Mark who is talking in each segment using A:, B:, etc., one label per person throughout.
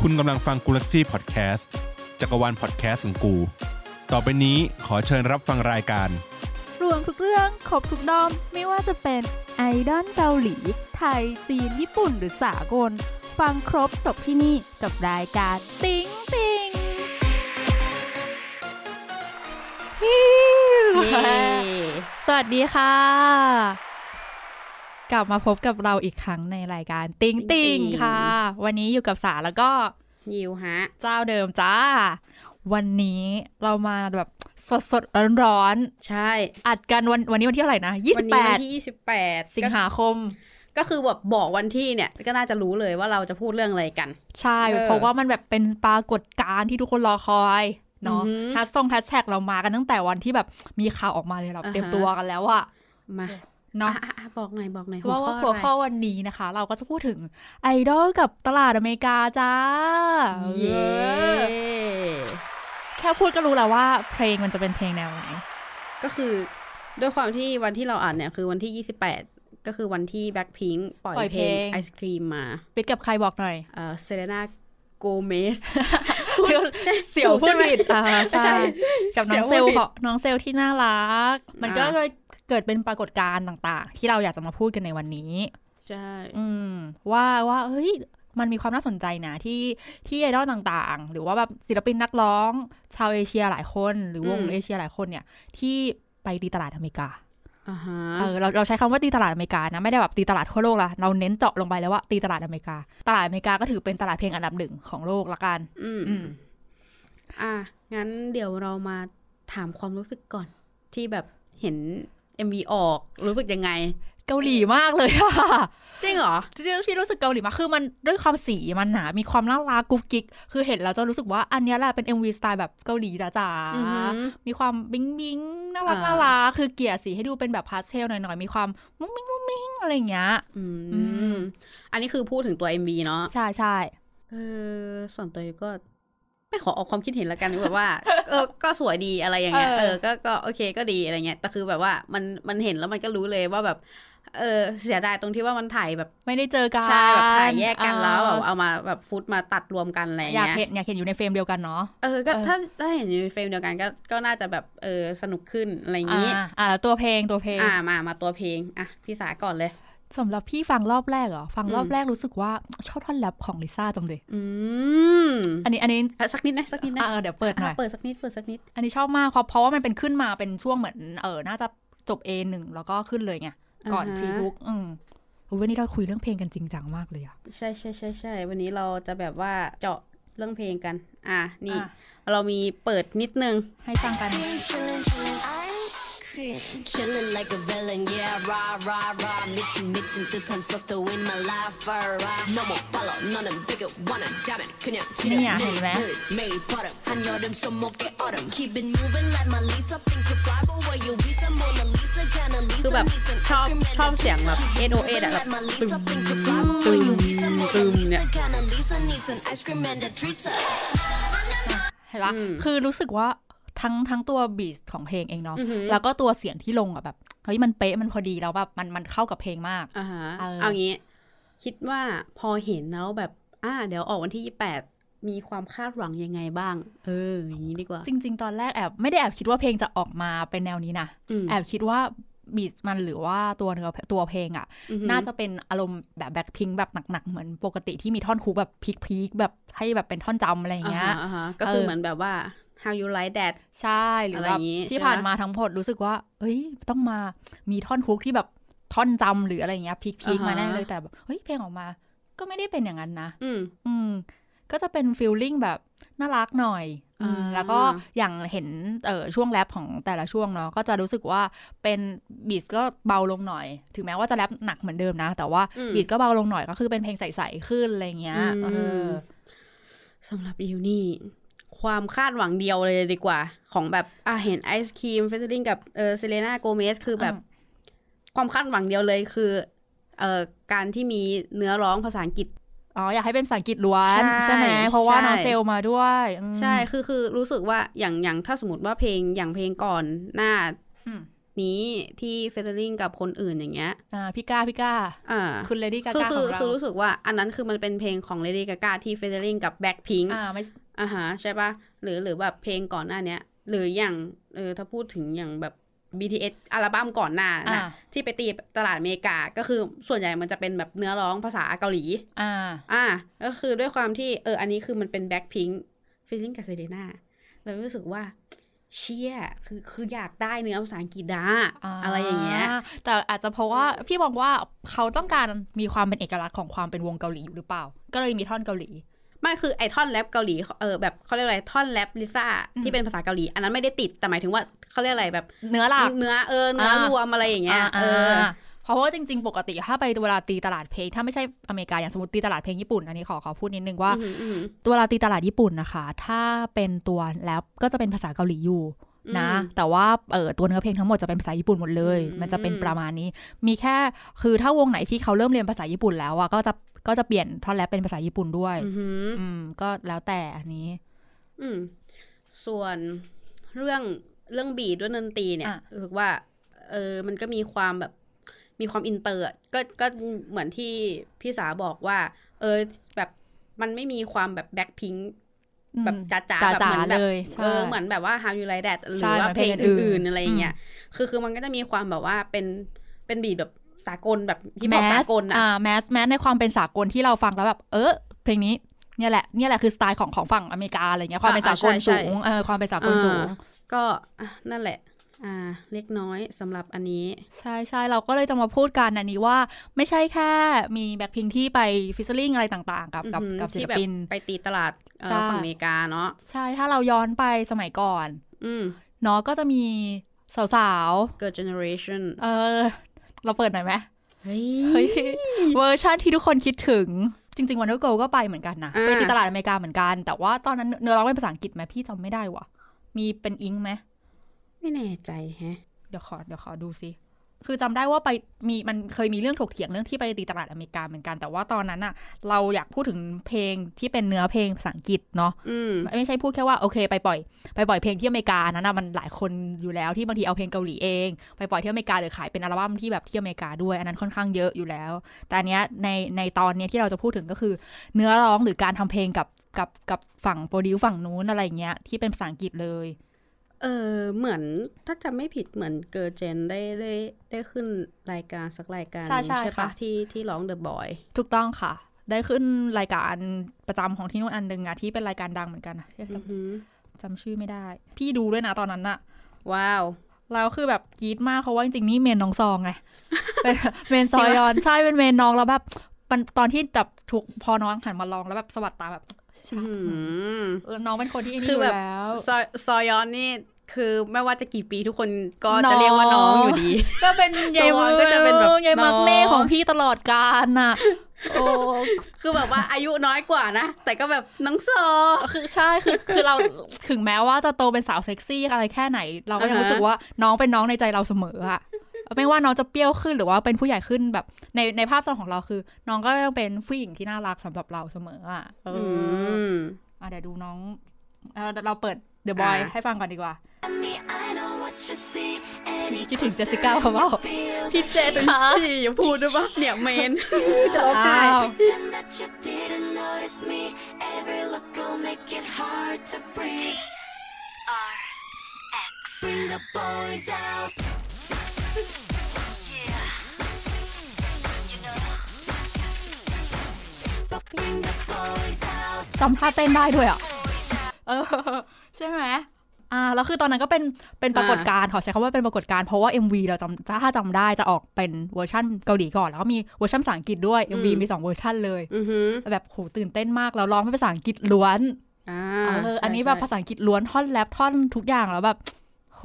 A: คุณกำลังฟังกูลักซี่พอดแคสต์จักรวาลพอดแคสต์ของกู ต่อไปนี้ขอเชิญรับฟังรายการ
B: รวมทุกเรื่องครบทุกด้อม ไม่ว่าจะเป็นไอดอลเกาหลี ไทย จีน ญี่ปุ่นหรือสากล ฟังครบจบที่นี่จบรายการติงติงฮิว
C: เย้
B: สวัสดีค่ะ กลับมาพบกับเราอีกครั้งในรายการติงติงค่ะ วันนี้อยู่กับสาแล้วก็
C: ยิวฮะ
B: เจ้าเดิมจ้า วันนี้เรามาแบบสดสดร้อนร้อน
C: ใช่
B: ๆอัดกันวันวันนี้วันที่เท่าไหร่นะ
C: วันนี้วั
B: 28
C: นที่ 28
B: สิงหาคม
C: ก็ก็คือแบบบอกวันที่เนี่ย ก็น่าจะรู้เลยว่าเราจะพูดเรื่องอะไรกัน
B: ใช่
C: เออ
B: เพราะว่ามันแบบเป็นปรากฏการณ์ที่ทุกคนรอคอยเนาะ
C: อือหือ
B: แฮชทรงแฮชแท็กเรามากันตั้งแต่วันที่แบบมีข่าวออกมาเลยเรา
C: อ่าฮะ
B: เตรียมตัวกันแล้วอะ
C: มา
B: เนาะ
C: อ่อ่อ่บอกหน่อยบอกหน่อย
B: ว่าว่าหัว
C: อะไร
B: ข้อวันนี้นะคะ เราก็จะพูดถึงไอดอลกับตลาดอเมริกาจ้าเ
C: เย้
B: ออแค่พูดก็รู้แล้วว่าเพลงมันจะเป็นเพลงแนวไหน
C: ก็คือด้วยความที่วันที่เราอ่านเนี่ยคือวันที่ 28 ก็คือวันที่แบ็คพิงปล่อย
B: ปล่อย
C: เพ
B: เพ
C: ล
B: ล
C: ง
B: ง
C: ไอศครีมมา
B: ปิดกับใครบอกหน่อย
C: เออเซเลนาโกเมส
B: เสียวพูดผิดอ่า
C: ใช่
B: ใช่ กับน้องเซล
C: เสียวพู
B: ล์
C: ดผิด
B: ของน้องเซลล์ที่น่ารัก มันก็
C: อ่า
B: เลยเกิดเป็นปรากฏการณ์ต่างๆ ที่เราอยากจะมาพูดกันในวันนี้
C: ใช่
B: อืม ว่าว่าเฮ้ยมันมีความน่าสนใจนะที่ที่ไอดอลต่างๆ หรือว่าแบบศิลปินนักร้อง ชาวเอเชียหลายคน หรือวงเอเชียหลายคนเนี่ย ที่ไปตีตลาดอเมริกา
C: อ่าฮะ
B: เออเราเราใช้คำว่าตีตลาดอเมริกานะไม่ได้แบบตีตลาดทั่วโลกละเราเน้นเจาะลงไปแล้วว่าตีตลาดอเมริกา ตลาดอเมริกาก็ถือเป็นตลาดเพลงอันดับหนึ่งของโลกละกัน
C: อืม
B: อืม
C: อ่ะงั้นเดี๋ยวเรามาถามความรู้สึกก่อน ที่แบบเห็น MV ออกรู้สึกยังไง
B: เกาหลีมากเลยอะ
C: จริงเหรอ
B: จริงๆพี่รู้สึกเกาหลีมากคือมันด้วยความสีมันหนา มีความน่ารักกุ๊กกิ๊ก คือเห็นแล้วจะรู้สึกว่าอันเนี้ยแหละเป็น MV สไตล์แบบเกาหลีจ๋า
C: อือหือ
B: ๆ มีความบิงบิงน่ารัก
C: อ่า
B: น่ารัก คือเกลี่ยสีให้ดูเป็นแบบพาสเทลหน่อยๆ มีความมุ้งมิ้งมุ้งมิ้งอะไรอย่างเงี้ย
C: อื
B: อื
C: ม
B: ม
C: อันนี้คือพูดถึงตัว MV เนาะ
B: ใช่ใช่
C: เออส่วนตัวก็ไม่ขอออกความคิดเห็นละกัน แบบว่า เออก็สวยดีอะไรอย่างเงี้ยเออก็ก็โอเคก็ดีอะไรเงี้ยแต่คือแบบว่ามันมันเห็นแล้วมันก็รู้เลยว่าแบบ เออเสียดายตรงที่ว่ามันถ่ายแบบ
B: ๆ ไม่ได้เจอกัน
C: ใช่แบบถ่ายแยกกันแล้วแบบ
B: อ่า
C: เอามาแบบฟุตมาตัดรวมกันอะไร
B: อยาก
C: เงี้ย
B: เห็นอยากเห็นอยู่ในเฟรมเดียวกันเนาะ
C: เออก็
B: เออ
C: ถ้าถ้าเห็นอยู่ในเฟรมเดียวกันก็ก็น่าจะแบบเออสนุกขึ้นอะไรอย่างงี้
B: อ่าอ่าแล้วตัวเพลงตัวเพลง
C: อ่ามามาตัวเพลงอ่ะพี่สาก่อนเลย
B: สำหรับพี่ฟังรอบแรกเหรอ ฟังรอบ
C: อืม
B: แรกรู้สึกว่าชอบท่อนแรปของลิซ่าจังเลย
C: อืม
B: อันนี้อันนี้
C: อ่ะสักนิดนะสักนิดนะ
B: อ่าเดี๋ยวเปิดหน่อย
C: อ่ะเปิดสักนิดเปิดสักนิด
B: อันนี้ชอบมากเพราะเพราะว่ามันเป็นขึ้นมาเป็นช่วงเหมือนเออน่าจะจบ A1 แล้วก็ขึ้นเลยไงก่อน
C: อ่าฮะ
B: พรีบุ๊กอืมโอ้ยวันนี้เราคุยเรื่องเพลงกันจริงจังมากเลยอะ
C: ใช่ใช่ใช่ใช่วันนี้เราจะแบบว่าเจาะเรื่องเพลงกัน อ่ะ นี่
B: อ่ะ
C: เรามีเปิดนิดนึง
B: ให้ฟังกัน
D: Chillin', chillin', ice cream. Chillin' like a villain, yeah, rah, rah, rah. Mitchin, mitchin, 뜻한 속도 in my life, uh, rah. No more follow, 너는 bigger, wanna diamond. 그냥 지름,
B: 미야,
D: millies,
B: 이래.
D: millies, 매일 버릇. 한 여름 손목에 얼음. Keep it moving like my Lisa. Think you fly, but where you visa, Mona Lisa, Mona Lisa,
C: คือแบบ
D: Lisa,
C: ชอบ
D: ice cream and
C: ชอบ
D: a
C: เสียงแบบ
D: pizza.
C: N
D: Keep
C: O
D: moving
C: A อะแบบ
D: like Mona Lisa, think you fly, but where you visa, Mona
C: ตึม
D: Lisa,
C: เนี่ย
D: Mona Lisa, needs an ice cream and a treat.
B: เห็นปะ
C: อืม
B: คือรู้สึกว่าทั้งทั้งตัวบีทของเพลงเองเนาะ
C: อือหือ
B: แล้วก็ตัวเสียงที่ลงอะแบบเฮ้ยมันเป๊ะมันพอดีแล้วแบบมันมันเข้ากับเพลงมาก
C: อ่าฮะ
B: เออ
C: เอางี้ คิดว่าพอเห็นแล้วแบบ อ่า เดี๋ยวออกวันที่ 28 มีความคาดหวังยังไงบ้าง เออ อย่างนี้ดีกว่า
B: จริง ๆ ตอนแรกแอบไม่ได้แอบคิดว่าเพลงจะออกมาเป็นแนวนี้นะ
C: อืม
B: แอบคิดว่าบีทมันหรือว่าตัวเนื้อตัวเพลงอะ
C: อือหือ
B: น่าจะเป็นอารมณ์แบบแบ็คพิงแบบหนักๆ เหมือนปกติที่มีท่อนคูแบบพีคๆแบบให้แบบเป็นท่อนจำอะไรอย่างเงี้ย
C: อ่าฮะอ่าฮะก็คือ
B: เออ
C: เหมือนแบบว่า how you like that
B: ใช่หรือ
C: อะไรอ
B: ว่า
C: ย่างงี้
B: ที่
C: ใช่ไหม
B: ผ่านมาทั้งหมดรู้สึกว่าเฮ้ยต้องมามีท่อนฮุกที่แบบท่อนจำหรืออะไรอย่างเงี้ยพีคๆมาแน่เลยแต่แบบเฮ้ยเพลงออกมา ก็ไม่ได้เป็นอย่างนั้นนะ
C: อืม
B: อืมก็จะเป็นฟีลลิ่งแบบน่ารักหน่อยอืม
C: อ่า
B: แล้วก็อย่างเห็นเออช่วงแรปของแต่ละช่วงเนาะก็จะรู้สึกว่าเป็นบีทก็เบาลงหน่อย ถึงแม้ว่าจะแรปหนักเหมือนเดิมนะ แต่ว่าบีทก็เบาลงหน่อยก็คือเป็นเพลงใสๆขึ้นอะไรเงี้ยเออ
C: สำหรับยูนี่ ความคาดหวังเดียวเลยดีกว่า ของแบบอ่ะเห็นไอศครีมเฟสซิลิงกับเออเซเลนาโกเมสคือแบบ ความคาดหวังเดียวเลยคือเอ่อการที่มีเนื้อร้องภาษาอังกฤษ
B: อ๋ออยากให้เป็นภาษาอังกฤษล้วน
C: ใช่
B: ใช่ไหมเพราะว่า
C: ใช่
B: น้องเซลมาด้วยอืม
C: ใช่คือคือรู้สึกว่าอย่างอย่างถ้าสมมติว่าเพลงอย่างเพลงก่อนหน้า
B: อืม
C: นี้ที่เฟเ t อร์ลิงกับคนอื่นอย่างเงี้ย
B: อ่าพี่ก้าพี่ก้า
C: อ่า
B: คุณเลดี้กา
C: คือ
B: ก้าข
C: คือ
B: องเรา
C: คือรู้สึกว่าอันนั้นคือมันเป็นเพลงของเลดี้กาก้าที่เฟเ t อร์ลิงกับแบ็คพิง
B: อ่าไม่
C: อ่าฮะใช่ปะหรือหรือแบบเพลงก่อนหน้าเนี้ย หรืออย่างเออถ้าพูดถึงอย่างแบบ BTS อัลบั้มก่อนหน้า
B: อ่า
C: นะที่ไปตีตลาดอเมริกาก็คือส่วนใหญ่มันจะเป็นแบบเนื้อร้องภาษาเกาหลี
B: อ่า
C: อ่าก็คือด้วยความที่เอออันนี้คือมันเป็นแบ็คพิงค์ฟิลลิ่งกับเซเ e น่าเรารู้สึกว่าเชี่ยคือคืออยากได้เนื้อภาษาอังกฤษดาอะไรอย่างเงี้ย
B: แต่อาจจะเพราะว่าพี่มองว่าเขาต้องการมีความเป็นเอกลักษณ์ของความเป็นวงเกาหลีอยู่หรือเปล่า ก็เลยมีท่อนเกาหลี
C: ไม่คือไอท่อนแรปเกาหลีเออแบบเขาเรียกอะไรท่อนแรปลิซ่า
B: อืม
C: ที่เป็นภาษาเกาหลี อันนั้นไม่ได้ติดแต่หมายถึงว่าเขาเรียกอะไรแบบ
B: เนื้อหลัก
C: เนื้อเออเนื้อ
B: อ่าร ร
C: วมอะไรอย่างเงี้ย
B: อ่า
C: เออ
B: าเพราะว่าจริง ๆ ปกติถ้าไปเวลาตีตลาดเพลง ถ้าไม่ใช่อเมริกาอย่างสมมติตีตลาดเพลงญี่ปุ่นอันนี้ขอขอพูดนิดนึงว่า
C: อืมอืม
B: ตัวเราตีตลาดญี่ปุ่นนะคะ ถ้าเป็นตัวแรปก็จะเป็นภาษาเกาหลีอยู่นะ
C: อืม
B: แต่ว่าเออตัวเนื้อเพลงทั้งหมดจะเป็นภาษาญี่ปุ่นหมดเลย
C: อืม
B: มันจะเป็นประมาณนี้ มีแค่คือถ้าวงไหนที่เขาเริ่มเรียนภาษาญี่ปุ่นแล้วอะก็จะก็จะเปลี่ยนท่อนแรปเป็นภาษาญี่ปุ่นด้วย
C: อือหือ
B: อืมก็แล้วแต่อันนี้
C: อืมส่วนเรื่องเรื่องบีดด้วยดนตรีเนี่ย
B: อ่ะ
C: รู้สึกว่า เออมันก็มีความแบบมีความอินเตอร์อะก็ก็เหมือนที่พี่สาบอกว่า เออแบบมันไม่มีความแบบแบ็คพิง
B: อืม
C: แบบจ๋าๆ
B: จ๋าๆ
C: แบบเหมือนแบบ
B: เลยใช่
C: เออเหมือนแบบว่า How You Like That หรื
B: ใช่
C: อว่า
B: เหมือน
C: เพ
B: เพลง
C: ลงอ
B: อื่นื่
C: นๆ
B: ๆ
C: อะไรอย่างเงี้ยคือคือมันก็จะมีความแบบว่าเป็นเป็นบีดแบบสากลแบบที่บอก
B: Mass
C: สากลอะ
B: อ่าแมสแมสในความเป็นสากลที่เราฟังแล้วแบบ เออเพลงนี้เนี่ยแหละเนี่ยแหละคือสไตล์ของของฝั่งอเมริกาอะไรเงี้ยความเป็น
C: อ่า
B: สากล
C: ใช่ใช่
B: สูงเออความเป็นสากลสูง
C: อ่าก็อ่ะนั่นแหละ อ่า เล็กน้อยสำหรับอันนี้
B: ใช่ใช่เราก็เลยจะมาพูดกันอันนี้ว่าไม่ใช่แค่มีแบ็คพิงที่ไปฟิชเชอร์ลิงอะไรต่างๆ กับกับ
C: อือหือ
B: กับศิ
C: ที่
B: ล
C: แบบ
B: ปิน
C: ไปตีตลาดเอ่อ
B: ใช่
C: ฝั่งอเมริกาเนาะ
B: ใช่ถ้าเราย้อนไปสมัยก่อน
C: อืม
B: เนาะก็จะมีสาว
C: เกิด generation
B: ๆเออเราเปิดหน่อยไหม
C: เฮ้ย
B: เฮ้ยเวอร์ชันที่ทุกคนคิดถึงจริง ๆ วันเดอร์เกิลก็ไปเหมือนกันนะ
C: อ่า
B: ไปตีตลาดอเมริกาเหมือนกัน แต่ว่าตอนนั้นเนื้อร้องเป็นภาษาอังกฤษไหมพี่จำไม่ได้ว่ะ มีเป็นอิงไหม
C: ไม่แน่ใจแฮะ
B: เดี๋ยวขอเดี๋ยวขอดูซิ คือจำได้ว่าไปมีมันเคยมีเรื่องถกเถียงเรื่องที่ไปตีตลาดอเมริกาเหมือนกัน แต่ว่าตอนนั้นอะเราอยากพูดถึงเพลงที่เป็นเนื้อเพลงภาษาอังกฤษเนาะ
C: อืม
B: ไม่ไม่ใช่พูดแค่ว่าโอเคไปปล่อยไปปล่อยเพลงที่อเมริกาอันนั้นอะมันหลายคนอยู่แล้วที่บางทีเอาเพลงเกาหลีเอง ไปปล่อยที่อเมริกาหรือขายเป็นอัลบั้มที่แบบที่อเมริกาด้วย อันนั้นค่อนข้างเยอะอยู่แล้ว แต่อันเนี้ยในในตอนเนี้ยที่เราจะพูดถึงก็คือ เนื้อร้องหรือการทำเพลงกับกับกับฝั่งโปรดิวฝั่งนู้นอะไรอย่างเงี้ยที่เป็นภาษาอังกฤษเลย
C: เออ เหมือนถ้าจำไม่ผิดเหมือนเกิด gen ได้ได้ได้ขึ้นรายการสักรายการ
B: ใช่ใช่
C: ปะ
B: ค่ะ
C: ที่ที่ร้อง The Boy
B: ถูกต้องค่ะ ได้ขึ้นรายการประจำของที่นู่นอันหนึ่งอะที่เป็นรายการดังเหมือนกันอะ
C: อือหือ
B: จำชื่อไม่ได้ พี่ดูด้วยนะตอนนั้นอะ
C: ว้าว
B: แล้วคือแบบกรี๊ดมากเพราะว่าจริงๆนี่เมนน้องซ องไง เป็นเมนซอยอนใช่เป็นเมนน้องแล้วแบบมันตอนที่จับถูกพอน้องหันมาลองแล้วแบบสวัสดตาแบบ
C: อื้อหือ
B: เออน้องเป็นคนที่ไอ้นี่
C: คือ
B: อ
C: แบบ
B: ยู่แล้ว
C: ซอยซอยอนนี่คือไม่ว่าจะกี่ปีทุกคนก็จะเรียกว่าน้องอยู่ดี
B: ก็เป็นยายมือ
C: ซอยก็จะเป็นแบบ
B: ยายมักเม่
C: น้อง
B: ของพี่ตลอดกาล น่ะโอ้
C: คือแบบว่าอายุน้อยกว่านะ แต่ก็แบบน้องซอ
B: คือใช่คือคือเราถึงแม้ว่าจะโตเป็นสาวเซ็กซี่อะไรแค่ไหน เราก็ยัง
C: อ่าฮะ
B: รู้สึกว่าน้องเป็นน้องในใจเราเสมออะไม่ว่าน้องจะเปรี้ยวขึ้นหรือว่าเป็นผู้ใหญ่ขึ้นแบบในในภาพจำของเราคือ น้องก็ยังเป็นผู้หญิงที่น่ารักสำหรับเราเสมออะเออ
C: อื
B: อ
C: ม
B: อ่ะเดี๋ยวดูน้องเอาเราเปิด The Boy
C: อ่ะ
B: ให้ฟังก่อนดีกว่า
D: Me, I know what you see. Any
B: คิดถึงเจสสิก้าเขาเปล่า
D: feel
B: พี่เจษ
C: เป็น
B: ค่ะ
C: สี่อย่าพูดด้วยปะเนี่ยเมน
B: อ้าว
D: pretend that you didn't notice me. Every look will make it hard to breathe. Bring the boys out. But Bring the boys out.
B: จำท่าเต้นได้ด้วยอ่ะ เออ ใช่ไหม อ่า แล้วคือตอนนั้นก็เป็น เป็นปรากฏการณ์ ขอใช้คำว่าเป็นปรากฏการณ์ เพราะว่า MV เราจำถ้าจำได้จะออกเป็นเวอร์ชันเกาหลีก่อน แล้วก็มีเวอร์ชันภาษาอังกฤษด้วย MV
C: อืม
B: มีสองเวอร์ชันเลย
C: อือหือ
B: แบบโหตื่นเต้นมาก แล้วร้องเป็นภาษาอังกฤษล้วน
C: อ่า
B: เอออันนี้
C: ใช่
B: แบบ
C: ใช่
B: ภาษาอังกฤษล้วนท่อนแรปท่อนทุกอย่างแล้วแบบ โห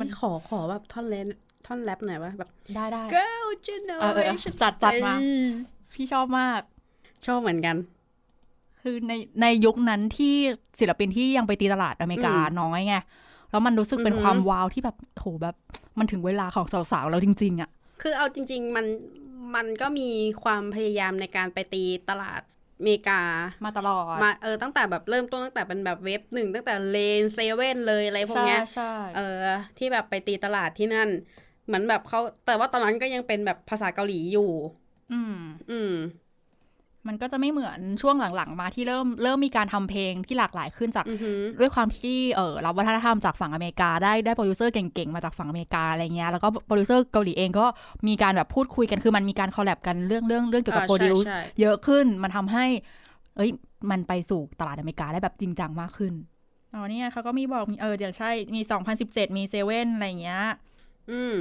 C: มันขอขอแบบท่อนเลนท่อนแรปหน่อยปะแบบ
B: ได้ได้
C: girl
B: เออเออเออ
C: generation
B: จัดจัดมา
C: เอ้ย
B: พี่ชอบมาก
C: ชอบเหมือนกัน
B: คือในในยุคนั้นที่ศิลปินที่ยังไปตีตลาดอเมริกา
C: อืม
B: น้อยไง แล้วมันรู้สึกเป็น
C: อือหื
B: ค
C: อ
B: วามว้าวที่แบบโหแบบมันถึงเวลาของสาวๆแล้วจริงๆอะ
C: คือเอาจริง ๆ มันมันก็มีความพยายามในการไปตีตลาด อเมริกา
B: มาตลอด
C: มาเออตั้งแต่แบบเริ่มต้นตั้งแต่เป็นแบบเว็บหนึ่งตั้งแต่เลนเซเว่นเลยอะไรพวก
B: ใช่
C: เนี้ย
B: ใช่
C: เออที่แบบไปตีตลาดที่นั่น เหมือนแบบเขาแต่ว่าตอนนั้นก็ยังเป็นแบบภาษาเกาหลีอยู่
B: อืม
C: อืม
B: มันก็จะไม่เหมือนช่วงหลังๆ มาที่เริ่มเริ่มมีการทำเพลงที่หลากหลายขึ้นจาก
C: อือหือ
B: ด้วยความที่เออรับวัฒนธรรมจากฝั่งอเมริกาได้ได้โปรดิวเซอร์เก่งๆ มาจากฝั่งอเมริกาอะไรเงี้ยแล้วก็โปรดิวเซอร์เกาหลีเองก็มีการแบบพูดคุยกันคือมันมีการคอลแลบกันเรื่องเรื่องเรื่องเกี่ยวกับ
C: อ่า
B: โปรดิว
C: ใช่ใช่
B: เยอะขึ้นมันทำให้ เอ้ย มันไปสู่ตลาดอเมริกาได้แบบจริงจังมากขึ้นอ๋อเนี่ยเขาก็มีบอกมีเออเดี๋ยวใช่มี 2017 มีเซเว่นอะไรเงี้ย
C: อืม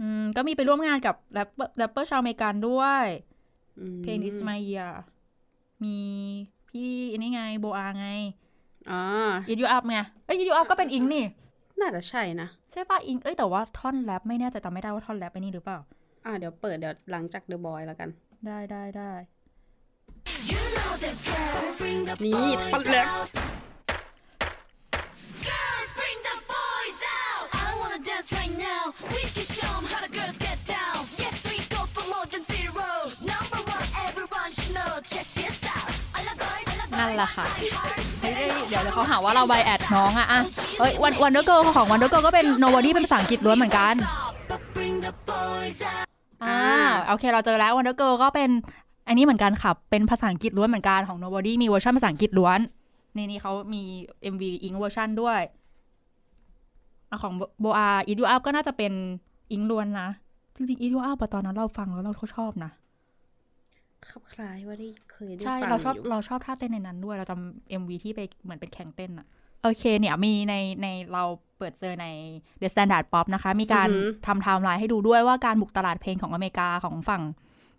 B: อืมก็มีไปร่วมงานกับแรปเปอร์แรปเปอร์ชาวอเมริกันด้วย
C: อืม
B: เพลง This My Year มีพี่อันนี้ไงโบอาไง
C: อ๋อ
B: Eat You Up ไงเอ้ย Eat You Up ก็เป็นอิงนี่
C: น่าจะใช่นะ
B: ใช่ป่ะอิง เอ้ย แต่ว่าท่อนแรปไม่แน่ใจจำไม่ได้ว่าท่อนแรปไปนี่หรือเปล่า
C: อ่าเดี๋ยวเปิดเดี๋ยวหลังจากเดอะบอยแล้วกัน
B: ได้ได้ได้
C: นี่ปันแล้ว
D: Girls, bring the boys out. I wanna dance right now. We can show 'em how the girls get down. Yes, we go for more than zero. Number one, everyone should know. Check this out. All the boys, all the boys,
B: นั่นแหละค่ะ
D: all the boys.
B: เฮ้ยเดี๋ยวเดี๋ยวเขาหาว่าเราใบแอดน้องอะอะเฮ้ยวันวันเดอร์เกิลของวันเดอร์เกิลก็เป็นโนวาดีเป็นภาษาอังกฤษล้วนเหมือนกัน
D: Stop, but bring the boys out.
B: อ่าโอเคเราเจอแล้ววันเดอร์เกิลก็เป็น อันนี้เหมือนกันค่ะ เป็นภาษาอังกฤษล้วนเหมือนกันของโนวาดีมีเวอร์ชันภาษาอังกฤษล้วน นี่นี่เขามี MV อิงเวอร์ชันด้วยอ่ะของโบอาอีดูอัพก็น่าจะเป็นอิงล้วนนะ จริงๆอีดูอัพตอนนั้นเราฟังแล้วเราก็ชอบนะ
C: คลับคล้ายว่าได้เคยได้
B: ใช่
C: ฟัง
B: เราชอบ
C: ยู่
B: เราชอบท่าเต้นในนั้นด้วย เราจำ MV ที่ไปเหมือนเป็นแข่งเต้นอะโอเคเนี่ยมีในในเราเปิดเจอใน The Standard Pop นะคะ มีการทำไทม์ไลน์ให้ดูด้วยว่าการบุกตลาดเพลงของอเมริกาของฝั่ง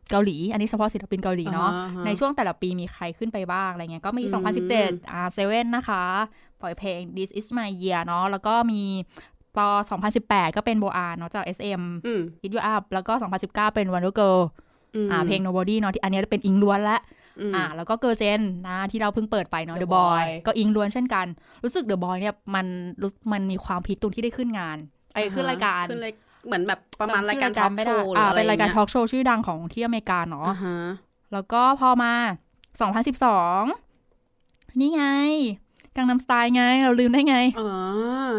B: เกาหลี อันนี้เฉพาะศิลปินเกาหลีเนาะ
C: อ่ฮ
B: ในช่วงแต่ละปีมีใครขึ้นไปบ้างอะไรเงี้ย ก็มี
C: อืม
B: 2017อ่าเซเว่นนะคะ ปล่อยเพลง This Is My Year เนาะ แล้วก็มีปอ2018 ก็เป็นโบอาเนาะจาก SM
C: อืม
B: Hit You Up แล้วก็ 2019 เป็น Wonder Girl
C: ม
B: อ่าเพลง Nobody เนาะที่อันเนี้ยเป็นอิงล้วนละ
C: ม
B: อ่าแล้วก็เกอร์เจนนะที่เราเพิ่งเปิดไปเนาะ
C: The
B: The Boy
C: Boy
B: ก็อิงล้วนเช่นกัน รู้สึก The Boy เนี่ยมันรู้มันมีความพีคตรงที่ได้ขึ้นงานไอ้ยขึ้นรายการ
C: ขึ้นรายเหมือนแบบประมาณ
B: จำชื่อ
C: รายการทอล์ก
B: ไม่
C: โช
B: ได้
C: ว์หรือ
B: อ่า
C: อะไร
B: เป็นรายการท
C: อ
B: อล์กโชว์ชื่อดังของที่อเมริกาเนาะ
C: อ่าฮะ
B: แล้วก็พอมา 2012 นี่ไงกังนำสไตล์ไงเราลืมได้ไง
C: อ๋อ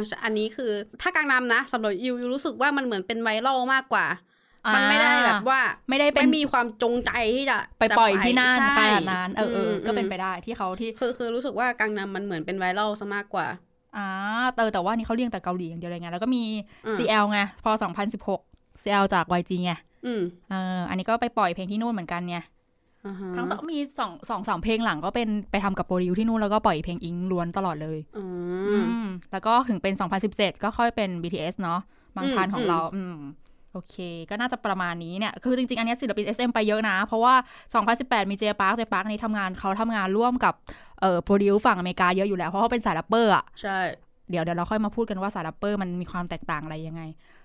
C: ใช่อันนี้คือถ้ากลางนำนะสำหรับยูยูรู้สึกว่ามันเหมือนเป็นไวรัลมากกว่า มันไม่ได้แบบว่า
B: ไม่ได้เป็น
C: ไม่มีความจงใจที่จะ
B: ไป
C: จะ
B: ปล่อยที่นั่น
C: ใช่
B: ขนาดนั้นเออเอออ
C: ม
B: ก็เป็นไป
C: อืม
B: ได้ที่เขาที่
C: คือคือรู้สึกว่ากังนำมันเหมือนเป็นไวรัลซะมากกว่า
B: อ่าเตอแต่ว่านี่เขาเรียงแต่เกาหลีอย่างเดียวเลยไงแล้วก็มี
C: อ่า
B: CL ไงพอ 2016 CL จาก YG ไง
C: อืม
B: เอออันนี้ก็ไปปล่อยเพลงที่นู่นเหมือนกันไง
C: อ่าฮะ
B: ทั้งสองมีสองสองสามเพลงหลังก็เป็นไปทำกับโปรดิวที่นู่นแล้วก็ปล่อยเพลงอิงล้วนตลอดเลย
C: อื
B: อื
C: ม
B: ม แล้วก็ถึงเป็น 2017 ก็ค่อยเป็น BTS เนาะบางพัน
C: อืม
B: ของเรา อืม โอเค ก็น่าจะประมาณนี้เนี่ย คือจริง ๆ อันเนี้ยศิลปิน SM ไปเยอะนะ เพราะว่า 2018 มีเจปาร์คเจปาร์คนี้ทำงานเขาทำงานร่วมกับเอ่อโปรดิวฝั่งอเมริกาเยอะอยู่แล้ว เพราะเขาเป็นสายแรปเปอร์อะ
C: ใช่
B: เดี๋ยวเดี๋ยวเราค่อยมาพูดกันว่าสายแรปเปอร์มันมีความแตกต่างอะไรยังไง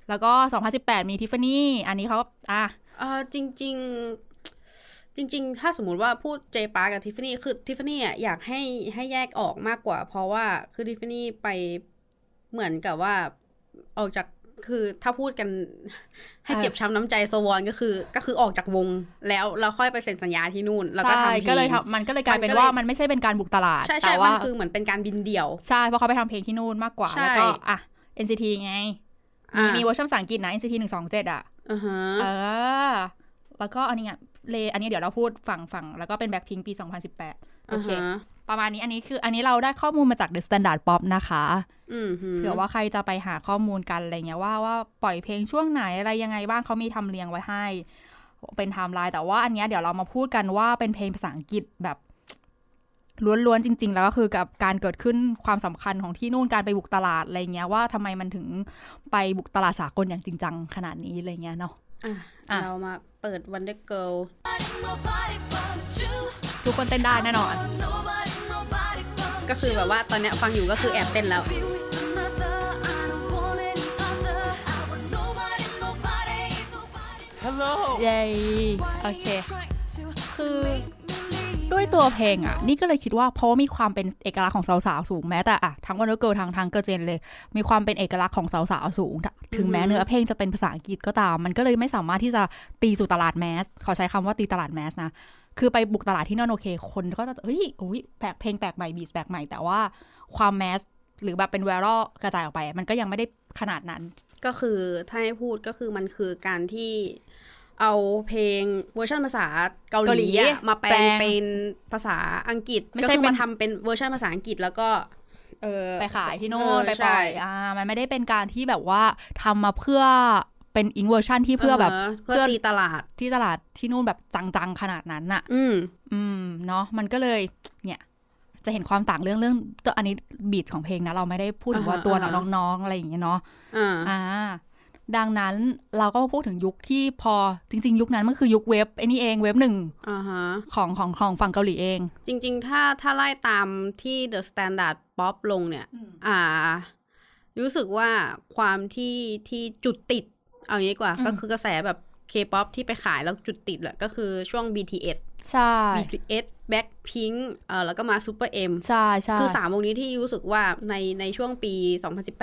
B: แล้วก็ 2018 มีทิฟฟานี่ อันนี้เขาอ่ะ
C: เออจริง ๆ จริง ๆ ถ้าสมมุติว่าพูดเจปากับทิฟฟานี่คือทิฟฟานี่อ่ะอยากให้ให้แยกออกมากกว่า เพราะว่าคือทิฟฟานี่ไปเหมือนกับว่าออกจากคือถ้าพูดกัน ให้เจ็บช้ำน้ำใจโซวอนก็คือ ก็คือออกจากวงแล้วเราค่อยไปเซ็นสัญญาที่นู่น แล้วก็ทำ
B: ใช่
C: เพลง
B: ก็เลยทำมันก็เลยกลายเป็
C: มันก็
B: น
C: เลย
B: ว่ามันไม่ใช่เป็นการบุกตลาด
C: ใช่ใช่
B: แต่ว่า
C: มันคือเหมือนเป็นการบินเดี่ยว
B: ใช่เพราะเขาไปทำเพลงที่นู่นมากกว่า
C: ใช่
B: แล้วก็อ่ะ NCT ไง มี
C: อ่ะ
B: มีเวอร์ชันภาษาอังกฤษนะ NCT 127 อ่ะ
C: อือฮะ
B: เออ แล้วก็อันนี้ไงเลอันนี้เดี๋ยวเราพูดฝั่งฝั่งแล้วก็เป็นแบ็คพิงปี 2018 โอเค
C: าฮะ
B: ประมาณนี้อันนี้คืออันนี้เราได้ข้อมูลมาจาก The Standard Pop นะคะ
C: อืมฮึ
B: เผื่อว่าใครจะไปหาข้อมูลกันอะไรเงี้ยว่าว่าปล่อยเพลงช่วงไหนอะไรยังไงบ้างเขามีทำเรียงไว้ให้ เป็นไทม์ไลน์แต่ว่าอันเนี้ยเดี๋ยวเรามาพูดกันว่าเป็นเพลงภาษาอังกฤษแบบ ล้วนๆจริง ๆ แล้วก็คือกับการเกิดขึ้นความสำคัญของที่นู่นการไปบุกตลาดอะไรเงี้ยว่าทำไมมันถึงไปบุกตลาดสากลอย่างจริงจังขนาดนี้อะไรเงี้ยเนาะ
C: อ่ะ
B: อ่ะ
C: เรามาเปิดวันเดอร์เกิล
D: Nobody, nobody but you.
B: ทุกคนเต้นได้แน่นอน
D: Nobody, nobody but
C: ก็คือแบบว่าตอนเนี้ยฟังอยู่ก็คือแอบเต้นแล้ว
D: Be with another. I don't want any other. I want nobody, nobody, nobody.
B: เย้โอ
D: Why
B: เค
D: you trying to- to
B: Who-
D: make me leave?
B: ด้วยตัวเพลงอ่ะ นี่ก็เลยคิดว่าเพราะว่ามีความเป็นเอกลักษณ์ของสาวๆสูงแม้แต่อ่ะทั้งวันเกิลทางทางเกอร์เจนเลย มีความเป็นเอกลักษณ์ของสาวๆสูง ถึงแม้
C: อือฮึ
B: เนื้อเพลงจะเป็นภาษาอังกฤษก็ตาม มันก็เลยไม่สามารถที่จะตีสู่ตลาดแมสขอใช้คำว่าตีตลาดแมสนะ คือไปบุกตลาดที่นั่นโอเค คนก็จะเฮ้ยอุ้ยแปลกเพลงแปลกใหม่บีทแปลกใหม่แต่ว่าความแมสหรือแบบเป็นไวรัลกระจายออกไป มันก็ยังไม่ได้ขนาดนั้น
C: ก็คือถ้าให้พูดก็คือมันคือการที่เอาเพลงเวอร์ชันภาษาเกา
B: เกา
C: ห
B: หลี
C: ลีอะมาแปล
B: แปล
C: ง
B: ง
C: เป็นภาษาอังกฤษ
B: ไม่
C: ก็
B: ใช่
C: คือ
B: เป็น
C: มาทำเป็นเวอร์ชันภาษาอังกฤษแล้วก็ เออ
B: ไปขายที่โน่นไปปล่อย
C: เใช่
B: อ่ามันไม่ได้เป็นการที่แบบว่าทำมาเพื่อเป็นอิงเวอร์ชันที่เพื่อแบบ
C: เพื่อ
B: เพื่อ
C: ตีตลาด
B: ที่ตลาดที่นู่นแบบจังๆขนาดนั้นน่ะ
C: อืม
B: อืมเนาะมันก็เลยเนี่ยจะเห็นความต่างเรื่องเรื่องตัวอันนี้บีทของเพลงนะ เราไม่ได้พูดถึงว่า
C: อ่าฮะ
B: ตัว
C: อ่าฮะ
B: น้องๆอะไรอย่างเงี้ยเนาะ
C: อ่า
B: อ่า ดังนั้นเราก็มาพูดถึงยุคที่พอจริง ๆ ยุคนั้นมันคือยุคเว็บไอ้นี่เองเว็บหนึ่ง
C: อ่าฮะ
B: ของของของฝั่งเกาหลีเอง
C: จริงๆ ถ้าถ้าไล่ตามที่ The Standard Pop ลงเนี่ย อ่า รู้สึกว่าความที่ที่จุดติด เอางี้ดีกว่า
B: อืม
C: ก็คือกระแสแบบ K-POP ที่ไปขายแล้วจุดติดแหละก็คือช่วง BTS
B: ใช่
C: BTS Blackpink เออแล้วก็มา Super M
B: ใช่ใช่
C: คือ 3 วงนี้ที่รู้สึกว่าในในช่วงปี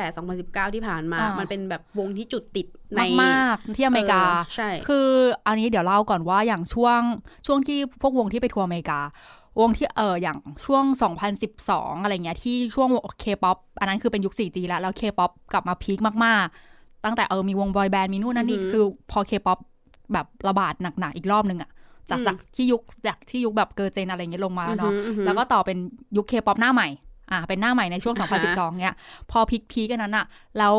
C: 2018-2019 ที่ผ่านมา
B: อ่ามั
C: มันเป็นแบบวงที่จุดติดใน
B: มากๆที่อเมริกา
C: ใช่
B: คืออันนี้เดี๋ยวเล่าก่อนว่าอย่างช่วงช่วงที่พวกวงที่ไปทัวร์อเมริกา วงที่เอออย่างช่วง 2012 อะไรเงี้ยที่ช่วงเคป๊อปอันนั้นคือเป็นยุค 4G แล้ว แล้วเคป๊อปกลับมาพีคมาก ๆ ตั้งแต่เออมีวงบอยแบนด์มีนู่นนั่นนี่
C: อือหือ
B: คือพอเคป๊อปแบบระบาดหนัก ๆ อีกรอบนึงอะจาก
C: อืม
B: จากที่ยุคจากที่ยุคแบบเกอร์เจนอะไรเงี้ยลงมาแล้วเนาะ
C: อือหือ
B: แล้วก็ต่อเป็นยุคเคป๊อปหน้าใหม่ อ่า เป็นหน้าใหม่ในช่วง
C: อ่าฮะ
B: 2012 เนี่ย พอพีคพีกันนั้นอะแล้ว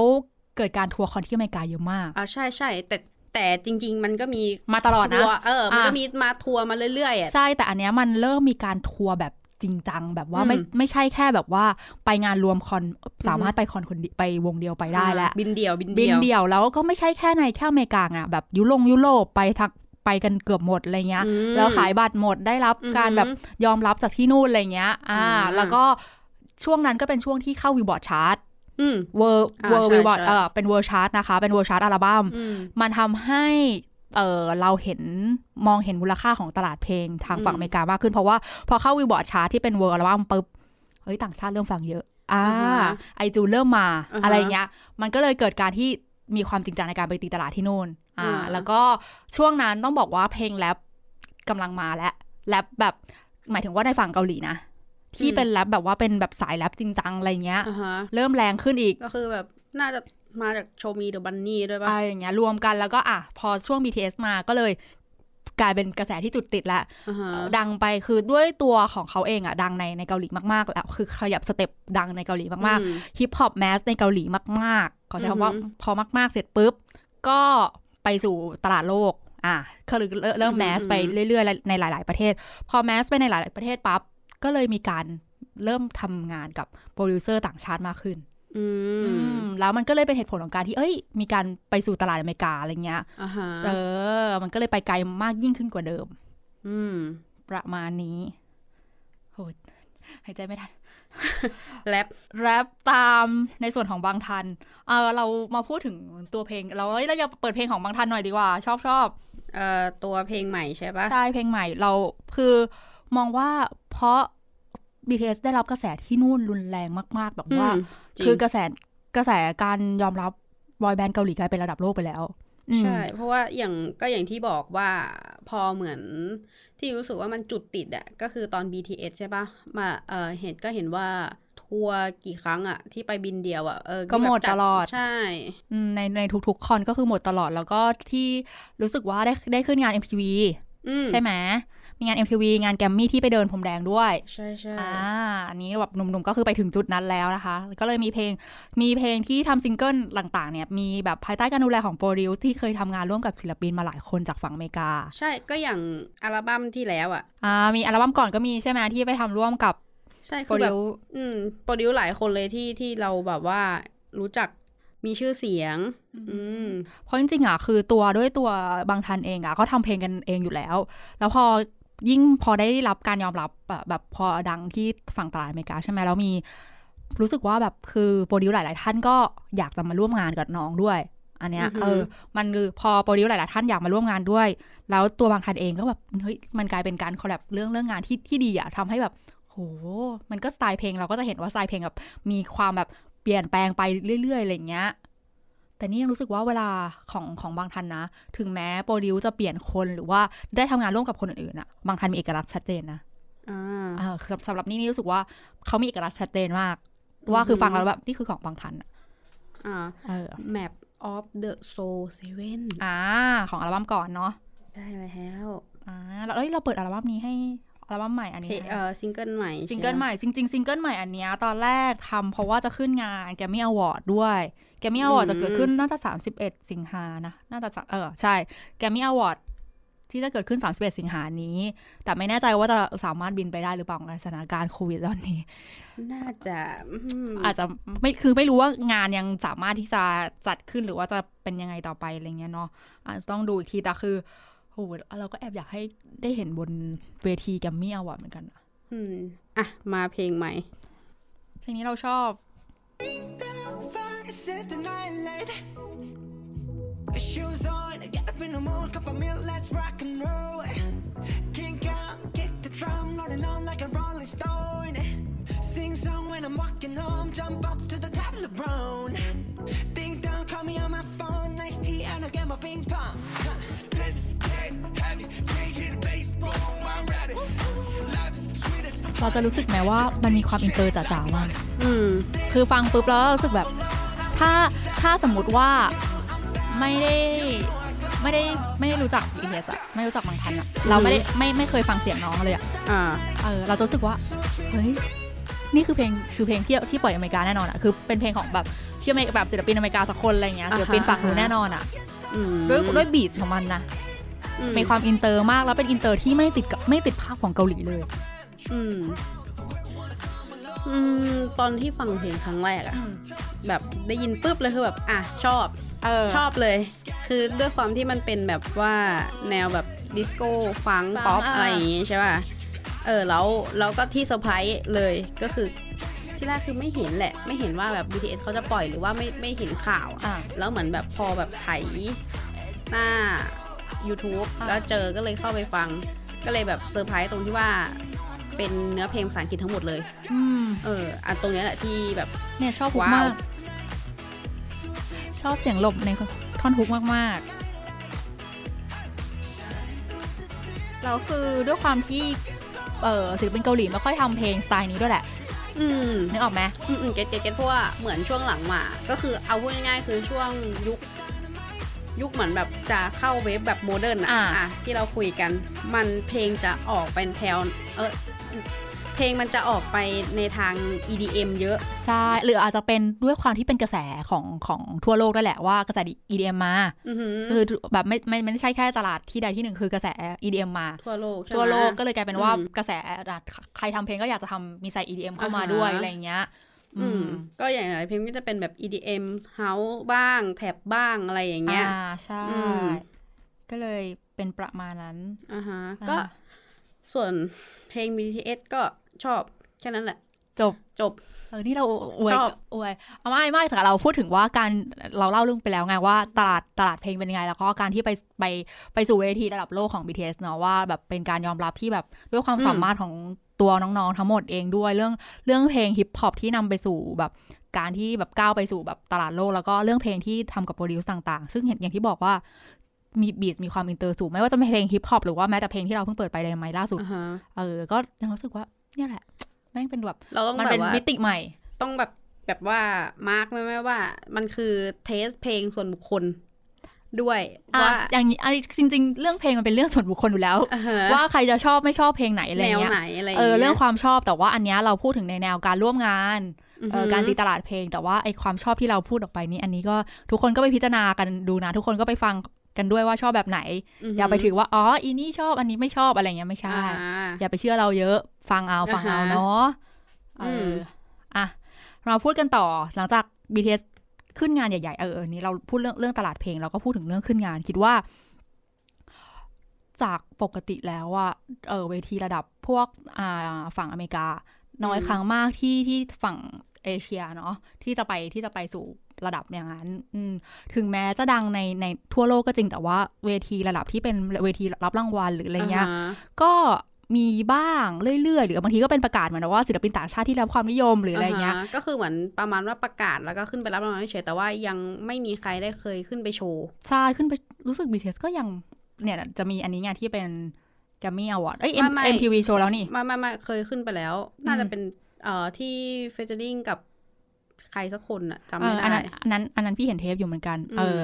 B: เกิดการทัวร์คอนที่อเมริกาเยอะมาก
C: อ่าใช่ใช่แต่แต่จริง ๆ มันก็มี
B: มาตลอดนะ
C: ทัวร์เออ มันก็
B: อ่ะ
C: มีมาทัวร์มาเรื่อยๆอ่ะ
B: ใช่ แต่อันเนี้ยมันเริ่มมีการทัวร์แบบจริงจัง แบบว่าไม่
C: อืม
B: ไม่ใช่แค่แบบว่าไปงานรวมคอนสามารถไปคอนคนเดียวไปวงเดียวไปได้แล้ว
C: บินเดียว บิน
B: บิ
C: เดี
B: น
C: ยว
B: เดียวแล้วก็ไม่ใช่แค่ในแค่อเมริกาอะแบบยุโรปยุโรปไปทักไปกันเกือบหมดอะไรเงี้ย
C: อืม
B: แล้วขายบัตรหมดได้รับ
C: อือหือ
B: การแบบยอมรับจากที่นู่นอะไรเงี้ย อ่า
C: อ่า
B: แล้วก็ช่วงนั้นก็เป็นช่วงที่เข้าวิบอร์ดชาร์ต
C: อืม
B: เวอร์
C: อ่า
B: เวอร์
C: ใช่
B: วิบอร์ด
C: ใช่
B: เออเป็นเวอร์ชาร์ตนะคะ เป็นเวอร์ชาร์ตอัลบั้ม
C: อืม
B: มันทำให้เออเราเห็นมองเห็นมูลค่าของตลาดเพลงทางฝั่ง
C: อืม
B: อเมริกามากขึ้น เพราะว่าพอเข้าวิวบอร์ดชาร์ตที่เป็นเวอร์อัลบั้มปุ๊บ เฮ้ย ต่างชาติเริ่มฟังเยอะ อ่า
C: อ่าฮะ
B: ไอจูนเริ่มมา
C: อ่าฮะ
B: อะไรเงี้ย มันก็เลยเกิดการที่มีความจริงจังในการไปตีตลาดที่นู่นอ่า
C: อ่า
B: แล้วก็ช่วงนั้นต้องบอกว่าเพลงแรปกำลังมาแล้วแรปแบบหมายถึงว่าในฝั่งเกาหลีนะ ที่เป็นแรปแบบว่าเป็นแบบสายแรปจริงจังอะไรเงี้ย
C: อ่าฮะ
B: เริ่มแรงขึ้นอีก
C: ก็คือแบบ น่าจะมาจากโชมีเดอะบันนี่ด้วยป่ะ
B: อะไรอย่างเงี้ยรวมกันแล้วก็อ่ะ พอช่วง BTS มาก็เลยกลายเป็นกระแสที่จุดติดละ
C: อ่าฮะ
B: ดังไปคือด้วยตัวของเขาเองอ่ะ ดังในในเกาหลีมากๆ แล้ว คือขยับสเต็ปดังในเกาหลีมาก
C: อืม
B: ๆฮิปฮอปแมสในเกาหลีมากๆขอใช้
C: อือหือ
B: คำว่าพอมาก ๆ เสร็จปุ๊บ ก็ไปสู่ตลาดโลก อ่ะคือเริ่มแมสไปเรื่อยๆ ในหลาย ๆ ประเทศ พอแมสไปในหลาย ๆ ประเทศปั๊บก็เลยมีการเริ่มทำงานกับโปรดิวเซอร์ต่างชาติมากขึ้น
C: อื
B: อื
C: ม
B: มแล้วมันก็เลยเป็นเหตุผลของการที่เอ้ย มีการไปสู่ตลาดอเมริกาอะไรเงี้ย
C: อ่าฮะ
B: เออ มันก็เลยไปไกลมากยิ่งขึ้นกว่าเดิม
C: อืม
B: ประมาณนี้โหยหายใจไม่ทัน
C: แรป
B: แรปตามในส่วนของบางทัน เออเรามาพูดถึงตัวเพลง เราเอ้ยเราอย่าเปิดเพลงของบางทันหน่อยดีกว่า ชอบชอบ
C: เอ่อ ตัวเพลงใหม่ใช่ป่ะ
B: ใช่เพลงใหม่ เราคือมองว่าเพราะ BTS ได้รับกระแสที่นู่นรุนแรงมาก ๆ แบบว่า
C: อืมจริง
B: คือกระแสกระแสการยอมรับบอยแบนด์เกาหลีกลายเป็นระดับโลกไปแล้วอืม
C: ใช่ เพราะว่าอย่างก็อย่างที่บอกว่าพอเหมือนที่รู้สึกว่ามันจุดติดอะก็คือตอน BTS ใช่ปะมาเออเห็นก็เห็นว่าทัวร์กี่ครั้งอะที่ไปบินเดียวอะเออ
B: ก็หมด
C: แบบจั
B: ตลอด
C: ใช่
B: อืมในในทุกๆคอนก็คือหมดตลอดแล้วก็ที่รู้สึกว่าได้ได้ขึ้นงาน MTV
C: อืม
B: ใช่ไหมมีงาน MTV งานแกรมมี่ที่ไปเดินผมแดงด้วย
C: ใช่ใช่
B: อ่าอันนี้แบบหนุ่มๆก็คือไปถึงจุดนั้นแล้วนะคะ ก็เลยมีเพลงมีเพลงที่ทำซิงเกิลต่างๆ เนี่ย มีแบบภายใต้การดูแลของโปรดิวซ์ที่เคยทำงานร่วมกับศิลปินมาหลายคนจากฝั่งอเมริกา
C: ใช่ก็อย่างอัลบั้มที่แล้วอ่ะ
B: อ่ามีอัลบั้มก่อนก็มีใช่ไหมที่ไปทำร่วมกับ
C: ใช่
B: โป
C: คื
B: ร
C: อ
B: ดิ
C: แบบ
B: วซ์
C: อืมโปรดิวซ์หลายคนเลยที่ที่เราแบบว่ารู้จักมีชื่อเสียง อืม
B: เพราะจริงๆอ่ะคือตัวด้วยตัวบางทันเองอ่ะก็ทำเพลงกันเองอยู่แล้ว แล้วพอยิ่งพอได้รับการยอมรับอะแบบพอดังที่ฝั่งตลาดอเมริกาใช่ไหมแล้วมีรู้สึกว่าแบบคือโปรดิวซ์หลาย ๆ ท่านก็อยากจะมาร่วมงานกับน้องด้วย อันเนี้ย
C: อือหือ
B: เออมันคือพอโปรดิวซ์หลาย ๆ ท่านอยากมาร่วมงานด้วย แล้วตัวบางทันเองก็แบบเฮ้ยมันกลายเป็นการคอลแลบเรื่องเรื่องงานที่ที่ดีอะทำให้แบบโหมันก็สไตล์เพลงเราก็จะเห็นว่าสไตล์เพลงแบบมีความแบบเปลี่ยนแปลงไปเรื่อย ๆ อะไรอย่างเงี้ย แต่นี่ยังรู้สึกว่าเวลาของของบางทันนะ ถึงแม้โปรดิวซ์จะเปลี่ยนคนหรือว่าได้ทำงานร่วมกับคนอื่นๆอะบางทันมีเอกลักษณ์ชัดเจนนะ
C: อ่า
B: เออสำสำหรับนี่นี่รู้สึกว่าเขามีเอกลักษณ์ชัดเจนมาก ว่าคือ
C: อหือ
B: ฟังแล้วแบบนี่คือของบางทันอะ
C: อ่า
B: เออ
C: Map of the Soul Seven
B: อ่า ของอัลบั้มก่อนเนาะ
C: ได้แล้ว
B: อ่าแล้วเอ้ยเราเปิดอัลบั้มนี้ให้อัลบั้มใหม่อัน
C: เพ
B: นี้
C: ลง
B: ให้
C: เอ่อซิงเกิลใหม่
B: ซิงเกิลใหม่จริงๆซิงเกิลใหม่อันเนี้ยตอนแรกทำเพราะว่าจะขึ้นงานแกมมี่อวอร์ดด้วยแกมมี่อวอร์ดจะเกิดขึ้นน่าจะ 31 สิงหานะน่าจะเออใช่แกมมี่อวอร์ดที่จะเกิดขึ้น 31 สิงหานี้ แต่ไม่แน่ใจว่าจะสามารถบินไปได้หรือเปล่าในสถานการณ์โควิดตอนนี้
C: น่าจะอืม
B: อาจจะไม่คือไม่รู้ว่างานยังสามารถที่จะจัดขึ้นหรือว่าจะเป็นยังไงต่อไปอะไรเงี้ยเนาะอาจจะต้องดูอีกทีแต่คือโหเราก็แอบอยากให้ได้เห็นบนเวทีแกรมมี่อวอร์ดเหมือนกันนะ
C: อืมอ่ะ มาเพลงใหม่
B: เพลงนี้เราชอบ
E: Fire, set the night light. Shoes on, get up in the morning, cup of milk, let's rock and roll. Kink out, kick the drum, rolling on like a rolling stone. Sing song when I'm walking home, jump up to the top of the brown. Ding dong, call me on my phone, nice tea, and I'll get my ping pong. Huh. This is dead, heavy, can't hit the bass, boom, I'm ready. Life is sweet as
B: เราจะรู้สึกไหมว่ามันมีความอินเตอร์จ๋าๆมาก
C: อืม
B: คือฟังปุ๊บแล้วรู้สึกแบบ ถ้าถ้าสมมติว่าไม่ได้ไม่ได้ไม่ได้รู้จักอีเทสอะไม่รู้จักบางทันอะเราไม่ได้ไม่ไม่เคยฟังเสียงน้องเลยอะ
C: อ่า
B: เออเราจะรู้สึกว่าเฮ้ยนี่คือเพลงคือเพลงที่ที่ปล่อยอเมริกาแน่นอนอะคือเป็นเพลงของแบบที่อเมริกแบบศิลปินอเมริกาสักคนอะไรเงี้ย
C: อ่าฮะ
B: ศิลปินฝั่งนู้นแน่นอนอะ
C: อืม
B: ด้วยด้วยบีทของมันนะ
C: อื
B: มีความอินเตอร์มากแล้วเป็นอินเตอร์ที่ไม่ติดกับไม่ติดภาพของเกาหลีเลย
C: อืมอืม ตอนที่ฟังเพลงครั้งแรกอะ
B: อืม
C: แบบได้ยินปุ๊บเลยคือแบบ อ่ะ ชอบ
B: เออ
C: ชอบเลย คือด้วยความที่มันเป็นแบบว่าแนวแบบดิสโก้ฟังก์ป๊อป
B: อ่า
C: อะไรอย่างงี้ใช่ป่ะ เออแล้วแล้วก็ที่เซอร์ไพรส์เลยก็คือที่แรกคือไม่เห็นแหละ ไม่เห็นว่าแบบ BTS เขาจะปล่อยหรือว่าไม่ไม่เห็นข่าวอะ
B: อ่ะ
C: แล้วเหมือนแบบพอแบบไถหน้า YouTube
B: อ่า
C: แล้วเจอก็เลยเข้าไปฟัง ก็เลยแบบเซอร์ไพรส์ตรงที่ว่าเป็นเนื้อเพลงภาษาอังกฤษทั้งหมดเลย
B: อืม
C: เอออ่ะตรงเนี้ยแหละที่แบบ
B: เนี่ยชอบฮุ
C: ว้าม
B: กาว ก ชอบเสียงหลบในท่อนฮุกมากๆแล้วคือด้วยความที่เออศิลปินเกาหลีไม่ค่อยทำเพลงสไตล์นี้ด้วยแหละ
C: อืม
B: นึกออกไหม
C: อืมอืมเก็ตเก็ตเก็ตเพราะว่าเหมือนช่วงหลังมา ก็คือเอาพูดง่ายๆคือช่วงยุค ยุคเหมือนแบบจะเข้าเวฟแบบโมเดิร์นอะ
B: อ่า
C: อ่ะที่เราคุยกัน มันเพลงจะออกเป็นแถวเออเพลงมันจะออกไปในทาง EDM เยอะ
B: ใช่หรืออาจจะเป็นด้วยความที่เป็นกระแสของของทั่วโลกด้วยแหละว่ากระแส EDM มา
C: อือหือ
B: คือแบบไม่ไม่ไม่ใช่แค่ตลาดที่ใดที่หนึ่งคือกระแส EDM มา
C: ทั่วโลกใช่ไหม
B: ทั่วโลกก็เลยกลายเป็นว่า
C: อืม
B: กระแสอ่ะใครทำเพลงก็อยากจะทำมีใส่ EDM เข้ามา
C: อ่าฮะ
B: ด้วยอะไรอย่างเงี้ย
C: อืมก็อย่างไรเพลงก็จะเป็นแบบ EDM เฮาบ้างแท็บบ้างอะไรอย่างเงี้ย
B: อ่าใช่
C: อืม
B: ก็เลยเป็นประมาณนั้น
C: อ่าฮะก็ส่วนเพลง BTS ก็ชอบแค่นั้นแหละ
B: จบ
C: จบ
B: เออนี่เราอวย
C: ชอบ
B: อวยเอาไม่ไม่แต่เราพูดถึงว่าการเราเล่าเรื่องไปแล้วไงว่าตลาดตลาดเพลงเป็นยังไง แล้วก็การที่ไปไปไปสู่เวทีระดับโลกของ BTS เนาะว่าแบบเป็นการยอมรับที่แบบด้วยความสามารถของตัวน้องๆทั้งหมดเองด้วยเรื่องเรื่องเพลงฮิปฮอปที่นำไปสู่แบบการที่แบบก้าวไปสู่แบบตลาดโลกแล้วก็เรื่องเพลงที่ทำกับโปรดิวซ์ต่างๆ ซึ่งเห็นอย่างที่บอกว่ามีบีทมีความอินเตอร์สูงไม่ว่าจะเป็นเพลงฮิปฮอปหรือว่าแม้แต่เพลงที่เราเพิ่งเปิดไปในไมค์ล่าสุด
C: อ่าฮะ
B: เออ ก็ยังรู้สึกว่าเนี่ยแหละ แม่งเป็นแบบ
C: เราต้อง
B: มัน
C: แบ
B: เป็น
C: บว่า
B: มิติใหม่
C: ต้องแบบแบบว่ามาร์กไว้ไหมว่า มันคือเทสเพลงส่วนบุคคลด้วย
B: อ่ะ
C: ว่า
B: อย่างนี้อันนี้จริง ๆ เรื่องเพลงมันเป็นเรื่องส่วนบุคคลอยู่แล้ว
C: อ่าฮะ
B: ว่าใครจะชอบไม่ชอบเพลงไหนอะไร
C: แนว
B: เงี้ย
C: ไหนอะไรย่า
B: เออเรื่อง
C: ย
B: ความชอบแต่ว่าอันเนี้ยเราพูดถึงในแนวการร่วมงาน
C: อือ
B: เอ
C: ฮึ
B: อการตีตลาดเพลง แต่ว่าไอความชอบที่เราพูดออกไปนี่อันนี้ก็ทุกคนก็ไปพิจารณากันดูนะ ทุกคนก็ไปฟังกันด้วยว่าชอบแบบไหน
C: ฮึ
B: อย่าไปถือว่าอ๋ออีนี่ชอบอันนี้ไม่ชอบอะไรเงี้ยไม่ใช่
C: อ่า
B: อย่าไปเชื่อเราเยอะฟังเอาฟังเอา
C: อ่าฮะ
B: เนาะเออ
C: ม
B: ออ่ะ เราพูดกันต่อหลังจาก BTS ขึ้นงานใหญ่ๆ เออเออนี่เราพูดเรื่องเรื่องตลาดเพลงเราก็พูดถึงเรื่องขึ้นงาน คิดว่า จากปกติแล้วอะเออเวทีระดับพวกอ่าฝั่งอเมริกา น้อยครั้งมากที่ที่ฝั่ง เอเชียเนาะที่จะไปที่จะไปสู่ระดับอย่างนั้นอืมถึงแม้จะดังในในทั่วโลกก็จริงแต่ว่าเวทีระดับที่เป็นเวทีรับรางวัลหรืออะไรเงี้ย
C: าฮะ
B: ก็มีบ้างเรื่อยๆ หรือบางทีก็เป็นประกาศเหมือนว่าศิลปินต่างชาติที่ได้รับความนิยมหรืออะไรเงี้ย
C: าฮะก็คือเหมือนประมาณว่าประกาศแล้วก็ขึ้นไปรับรางวัลเฉยๆแต่ว่ายังไม่มีใครได้เคยขึ้นไปโชว์
B: ใช่ ขึ้นไปรู้สึก BTS ก็ยังเนี่ยจะมีอันนี้ไงที่เป็นแกมมี่อวอร์ดเอ้ย
C: ไม่
B: M- MTV โชว์แล้วนี่
C: ไมามามาเคยขึ้นไปแล้ว น่าจะเป็นเอ่อที่เฟเจอริงกับใครสักคนอะจำ
B: เอ
C: ไม่
B: อ
C: ได้
B: อันนั้นอันนั้นอันนั้นพี่เห็นเทปอยู่เหมือนกัน
C: ม
B: เออ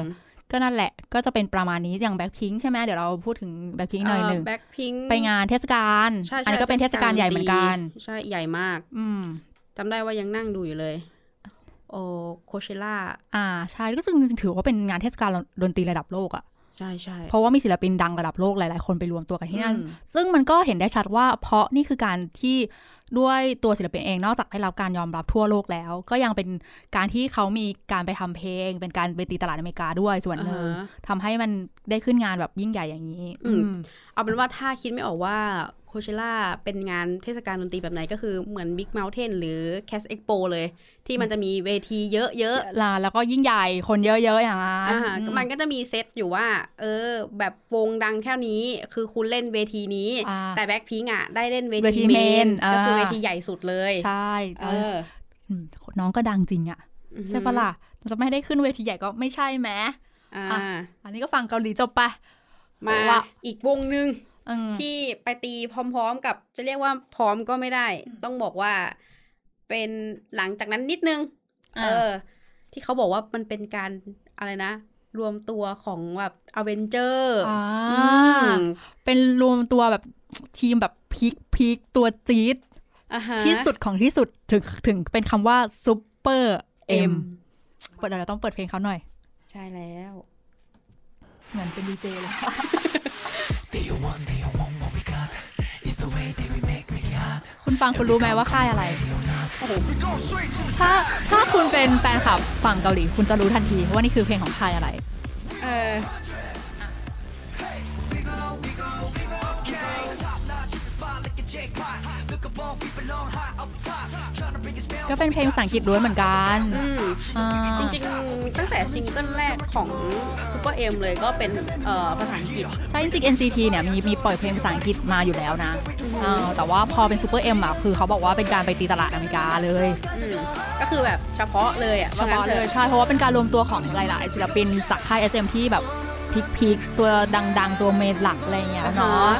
B: ก็นั่นแหละก็จะเป็นประมาณนี้อย่างแบ็คพิงใช่ไหมเดี๋ยวเราพูดถึงแบ็คพิงหน่อยหนึ่ง
C: เแบ็คพิง
B: ไปงานเทศกาล
C: ใช่ใช่
B: อันนี้ก็เป็นเทศกาลใหญ่เหมือนกัน
C: ใช่ใหญ่มาก
B: อืม
C: จำได้ว่ายังนั่งดูอยู่เลย โอโคเชล่า
B: อ่าใช่ก็จริงๆถือว่าเป็นงานเทศกาลดนตรีระดับโลกอะ
C: ใช่ใช่
B: เพราะว่ามีศิลปินดังระดับโลกหลาย ๆ คนไปรวมตัวกันที่นั่น
C: อืม
B: ซึ่งมันก็เห็นได้ชัดว่าเพราะนี่คือการที่ด้วยตัวศิลปินเองนอกจากได้รับการยอมรับทั่วโลกแล้ว ก็ยังเป็นการที่เขามีการไปทำเพลง เป็นการไปตีตลาดอเมริกาด้วยส่วนหนึ่ง
C: อ่าฮะ
B: ทำให้มันได้ขึ้นงานแบบยิ่งใหญ่อย่างนี้
C: อืม
B: อืม
C: เอาเป็นว่าถ้าคิดไม่ออกว่าโคเชล่าเป็นงานเทศกาลดนตรีแบบไหนก็คือเหมือน Big Mountain หรือ c a s Expo เลย ที่มันจะมีเวทีเยอะๆ
B: ลาแล้วก็ยิ่งใหญ่คนเยอะ ๆ อย่างนั้น
C: อ่า
B: อื
C: มันก็จะมีเซตอยู่ว่า เออ แบบวงดังแค่นี้ คือคุณเล่นเวทีนี้
B: อ่า
C: แต่แบ็คพิงอ่ะ ได้เล่นเว
B: เวที
C: ที
B: เม
C: เม
B: น
C: น ก็คืออา เวทีใหญ่สุดเลย
B: ใช่
C: เออ
B: มน้องก็ดังจริงอะใช่ปะล่ะจะไม่ได้ขึ้นเวทีใหญ่ก็ไม่ใช่แหม
C: อ่า
B: อันนี้ก็ฟังเกาหลีจบไป
C: มา
B: ว่า
C: อีกวงหนึ่ง
B: อืม
C: ที่ไปตีพร้อมๆกับ จะเรียกว่าพร้อมก็ไม่ได้ ต้องบอกว่า เป็นหลังจากนั้นนิดนึง
B: อ่า
C: เออ ที่เขาบอกว่ามันเป็นการอะไรนะ รวมตัวของแบบอเวนเจอร์
B: อ่า เป็นรวมตัวแบบทีมแบบพีคพีคตัวจี๊ดที่สุดของที่สุดถึงถึงเป็นคำว่าซูเปอร์เอ็
C: เอ็
B: ม
C: ม
B: เปิดเดี๋ยวเราต้องเปิดเพลงเขาหน่อย
C: ใช่แล้ว
B: เหมือนเป็นดีเจเลย
E: Do you want, do you want what we got? It's the way that we make me hot.
B: คุณฟังคุณรู้ไหมว่าค่ายอะไร
E: We go straight to the
B: ถ้าถ้าคุณเป็นแฟนคลับฝั่งเกาหลีคุณจะรู้ทันทีว่านี่คือเพลงของค่ายอะไร
C: เออ
E: top notch in the spot like a jackpot. Look above, we belong high up top. Tryna bring us down.
B: ก็เป็นเพลงภาษาอังกฤษด้วยเหมือน กัน
C: อืม
B: อ่า
C: จริงๆ ตั้งแต่ซิงเกิลแรกของซูเปอร์เอ็มเลยก็เป็นเอ่อภาษาอังกฤษ
B: ใช่จริงๆ NCT เนี่ยมีมีปล่อยเพลงภาษาอังกฤษมาอยู่แล้วนะอ่าแต่ว่าพอเป็นซูเปอร์เอ็มอ่ะคือเขาบอกว่าเป็นการไปตีตลาดอเมริกาเลย
C: อืม ก็คือแบบเฉพาะเลยอ่ะ
B: เฉพาะ
C: ว่งั้น
B: เล
C: ถ
B: ย
C: อ
B: ใช่เพราะว่าเป็นการรวมตัวของหลายๆ ศิลปินจากค่าย SM ที่แบบพีคๆตัวดังๆ ตัวเมนหลักอะไรอย่างเงี้ยเนาะ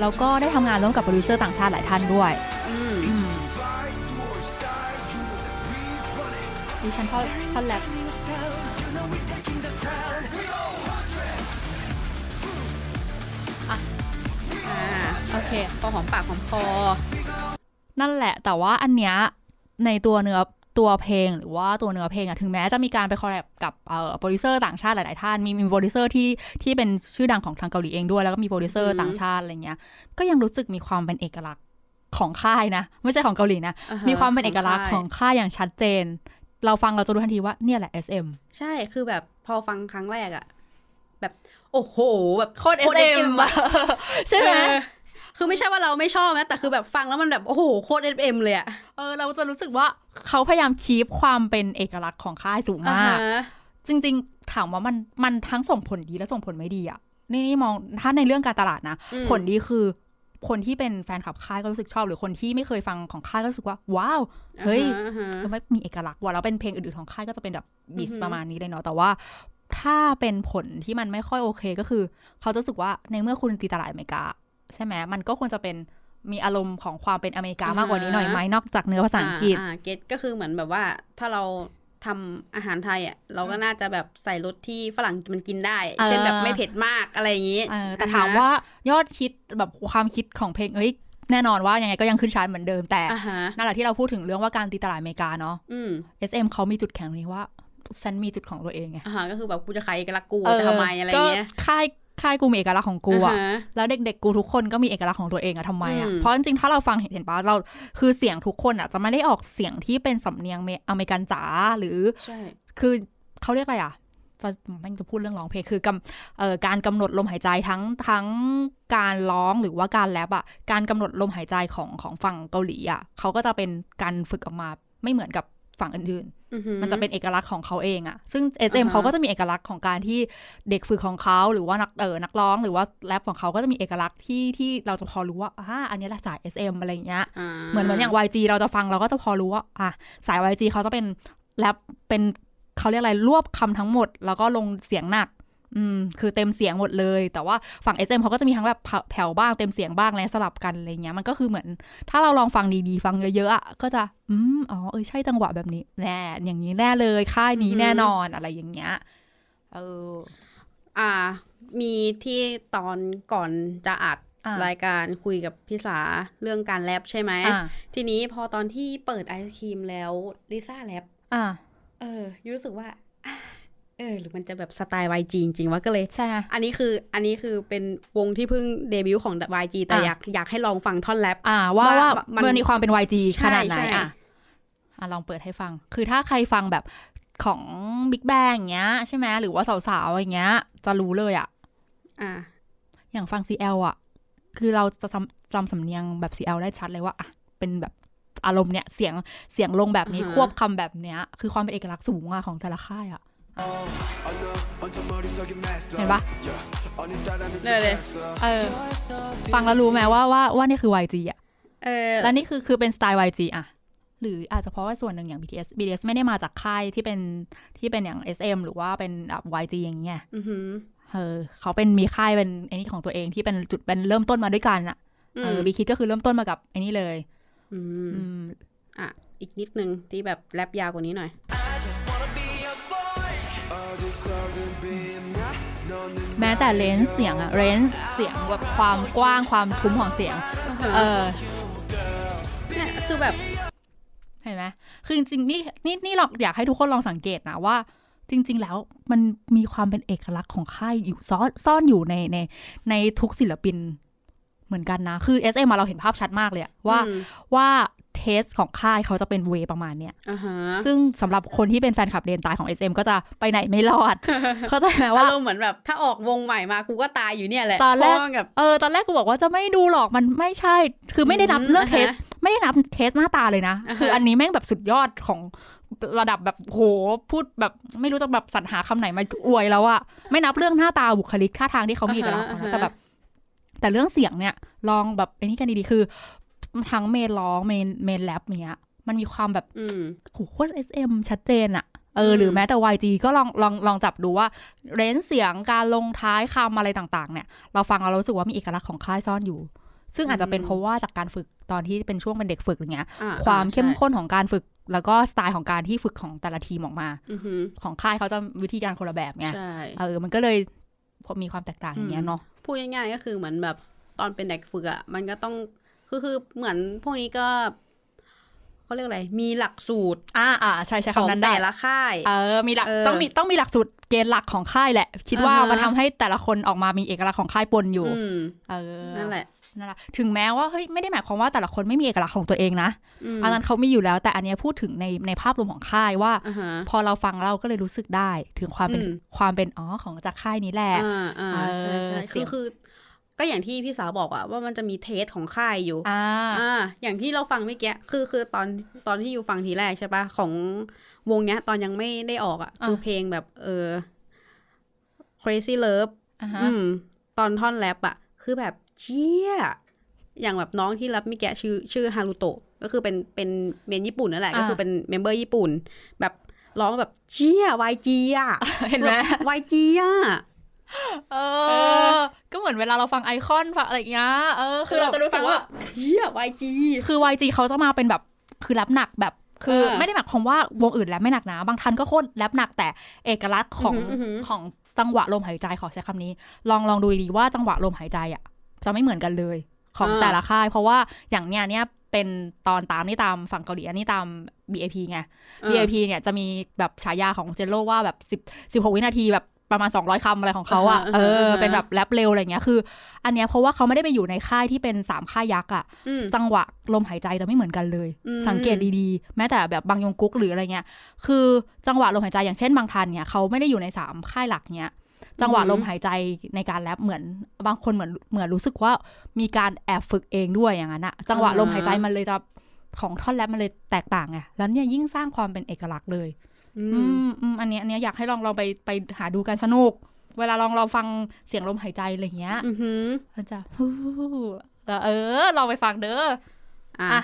B: แล้วก็ได้ทำงานร่วมกับโปรดิวเซอร์ต่างชาติหลายท่านด้วย
C: อืม
B: ดิฉันท่อนท่อนแรป
C: อ่า
B: โอเค
C: พอหอมปากหอมคอ
B: นั่นแหละแต่ว่าอันเนี้ยในตัวเนื้อตัวเพลงหรือว่าตัวเนื้อเพลงอะถึงแม้จะมีการไปคอลแลบกับเอ่อโปรดิวเซอร์ต่างชาติหลาย ๆ ท่าน มีมีโปรดิวเซอร์ที่ที่เป็นชื่อดังของทางเกาหลีเองด้วย แล้วก็มีโปรดิวเซอร์
C: อือหือ
B: ต่างชาติอะไรเงี้ยก็ยังรู้สึกมีความเป็นเอกลักษณ์ของค่ายนะ ไม่ใช่ของเกาหลีนะ
C: อ่ฮะ
B: มีความเป็นเอกลักษณ์ของค่ายอย่างชัดเจน เราฟังเราจะรู้ทันทีว่าเนี่ยแหละ SM
C: ใช่คือแบบพอฟังครั้งแรกอ่ะ แบบ โอ้โห แบบ
B: โคตร SM อะ ใช่ไหม
C: เออคือไม่ใช่ว่าเราไม่ชอบนะ แต่คือแบบฟังแล้วมันแบบ โอ้โห โคตรเอ็มเลยอ่ะ
B: เออเราจะรู้สึกว่าเขาพยายามคีปความเป็นเอกลักษณ์ของค่ายสูง
C: อ่าม
B: าก
C: ฮะ
B: จริงๆ ถามว่ามันมันทั้งส่งผลดีและส่งผลไม่ดีอะนี่นี่มองถ้าในเรื่องการตลาดนะ
C: อืม
B: ผลดีคือ คนที่เป็นแฟนคลับค่ายก็รู้สึกชอบ หรือคนที่ไม่เคยฟังของค่ายก็รู้สึกว่า ว้าว เฮ้ย
C: อ่าฮะ
B: แล้วไม่มีเอกลักษณ์ว่ะแล้วเป็นเพลงอื่นๆของค่ายก็จะเป็นแบบบีส
C: อือหือ
B: ประมาณนี้เลยเนาะแต่ว่าถ้าเป็นผลที่มันไม่ค่อยโอเคก็คือ เขาจะรู้สึกว่าในเมื่อคุณตีตลาดอเมริกา ใช่ไหมมันก็ควรจะเป็นมีอารมณ์ของความเป็นอเมริกามากกว่านี้หน่อยไหมนอกจากเนื้อภาษาอังกฤษ
C: อ่าเก็ตก็คือเหมือนแบบว่าถ้าเราทำอาหารไทยอ่ะเราก็น่าจะแบบใส่รสที่ฝรั่งมันกินได้
B: เออ
C: เช่นแบบไม่เผ็ดมากอะไรอย่างนี้
B: เออแต่
C: อ่ฮะ
B: ถามว่ายอดคิดแบบความคิดของเพลงเอ้ยแน่นอนว่ายังไงก็ยังขึ้นชาร์ตเหมือนเดิมแต่
C: อ่าฮะ
B: นั่นแหละที่เราพูดถึงเรื่องว่าการตีตลาดอเมริกาเนาะ
C: อืม
B: SM เขามีจุดแข็งตรงนี้ว่า ฉันมีจุดของตัวเองไง
C: อาหารก็คือแบบกูจะขายเอกลักษณ์กูจะทำไมอะไรอ
B: ก็
C: ย่างเงี้ย
B: ค่ายค่ายกูมีเอกลักษณ์ของกูอะ
C: าฮ
B: แล้วเด็กๆ กูทุกคนก็มีเอกลักษณ์ของตัวเองอะทำไมอะ
C: อืม
B: เพราะจริงๆ ถ้าเราฟังเห็นเห็นปะเราคือเสียงทุกคนอะจะไม่ได้ออกเสียงที่เป็นสำเนียงเมอเมริกันจ๋าหรือ
C: ใช่
B: คือเขาเรียกอะไรอะ จะแม่งจะพูดเรื่องร้องเพลงคือกำเอ่อการกำหนดลมหายใจทั้งทั้งการร้องหรือว่าการแรปอ่ะการกำหนดลมหายใจของของฝั่งเกาหลีอ่ะเขาก็จะเป็นการฝึกออกมาไม่เหมือนกับฝั่งอื่นๆ
C: อือหือ
B: มันจะเป็นเอกลักษณ์ของเขาเองอะซึ่ง
C: อ่า
B: SM
C: ฮะ
B: เขาก็จะมีเอกลักษณ์ของการที่เด็กฝึกของเขาหรือว่านักเออนักร้องหรือว่าแรปของเขาก็จะมีเอกลักษณ์ที่ที่เราจะพอรู้ว่าอ่าอันนี้แหละสาย SM อะไรอย่างเงี้ย
C: อ่า
B: เหมือนเหมือนอย่าง YG เราจะฟังเราก็จะพอรู้ว่าอ่ะสาย YG เขาจะเป็นแรปเป็นเขาเรียกอะไรรวบคำทั้งหมด แล้วก็ลงเสียงหนัก อืมคือเต็มเสียงหมดเลย แต่ว่าฝั่ง SM เขาก็จะมีทั้งแบบแผ่วแผ่วบ้างเต็มเสียงบ้างและสลับกันอะไรเงี้ยมันก็คือเหมือน ถ้าเราลองฟังดีๆ ฟังเยอะๆอะก็จะอืมอ๋อเออใช่จังหวะแบบนี้แน่อย่างนี้แน่เลยค่ายนี้แน่นอนอะไรอย่างเงี้ยเออ
C: อ่า มีที่ตอนก่อนจะอัด
B: อ่าร
C: ายการคุยกับพี่สาเรื่องการแรปใช่ไหม
B: อ่า
C: ทีนี้พอตอนที่เปิดไอศครีมแล้วลิซ่าแรป
B: อ่ะ
C: เออยูรู้สึกว่า อ่าเออ หรือมันจะแบบสไตล์ YG จริงๆวะก็เลย
B: ใช่ไหม
C: อันนี้คืออันนี้คือเป็นวงที่เพิ่งเดบิวต์ของ YG แต่
B: อ่ะ
C: อยากอยากให้ลองฟังท่อนแรป
B: อ่าว่าว่า
C: มั
B: มัน นมีความเป็น YG
C: ใช่
B: ขนาดไหน
C: ใช่
B: อ่ะอ่ะ ลองเปิดให้ฟัง คือถ้าใครฟังแบบของ Big Bang อย่างเงี้ยใช่ไหมหรือว่าสาวๆอย่างเงี้ย จะรู้เลยอ่ะ
C: อ่า
B: อย่างฟัง CL อ่ะ คือเราจะจำจำสำเนียงแบบ CL ได้ชัดเลยว่าอ่ะเป็นแบบอารมณ์เนี้ยเสียงเสียงลงแบบนี้
C: อ่าฮะ
B: ควบคำแบบเนี้ย คือความเป็นเอกลักษณ์สูงอ่ะของแต่ละค่ายอ่ะ
E: เห็
B: เห็
E: น
B: น
E: ปะ
B: ปะ
E: เนี่ยเลย
B: เออ ฟังแล้วรู้ไหมว่าว่าว่านี่คือ YG อ่ะ
C: เออ
B: และนี่คือคือเป็นสไตล์ YG อะหรืออาจจะเพราะว่าส่วนหนึ่งอย่าง BTS BTS ไม่ได้มาจากค่ายที่เป็นที่เป็นอย่าง SM หรือว่าเป็นแบบ YG อย่างเงี้ย
C: อือหือ
B: เออเขาเป็นมีค่ายเป็นไอ้นี่ของตัวเองที่เป็นจุดเป็นเริ่มต้นมาด้วยกันอะ
C: อืม
B: เออบีคิดก็คือเริ่มต้นมากับไอ้นี่เลย
C: อืม
B: อืม
C: อ่ะ อีกนิดนึงที่แบบแรปยาวกว่านี้หน่อย
B: แม้แต่เลนส์เสียงอะเลนส์เสียงแบบความกว้างความทุ้มของเสียง เออ
C: เนี่ยคือแบบ
B: เห็นไหมคือจริงๆนี่นี่นี่เราอยากให้ทุกคนลองสังเกตนะว่า จริง ๆ แล้วมันมีความเป็นเอกลักษณ์ของค่ายอยู่ซ่อนซ่อนอยู่ในในในทุกศิลปินเหมือนกันนะ คือ SM มาเราเห็นภาพชัดมากเลยอะว่า
C: อืม
B: ว่าเทสของค่ายเขาจะเป็นเวย์ประมาณเนี้ย
C: อ่าฮะ
B: ซึ่งสำหรับคนที่เป็นแฟนคลับเดนตายของ SM ก็จะไปไหนไม่รอ ด เข้าใจไหม
C: อา
B: ว่า
C: รมณ์เหมือนแบบ ถ้าออกวงใหม่มากูก็ตายอยู่เนี่ยแหละ
B: ตอนแรก
C: เพาะว่าแบบ
B: เออตอนแรกกูบอกว่าจะไม่ดูหรอกมันไม่ใช่ คือไม่ได้นับ
C: อืม
B: เรื่องเทส
C: อ่าฮะ
B: ไม่ได้นับเทสหน้าตาเลยนะ
C: อ่าฮะ
B: คืออันนี้แม่งแบบสุดยอดของระดับแบบโหพูดแบบไม่รู้จะแบบสรรหาคำไหนมาอวยแล้วอะไม่นับเรื่องหน้าตาบุคลิกท่าทางที่เขามีกันแล้วแต่แบบ แต่เรื่องเสียงเนี่ยลองแบบไอ้นี่กันดีๆคือ ทั้งเมนร้องเมนเมนแรปเนี้ย มันมีความแบบ
C: อืม
B: โหโคตร SM ชัดเจนอะเอออ
C: ม
B: หรือแม้แต่ YG ก็ลองลองลองจับดูว่าเรนเสียงการลงท้ายคำอะไรต่างๆ เนี่ย เราฟังเรารู้สึกว่ามีเอกลักษณ์ของค่ายซ่อนอยู่ ซึ่งอาจจะเป็นเพราะว่าจากการฝึกตอนที่เป็นช่วงเป็นเด็กฝึกอย่างเงี้ย
C: อ่ะ
B: ความเข้ม
C: ใช่
B: ข้นของการฝึกแล้วก็สไตล์ของการที่ฝึกของแต่ละทีมออกมา
C: อือหือ
B: ของค่ายเขาจะวิธีการคนละแบบไง
C: ใช่
B: เออมันก็เลยพอมีความแตกต่างอย่างเงี้ยเนาะ
C: พูดง่ายๆก็คือเหมือนแบบตอนเป็นเด็กฝึกอะมันก็ต้องคือคือเหมือนพวกนี้ก็เขาเรียกอะไร มีหลักสูตร
B: อ่าอ่าใช่ใช่
C: ของ
B: คำนั้นได้
C: แต่ละค่าย
B: เออมีหลัก
C: เออ
B: ต้องมีต้องมีหลักสูตรเกณฑ์หลักของค่ายแหละ คิดว่า
C: อ่าฮะ
B: มันทำให้แต่ละคนออกมามีเอกลักษณ์ของค่ายปนอยู่
C: อืม
B: เออ
C: นั่นแหละ
B: นั่นแหละ ถึงแม้ว่าเฮ้ยไม่ได้หมายความว่าแต่ละคนไม่มีเอกลักษณ์ของตัวเองนะ
C: อืม
B: อันนั้นเขามีอยู่แล้ว แต่อันเนี้ยพูดถึงในในภาพรวมของค่ายว่า
C: อ่าฮะ
B: พอเราฟังเราก็เลยรู้สึกได้ ถึงความเป็น
C: อืม
B: ความเป็นอ๋อของจากค่ายนี้แหละ
C: อ่าอ่าใช่ใช่
B: เออเสี
C: คือย
B: ง
C: คือก็อย่างที่พี่สาวบอกอะว่ามันจะมีเทสของค่ายอยู่
B: อ่า
C: อ่าอย่างที่เราฟังเมื่อกี้คือคือตอนตอนที่อยู่ฟังทีแรกใช่ปะของวงเนี้ย ตอนยังไม่ได้ออกอะคือเพลงแบบเออ crazy love
B: อ่าฮะ
C: อืม ตอนท่อนแรปอะคือแบบเชี่ยอย่างแบบน้องที่รับมิแกะชื่อชื่อฮารุโตะก็คือเป็นเป็นเมนญี่ปุ่นนั่นแหละ
B: อ่า
C: ก็คือเป็นเมมเบอร์ญี่ปุ่น แบบร้องแบบเชี่ย YG อ่ะ
B: เห็น ไหม
C: แบบ YG อ่ะ
B: เอ
C: เออ
B: อ ก็เหมือนเวลาเราฟังไอคอนฟังอะไรอย่างเงี้ยเออคือเราจะรู้สึกว่า
C: เชี่ย YG
B: คือ YG เขาจะมาเป็นแบบคือแรปหนักแบบคือ
C: เออ
B: ไม่ได้หมายความว่าวงอื่นแรปไม่หนักนะ บางท่านก็โคตรแรปหนักแต่เอกลักษณ์ของ
C: อือหือ
B: ของจังหวะลมหายใจขอใช้คำนี้ ลองลองดูดีๆว่าจังหวะลมหายใจอ่ะจะไม่เหมือนกันเลยของแต่ละค่าย เพราะว่าอย่างเนี้ยเนี้ยเป็นตอนตามนี่ตามฝั่งเกาหลีอันนี้ตาม BAP ไง
C: เออ
B: BAP เนี่ยจะมีแบบฉายาของเจนโลว่าแบบ10 16 วินาทีแบบ ประมาณ 200คำอะไรของเขาอ่ะ
C: อ่าฮะ
B: เออ
C: อ่าฮะ
B: เป็นแบบแรปเร็วอะไรเงี้ยคือ อันเนี้ยเพราะว่าเขาไม่ได้ไปอยู่ในค่ายที่เป็นสามค่ายยักษ์อ่ะ
C: อืม
B: จังหวะลมหายใจจะไม่เหมือนกันเลย
C: อืม
B: สังเกตดีๆ แม้แต่แบบบางยงกุ๊กหรืออะไรเงี้ย คือจังหวะลมหายใจอย่างเช่นบางทันเนี่ยเขาไม่ได้อยู่ในสามค่ายหลักเนี้ยจังหวะลมหายใจในการแรปเหมือนบางคนเหมือนเหมือนรู้สึกว่ามีการแอบฝึกเองด้วยอย่างนั้นอะจังหวะลมหายใจมันเลยจะของท่อนแรปมันเลยแตกต่างไงแล้วเนี่ยยิ่งสร้างความเป็นเอกลักษณ์เลย
C: อื
B: อื
C: ม
B: มอืมอันเนี้ยอันเนี้ยอยากให้ลองเราไปไปหาดูกันสนุก เวลาลองเราฟังเสียงลมหายใจอะไรเงี้ย
C: อือหือ
B: มันจะฮู้แล้วเออลองไปฟังเด้อ
C: อ่ะ
B: อ่ะ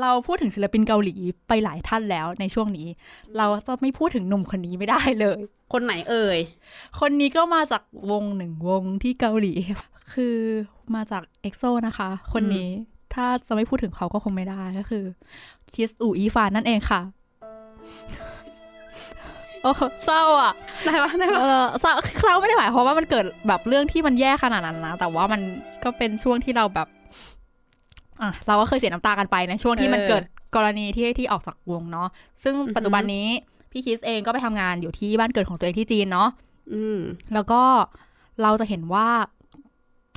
B: เราพูดถึงศิลปินเกาหลีไปหลายท่านแล้วในช่วงนี้ เราจะไม่พูดถึงหนุ่มคนนี้ไม่ได้เลย
C: คนไหนเอ่ย
B: คนนี้ก็มาจากวงหนึ่งวงที่เกาหลี คือมาจากเอ็กโซนะคะ คนนี้ถ้าจะไม่พูดถึงเขาก็คงไม่ได้ก็คือคิสอูอีฟานนั่นเองค่ะ โอ้เศร้าอ่ะ
C: ได้ปะได้
B: เอ
C: ปะ
B: อเศร้าเราไม่ได้หมายความว่ามันเกิดแบบเรื่องที่มันแย่ขนาดนั้นนะ แต่ว่ามันก็เป็นช่วงที่เราแบบ อ่ะเราก็เคยเสียน้ำตากันไปในะช่วงที่มันเกิดกรณีที่ที่ออกจากวงเนาะซึ่งปัจจุบันนี้พี่คิสเองก็ไปทำงานอยู่ที่บ้านเกิดของตัวเองที่จีนเนาะ
C: อืม
B: แล้วก็เราจะเห็นว่า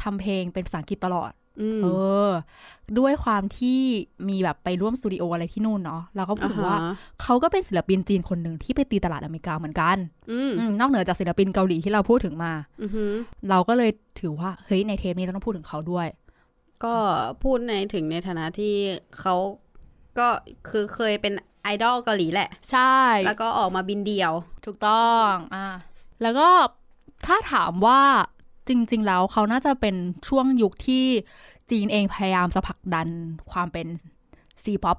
B: ทำเพลงเป็นภาษาอังกฤษตลอด
C: อืม
B: เออ ด้วยความที่มีแบบไปร่วมสตูดิโออะไรที่นู่นเนาะเราก็พูดถึงว่า
C: อ่ฮะ
B: เขาก็เป็นศิลปินจีนคนหนึ่งที่ไปตีตลาดอเมริกาเหมือนกัน
C: อืม
B: อืมนอกเหนือจากศิลปินเกาหลีที่เราพูดถึงมา
C: อือหือ
B: เราก็เลยถือว่า เฮ้ย ในเทปนี้เราต้องพูดถึงเขาด้วย
C: ก็พูดในถึงในฐานะที่เขาก็คือเคยเป็นไอดอลเกาหลีแหละ
B: ใช่
C: แล้วก็ออกมาบินเดียว
B: ถูกต้องอ่าแล้วก็ถ้าถามว่าจริง ๆ แล้วเขาน่าจะเป็นช่วงยุคที่จีนเองพยายามจะผลักดันความเป็นซีป๊อป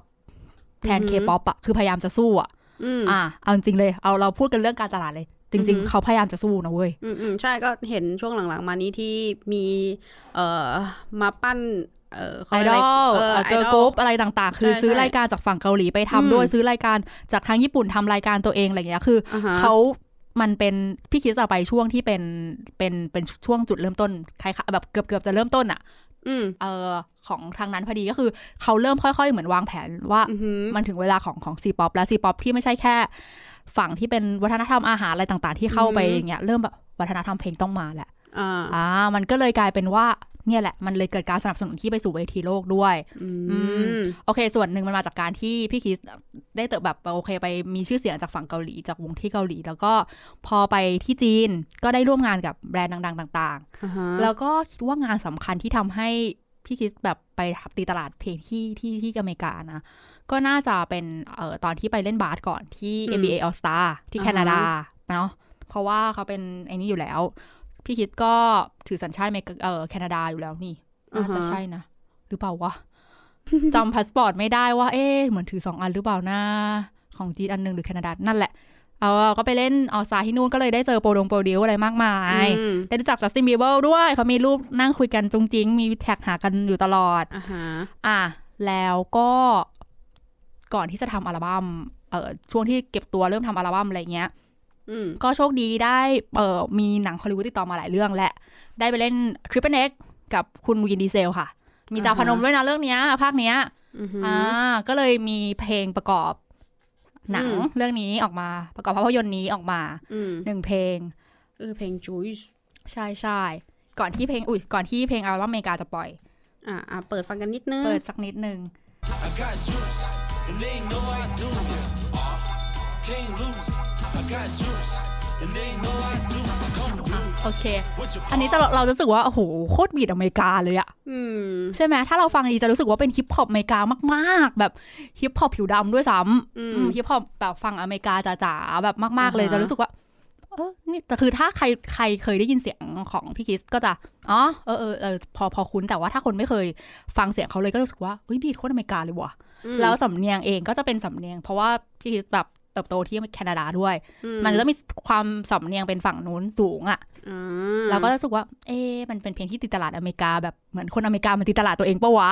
B: แทน
C: อือ
B: เค
C: หือ
B: ป๊อปอะคือพยายามจะสู้อะ
C: อืม
B: อ่าเอาจริงๆเลยเอาเราพูดกันเรื่องการตลาดเลย จริง
C: อือหือ
B: ๆ เขาพยายามจะสู้นะเว้ย
C: อืมอืมใช่ก็เห็นช่วงหลังๆ มานี้ที่มีเอ่อมาปั้น เอ่อเขา
B: ไอ
C: เรีย
B: ด
C: กะ
B: อ
C: ไร
B: ล
C: เออไอ
B: เกิร์ลก
C: ดอ
B: รุ๊
C: ล
B: ปอะไรต่างๆ คือ
C: ใช่
B: ซื้อ
C: ใช่
B: รายการจากฝั่งเกาหลีไปทำด้วย
C: อืม
B: ซื้อรายการจากทางญี่ปุ่นทำรายการตัวเองอะไรอย่างเงี้ยคืออ
C: อ่าฮะ
B: เขามันเป็นพี่คิดจะไปช่วงที่เป็นเป็นเป็นช่วงจุดเริ่มต้นคล้ายๆแบบเกือบเกือบจะเริ่มต้นอ่ะ
C: อืม
B: เออของทางนั้นพอดีก็คือเขาเริ่มค่อยๆ เหมือนวางแผนว่า
C: อือหือ
B: มันถึงเวลาของของซีป๊อปและซีป๊อปที่ไม่ใช่แค่ฝั่งที่เป็นวัฒนธรรมอาหารอะไรต่างๆ ที่เข้าไปอย่างเงี้ยเริ่มแบบวัฒนธรรมเพลงต้องมาแหละ
C: อ่า
B: อ่ามันก็เลยกลายเป็นว่าเนี่ยแหละ มันเลยเกิดการสนับสนุนที่ไปสู่เวทีโลกด้วย
C: อื
B: อื
C: ม
B: ม โอเค ส่วนหนึ่งมันมาจากการที่พี่คิสได้เติบแบบโอเค ไปมีชื่อเสียงจากฝั่งเกาหลีจากวงที่เกาหลี แล้วก็พอไปที่จีนก็ได้ร่วมงานกับแบรนด์ดัง ๆ ต่าง
C: อ่าฮะ
B: ๆ แล้วก็คิดว่างานสำคัญที่ทำให้พี่คิสแบบไปตีตลาดเพลงที่ที่ที่อเมริกานะ ก็น่าจะเป็นเอ่อตอนที่ไปเล่นบาสก่อนที่ NBA All Star ที่แคนาดาเนาะเพราะว่าเขาเป็นไอ้นี่อยู่แล้ว พี่คิดก็ถือสัญชาติอเมริกาเอ่อแคนาดาอยู่แล้วนี่น่า
C: อ่าฮ
B: จะใช่นะ หรือเปล่าวะ จำพาสปอร์ตไม่ได้ว่า เอ๊ะเหมือนถือสองอันหรือเปล่านะ ของจีนอันหนึ่งหรือแคนาดานั่นแหละ เอาอะก็ไปเล่นออซาที่นู่นก็เลยได้เจอโปรดงโปรดิวอะไรมากมาย
C: อืม
B: ได้รู้จักจัสตินบีเบิลด้วย เขามีรูปนั่งคุยกันจงจิง มีแท็กหากันอยู่ตลอด
C: อ่าฮะ
B: อ่ะ แล้วก็ก่อนที่จะทำอัลบั้มเอ่อช่วงที่เก็บตัวเริ่มทำอัลบั้มอะไรเงี้ย
C: อืม
B: ก็โชคดีได้เอ่อมีหนังฮอลลีวูดติดต่อมาหลายเรื่องและ ได้ไปเล่น Triple X กับคุณวินดีเซลค่ะ มีจาพนมด้วยนะเรื่องเนี้ย ภาคเนี้ย
C: อือหืออ
B: อ่า ก็เลยมีเพลงประกอบหนัง
C: อืม
B: เรื่องนี้ออกมาประกอบภาพยนตร์นี้ออกมา
C: อืม
B: หนึ่งเพลง
C: เออเพลงจูย
B: ใช่ใช่ก่อนที่เพลงอุ้ยก่อนที่เพลงอัลบั้มอเมริกาจะปล่อย
C: อ่าอ่าเปิดฟังกันนิดนึง
B: เปิดสักนิดนึง
E: I got juice, and they know I do. Uh, can't lose. I got juice, and they know I do. Come through
B: โอเค
E: with your
B: อันนี้จะเราเรารู้สึกว่า โอ้โห โคตรบีดอเมริกาเลยอะ
C: อืม
B: ใช่ไหมถ้าเราฟังดีจะรู้สึกว่าเป็นฮิปฮอปอเมริกามากๆ แบบฮิปฮอปผิวดำด้วยซ้ำ
C: อืม
B: ฮิปฮอปแบบฟังอเมริกาจ๋าๆแบบมาก ๆ เลย
C: อ่าฮะ
B: จะรู้สึกว่า เออนี่แต่คือถ้าใครใครเคยได้ยินเสียงของพี่คิสก็จะอ๋อเออเออเออพอพอคุ้นแต่ว่าถ้าคนไม่เคยฟังเสียงเขาเลยก็รู้สึกว่าเฮ้ยบีดโคตรอเมริกาเลยว่ะแล้วสำเนียงเองก็จะเป็นสำเนียง เพราะว่าพี่คิสแบบเติบโตที่แคนาดาด้วย มันจะมีความสำเนียงเป็นฝั่งนู้นสูงอะ่ะ
C: อ่า
B: เราก็จะรู้สึกว่า เอ๊ะมันเป็นเพลงที่ติดตลาดอเมริกาแบบเหมือนคนอเมริกามันติดตลาดตัวเองปะ วะ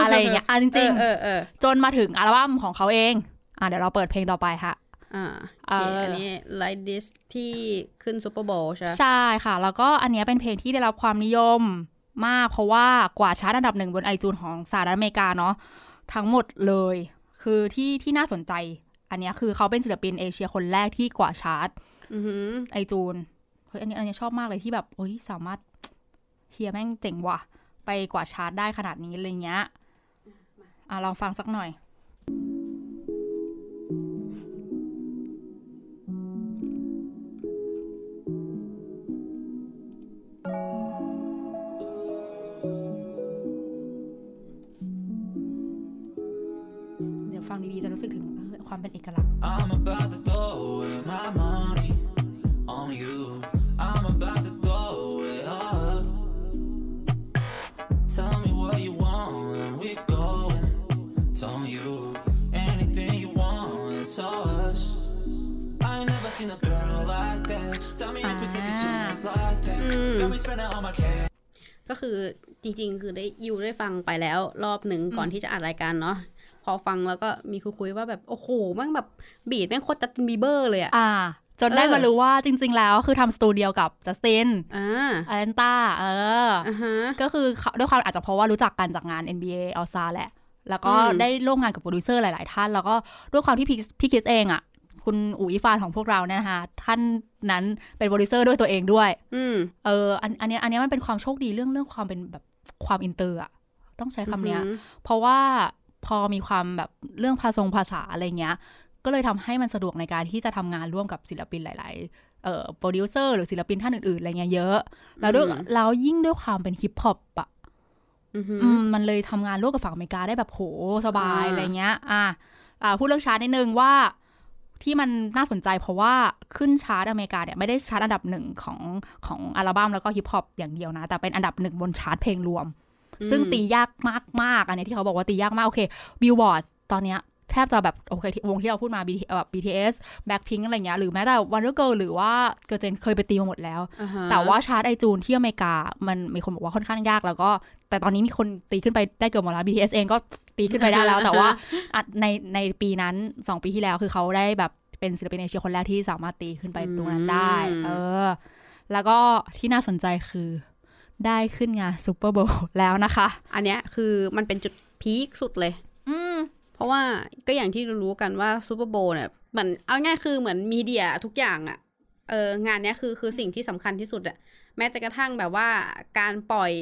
B: อะไรอย่างเงี้ยอ่ะจริง
C: เออเออเออ
B: ๆ จนมาถึงอัลบั้มของเขาเองอ่ะเดี๋ยวเราเปิดเพลงต่อไปค่ะ
C: อ่าโอเคอันนี้ไลท์ดิสที่ขึ้นซูเปอร์โบว์ใช่ปะ
B: ใช่ค่ะ แล้วก็อันเนี้ยเป็นเพลงที่ได้รับความนิยมมาก เพราะว่ากว่าดชาร์ตอันดับหนึ่งบนไอจูนของสหรัฐอเมริกาเนาะทั้งหมดเลย คือที่ที่น่าสนใจ อันเนี้ยคือเขาเป็นศิลปินเอเชียคนแรกที่กว่าดชาร์ต
C: อือหือ
B: ไอจูน ฮ้ยอันนี้อันนี้ชอบมากเลยที่แบบเฮ้ยสามารถเฮียแม่งเจ๋งว่ะ ไปกวาดชาร์จได้ขนาดนี้อะไรเงี้ยอ่ะลองฟังสักหน่อย เดี๋ยวฟังดีๆ จะรู้สึกถึงเออความเป็นเอกลักษณ์
F: I'm about to throw away my money on you. I'm about to throw it all up. Tell me what you want and we're going. It's on you. Anything you want, it's all us. I never seen a girl like that. Tell me if we take a chance like that. Got me spending all my cash.
C: ก็คือจริงๆ คือได้ยูได้ฟังไปแล้วรอบหนึ่งก่อนที่จะอัดรายการเนาะพอฟังแล้วก็มีคุยๆว่าแบบ โอ้โหแม่งแบบบีดแม่งโคตรจัสตินบีเบอร์เลยอะ
B: อ่า จนได้
C: เออ
B: มารู้ว่าจริง ๆ แล้วคือทำสตูเดียวกับจัสติน
C: อ่า
B: อารันตาเอออ
C: อ่าฮะ
B: ก็คือเขาด้วยความอาจจะเพราะว่ารู้จักกันจากงาน NBA ออซาแหละ แล้วก็
C: อืม
B: ได้ร่วมงานกับโปรดิวเซอร์หลาย ๆ ท่าน แล้วก็ด้วยความที่พี่พี่คิสเองอะ่ะ คุณอุ๋ยฟานของพวกเราเนี่ยนะคะท่านนั้นเป็นโปรดิวเซอร์ด้วยตัวเองด้วย
C: อืม
B: เอออันอันเนี้ยอันเนี้ยมันเป็นความโชคดีเรื่องเรื่องความเป็นแบบความอินเตอร์อะต้องใช้คำเนี้ย เพราะว่าพอมีความแบบเรื่องภาษงภาษาอะไรเงี้ย ก็เลยทำให้มันสะดวกในการที่จะทำงานร่วมกับศิลปินหลาย ๆ เอ่อโปรดิวเซอร์หรือศิลปินท่านอื่น ๆ อะไรเงี้ยเยอะ แล้วด้วย
C: อืม
B: แล้วยิ่งด้วยความเป็นฮิปฮอปอะ
C: อืม
B: อืมมันเลยทำงานร่วมกับฝั่งอเมริกาได้แบบโหสบาย
C: อ่า
B: อะไรเงี้ย อ่ะอ่าพูดเรื่องชาร์ตนิดนึงว่าที่มันน่าสนใจเพราะว่าขึ้นชาร์ตอเมริกาเนี่ยไม่ได้ชาร์ตอันดับหนึ่งของของอัลบั้มแล้วก็ฮิปฮอปอย่างเดียวนะ แต่เป็นอันดับหนึ่งบนชาร์ตเพลงรวม ซึ่งตียากมากมากๆอันเนี้ยที่เขาบอกว่าตียากมาก โอเคบิลบอร์ดตอนเนี้ยแทบจะแบบ โอเคที่วงที่เราพูดมา BT แบบ BTS Blackpink อะไรเงี้ยหรือแม้แต่ Wonder Girl หรือว่า Girl Gen เคยไปตีมาหมดแล้ว
C: อ่ฮะ
B: แต่ว่าชาร์ตไอจูนที่อเมริกา มันมีคนบอกว่าค่อนข้างยากแล้วก็ แต่ตอนนี้มีคนตีขึ้นไปได้เกือบหมดแล้ว BTS เองก็ตีขึ้นไปได้แล้ว แต่ ว่าอ่ะในในปีนั้น 2 ปีที่แล้วคือเขาได้แบบเป็นศิลปินเอเชียคนแรกที่สามารถตีขึ้นไปตรงนั้นได้ เออ แล้วก็ที่น่าสนใจคือได้ขึ้นงานซูเปอร์โบแล้วนะคะ
C: อันเนี้ยคือมันเป็นจุดพีคสุดเลย
B: อืม
C: เพราะว่าก็อย่างที่รู้กันว่าซูเปอร์โบเนี่ยเหมือนเอาง่ายคือเหมือนมีเดียทุกอย่างอะเอองานเนี้ยคือคือสิ่งที่สำคัญที่สุดอะแม้แต่กระทั่งแบบว่าการปล่อย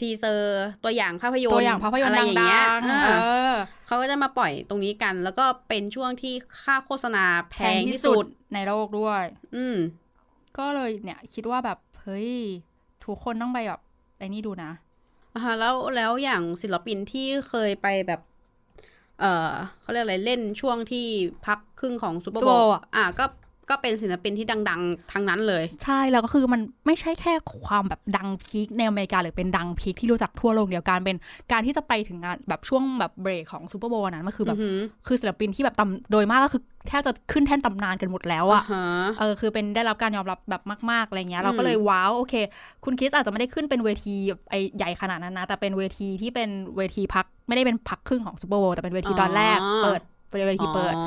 C: ทีเซอร์ตัวอย่างภาพยนตร์
B: ตัวอย่างภาพยนต
C: อะ
B: ร์
C: ไร
B: ดั
C: อง ย่างเงี้ย
B: ๆ
C: เออ
B: เออ
C: เขาก็จะมาปล่อยตรงนี้กัน แล้วก็เป็นช่วงที่ค่าโฆษณาแพ
B: แพ
C: ง
B: ง
C: ที่
B: ที่
C: สุ
B: สุ
C: ด
B: ดในโลกด้วย
C: อืม
B: ก็เลยเนี่ยคิดว่าแบบ เฮ้ย ทุกคนต้องไปแบบไอ้นี่ดูนะ
C: อ่าฮะแล้วแล้วอย่างศิลปินที่เคยไปแบบ เออเขาเรียกอะไรเล่นช่วงที่พักครึ่งของซูเปอร์โบ
B: Super Bowl
C: ว์
B: อะ
C: อ่ะก็ก็เป็นศิลปินที่ดังๆ ทั้งนั้นเลย
B: ใช่แล้วก็คือมันไม่ใช่แค่ความแบบดังพีคในอเมริกาหรือเป็นดังพีคที่รู้จักทั่วโลกเดียวกันเป็นการที่จะไปถึงงานแบบช่วงแบบเบรกของซูเปอร์โบว์นั้นมันคือแบบ
C: อือหือ
B: คือศิลปินที่แบบตำโดยมากก็คือแทบจะขึ้นแท่นตำนานกันหมดแล้วอะ
C: ฮะ
B: เออคือเป็นได้รับการยอมรับแบบมากๆอะไรเงี้ยเรา
C: อื
B: ก็
C: ม
B: เลยว้าวโอเค คุณคริสอาจจะไม่ได้ขึ้นเป็นเวทีไอใหญ่ขนาดนั้นนะ แต่เป็นเวทีที่เป็นเวทีพักไม่ได้เป็นพักครึ่งของซูเปอร์โบว์แต่เป็นเวทีตอนแรกเปิดเป็นเวทีเปิด
C: อ๋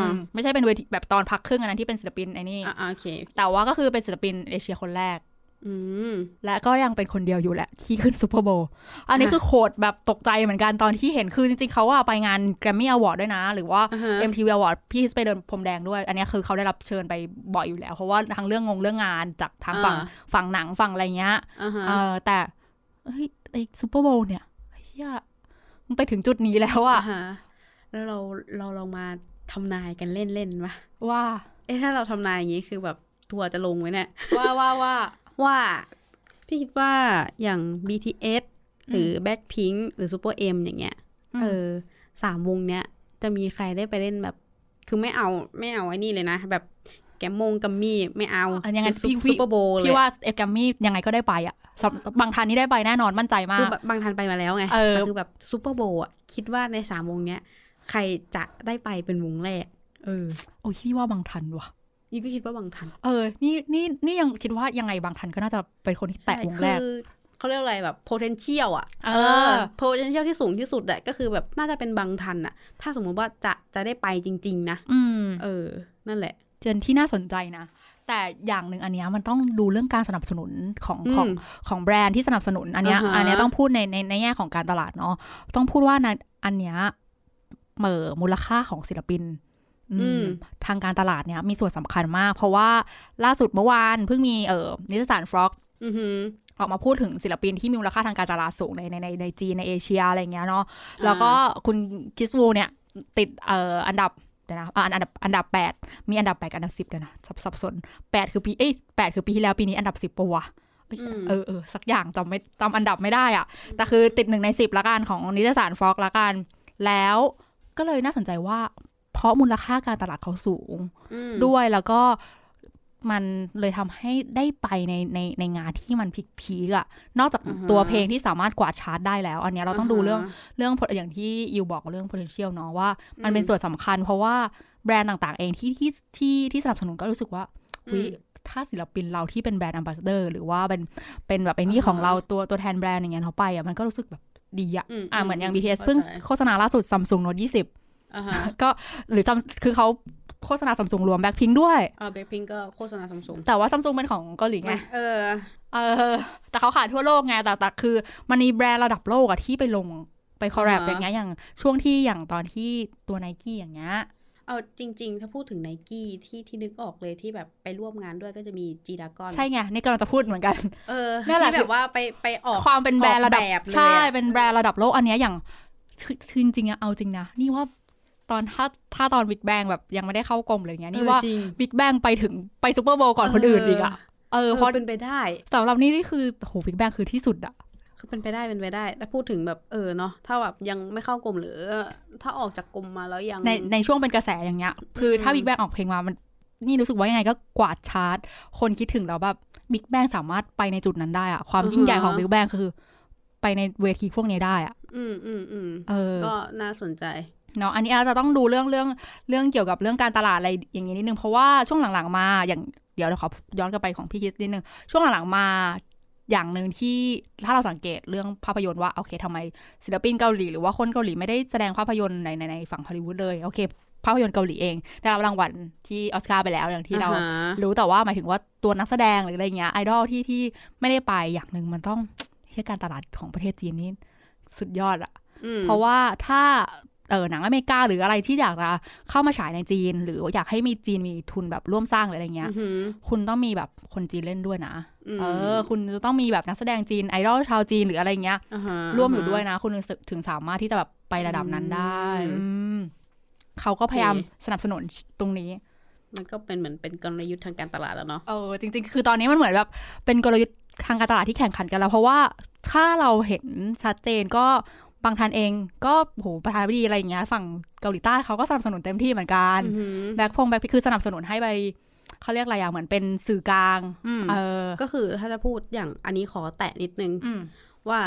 C: อ
B: มไม่ใช่เป็นเวทีแบบตอนพักครึ่งอันนั้นที่เป็นศิลปินไอ้นี่
C: อ่ะอ่ะโอเค
B: แต่ว่าก็คือเป็นศิลปินเอเชียคนแรก
C: อืม
B: และก็ยังเป็นคนเดียวอยู่แหละที่ขึ้นซูเปอร์โบว์อันนี้
C: อ่ะ
B: คือโคตรแบบตกใจเหมือนกันตอนที่เห็นคือจริงๆเขาอะไปงานแกรมมี่อวอร์ดด้วยนะ หรือว่า
C: อ่าฮะ
B: MTV Award พี่ฮิสไปเดินพรมแดงด้วย อันนี้คือเขาได้รับเชิญไปบ่อยอยู่แล้ว เพราะว่าทางเรื่องงงเรื่องงานจากทางฝั่ง
C: อ่า
B: ฝั่งหนังฝั่งอะไรเงี้ย
C: อ่ะฮะ
B: เออแต่เฮ้ยไอซูเปอร์โบว์เนี่ยเฮียมันไปถึงจุดนี้แล้วอะ
C: อ่ะฮะแล้วเราเราลองมาทำนายกันเล่นๆปะ
B: ว่า
C: เอ๊ะถ้าเราทำนายอย่างนี้คือแบบทัวร์จะลงไหมเนี่ย
B: ว่าว่าว่า
C: ว่าพี่คิดว่าอย่าง BTS หรือ Blackpink หรือ Super M อย่างเงี้ย
B: อืม
C: เออสามวงเนี้ย จะมีใครได้ไปเล่นแบบ คือไม่เอาไม่เอาไอ้นี่เลยนะ แบบแกมมงกัมมี่ไม่เอา
B: อันยังไง
C: คือซุป
B: พี่
C: ซุ
B: พี่
C: ปเปอร์โบว์เลย
B: พี่ว่าเอฟแกรมมี่ยังไงก็ได้ไปอะสำบางทันนี่ได้ไปแน่นอนมั่นใจมา
C: คือก แบบบางทันไปมาแล้วไง
B: เออ
C: แต่คือแบบซุปเปอร์โบว์อะคิดว่าในสามวงเนี้ย ใครจะได้ไปเป็นวงแรก เออ
B: โอ้ยพี่ว่าบางทันว่ะ
C: นี่ก็คิดว่าบางทัน
B: เออ นี่ นี่ นี่ยังคิดว่ายังไงบางทันก็น่าจะเป็นคนที่แตะวงแรก
C: ใช่คือเขาเรียกอะไรแบบ potential อะ
B: เอ
C: เออ
B: อ
C: potential ที่สูงที่สุดอะก็คือแบบน่าจะเป็นบางทันอะถ้าสมมุติว่าจะจะได้ไปจริง ๆ นะ
B: อืม
C: เออ นั่นแหละ
B: เจนที่น่าสนใจนะ แต่อย่างหนึ่งอันเนี้ยมันต้องดูเรื่องการสนับสนุนของของ
C: อืม
B: ของแบรนด์ที่สนับสนุนอันเนี้ย
C: อ่าฮะ
B: อันเนี้ยต้องพูดในในในแง่ของการตลาดเนาะต้องพูดว่าในอันเนี้ยเหมอมูลค่าของศิลปิน อืมทางการตลาดเนี่ยมีส่วนสำคัญมาก เพราะว่าล่าสุดเมื่อวานเพิ่งมีเอ่อนิตยสารฟล็อก
C: อือหือ
B: ออกมาพูดถึงศิลปินที่มีมูลค่าทางการตลาดสูงในในในในจีนในเอเชียอะไรอย่างเงี้ยเนาะแล้วก็คุณคิสวูเนี่ยติดเอ่ออันดับเดี๋ยวนะอ่าอันดับอันดับแปดมีอันดับแปดกับอันดับสิบเดี๋ยวนะสับสับสนแปดคือปีเอ้ยแปดคือปีที่แล้วปีนี้อันดับสิบปะวะเอ้ย
C: อืม
B: เออเออสักอย่างจำไม่จำอันดับไม่ได้อะแต่คือติดหนึ่งในสิบละกันของนิตยสารฟอกละกัน แล้วก็เลยน่าสนใจว่า เพราะมูลค่าการตลาดเขาสูง
C: อืม
B: ด้วยแล้วก็มันเลยทำให้ได้ไปในในในงานที่มันพีคๆอะ่ะ นอกจากตัวเพลงที่สามารถกวาดชาร์ตได้แล้ว อันเนี้ยเราต้องดูเรื่อง
C: าฮะ
B: เรื่อง pot- อย่างที่ยูบอกเรื่อง potential เนาะว่า มัน
C: อืม
B: เป็นส่วนสำคัญ เพราะว่าแบรนด์ต่างๆ เองที่ที่ที่ที่สนับสนุนก็รู้สึกว่า
C: อืม
B: วิถ้าศิลปินเราที่เป็นแบรนด์ ambassador หรือว่าเป็นเป็นแบบไอ้นี่ของ
C: อ่าฮะ
B: เราตัวตัวแทนแบรนด์อย่างเงี้ยเขาไปอะ่ะมันก็รู้สึกแบบดีอะ
C: อืม
B: อ่ะ
C: อืม
B: เหมือนอย่าง
C: อืม
B: BTS
C: เข้า
B: เพิ่ง
C: ใจ
B: โฆษณาล่าสุด Samsung Note 20
C: อ่าฮะ
B: ก็หรือซัมคือเขาโฆษณาซัมซุงรวมแบ็คพิงด้วย
C: เอาแบ็คพิงก็โฆษณาสมสูง
B: แต่ว่าซัมซุงเป็นของเกาหลีไง
C: เออ
B: เออ แต่เขาขายทั่วโลกไง แต่แต่คือ มันมีแบรนด์ระดับโลกอะที่ไปลงไปคอลแลบ
C: อ่า
B: อ
C: ฮะ
B: ย่างเงี้ยอย่างช่วงที่อย่างตอนที่ตัวไนกี้อย่างเงี้ย
C: เอาจริง ๆ ถ้าพูดถึงไนกี้ที่ที่นึกออกเลยที่แบบไปร่วมงานด้วยก็จะมีจีดากอน
B: ใช่ไง นี่กำลังจะพูดเหมือนกัน
C: เออ
B: นั่นแหละ
C: ที่แบบว่าไปไปออก
B: ความเป็นแบรนด์ระดับ
C: ออกแบบเลยอะ
B: ใช่เป็นแบรนด์ระดับโลกอันเนี้ยอย่างคือคือจริงๆอะเอาจริงนะนี่ว่าตอนถ้าถ้าตอนบิ๊กแบงแบบยังไม่ได้เข้ากรมเลยเงี้ยนี่ว่า
C: เออจริง
B: บิ๊กแบงไปถึงไปซูเปอร์โบก่อนคนอื่นอีกอะเออ
C: เออ
B: เพราะ
C: เป็นไปได้
B: สำหรับนี่นี่คือโหบิ๊กแบงคือที่สุดอะ
C: คือเป็นไปได้เป็นไปได้ แล้วพูดถึงแบบเออเนาะถ้าแบบยังไม่เข้ากลุ่มหรือ ถ้าออกจากกลุ่มมาแล้วยัง
B: ในในช่วงเป็นกระแสอย่างเงี้ย คือถ้า
C: อืม
B: บิ๊กแบงออกเพลงมา มันนี่รู้สึกว่ายังไงก็กวาดชาร์ตคนคิดถึงแล้วแบบบิ๊กแบงสามารถไปในจุดนั้นได้อะความยิ่งใหญ่ของบิ๊กแบงคือ ไปในเวทีพวกนี้ได้อะ
C: อืมอืมอืม
B: เออ
C: ก็น่าสนใจ
B: เนาะอันนี้อาจจะต้องดูเรื่องเรื่องเรื่องเกี่ยวกับเรื่องการตลาดอะไรอย่างงี้นิดนึง เพราะว่าช่วงหลังๆมาอย่างเดี๋ยวเราขอย้อนกลับไปของพี่คิดนิดนึง ช่วงหลังๆมาอย่างหนึ่งที่ถ้าเราสังเกตเรื่องภาพยนตร์ว่าโอเคทำไมศิลปินเกาหลีหรือว่าคนเกาหลีไม่ได้แสดงภาพยนตร์ในในในฝั่งฮอลลีวูดเลยโอเค ภาพยนตร์เกาหลีเองได้รับรางวัลที่ออสการ์ไปแล้วอย่างที่เรา
C: อ่าฮะ
B: รู้แต่ว่าหมายถึงว่าตัวนักแสดงหรืออะไรเงี้ยไอดอลที่ที่ไม่ได้ไปอย่างหนึ่งมันต้อง เฮียการตลาดของประเทศจีนนี่สุดยอดอะ
C: อืม
B: เพราะว่าถ้าเออหนังอเมริกาหรืออะไรที่อยากจะเข้ามาฉายในจีน หรืออยากให้มีจีนมีทุนแบบร่วมสร้างหรืออะไรเงี้ย
C: อือหือ
B: คุณต้องมีแบบคนจีนเล่นด้วยนะ
C: อืม
B: เออ คุณจะต้องมีแบบนักแสดงจีนไอดอลชาวจีนหรืออะไรเงี้ย
C: อ่าฮะ
B: ร่วมอยู่ด้วยนะ คุณถึงสึกถึงสามารถที่จะแบบไประดับนั้นได้
C: อืม
B: อืมเขาก็พยายาม
C: โอเค
B: สนับสนุนตรงนี้
C: มันก็เป็นเหมือนเป็นกลยุทธ์ทางการตลาดแล้วเนาะ
B: เออจริง ๆ คือตอนนี้มันเหมือนแบบเป็นกลยุทธ์ทางการตลาดที่แข่งขันกันแล้ว เพราะว่าถ้าเราเห็นชัดเจนก็บางทันเองก็โหประธานาธิบดีอะไรอย่างเงี้ยฝั่งเกาหลีใต้เขาก็สนับสนุนเต็มที่เหมือนกัน
C: อือหือ
B: แบ็คพงแบ็คพิคือสนับสนุนให้ไปเขาเรียกอะไรอ่ะเหมือนเป็นสื่อกลางเออ
C: ก็คือถ้าจะพูดอย่างอันนี้ขอแตะนิดนึง
B: อืม
C: ว่า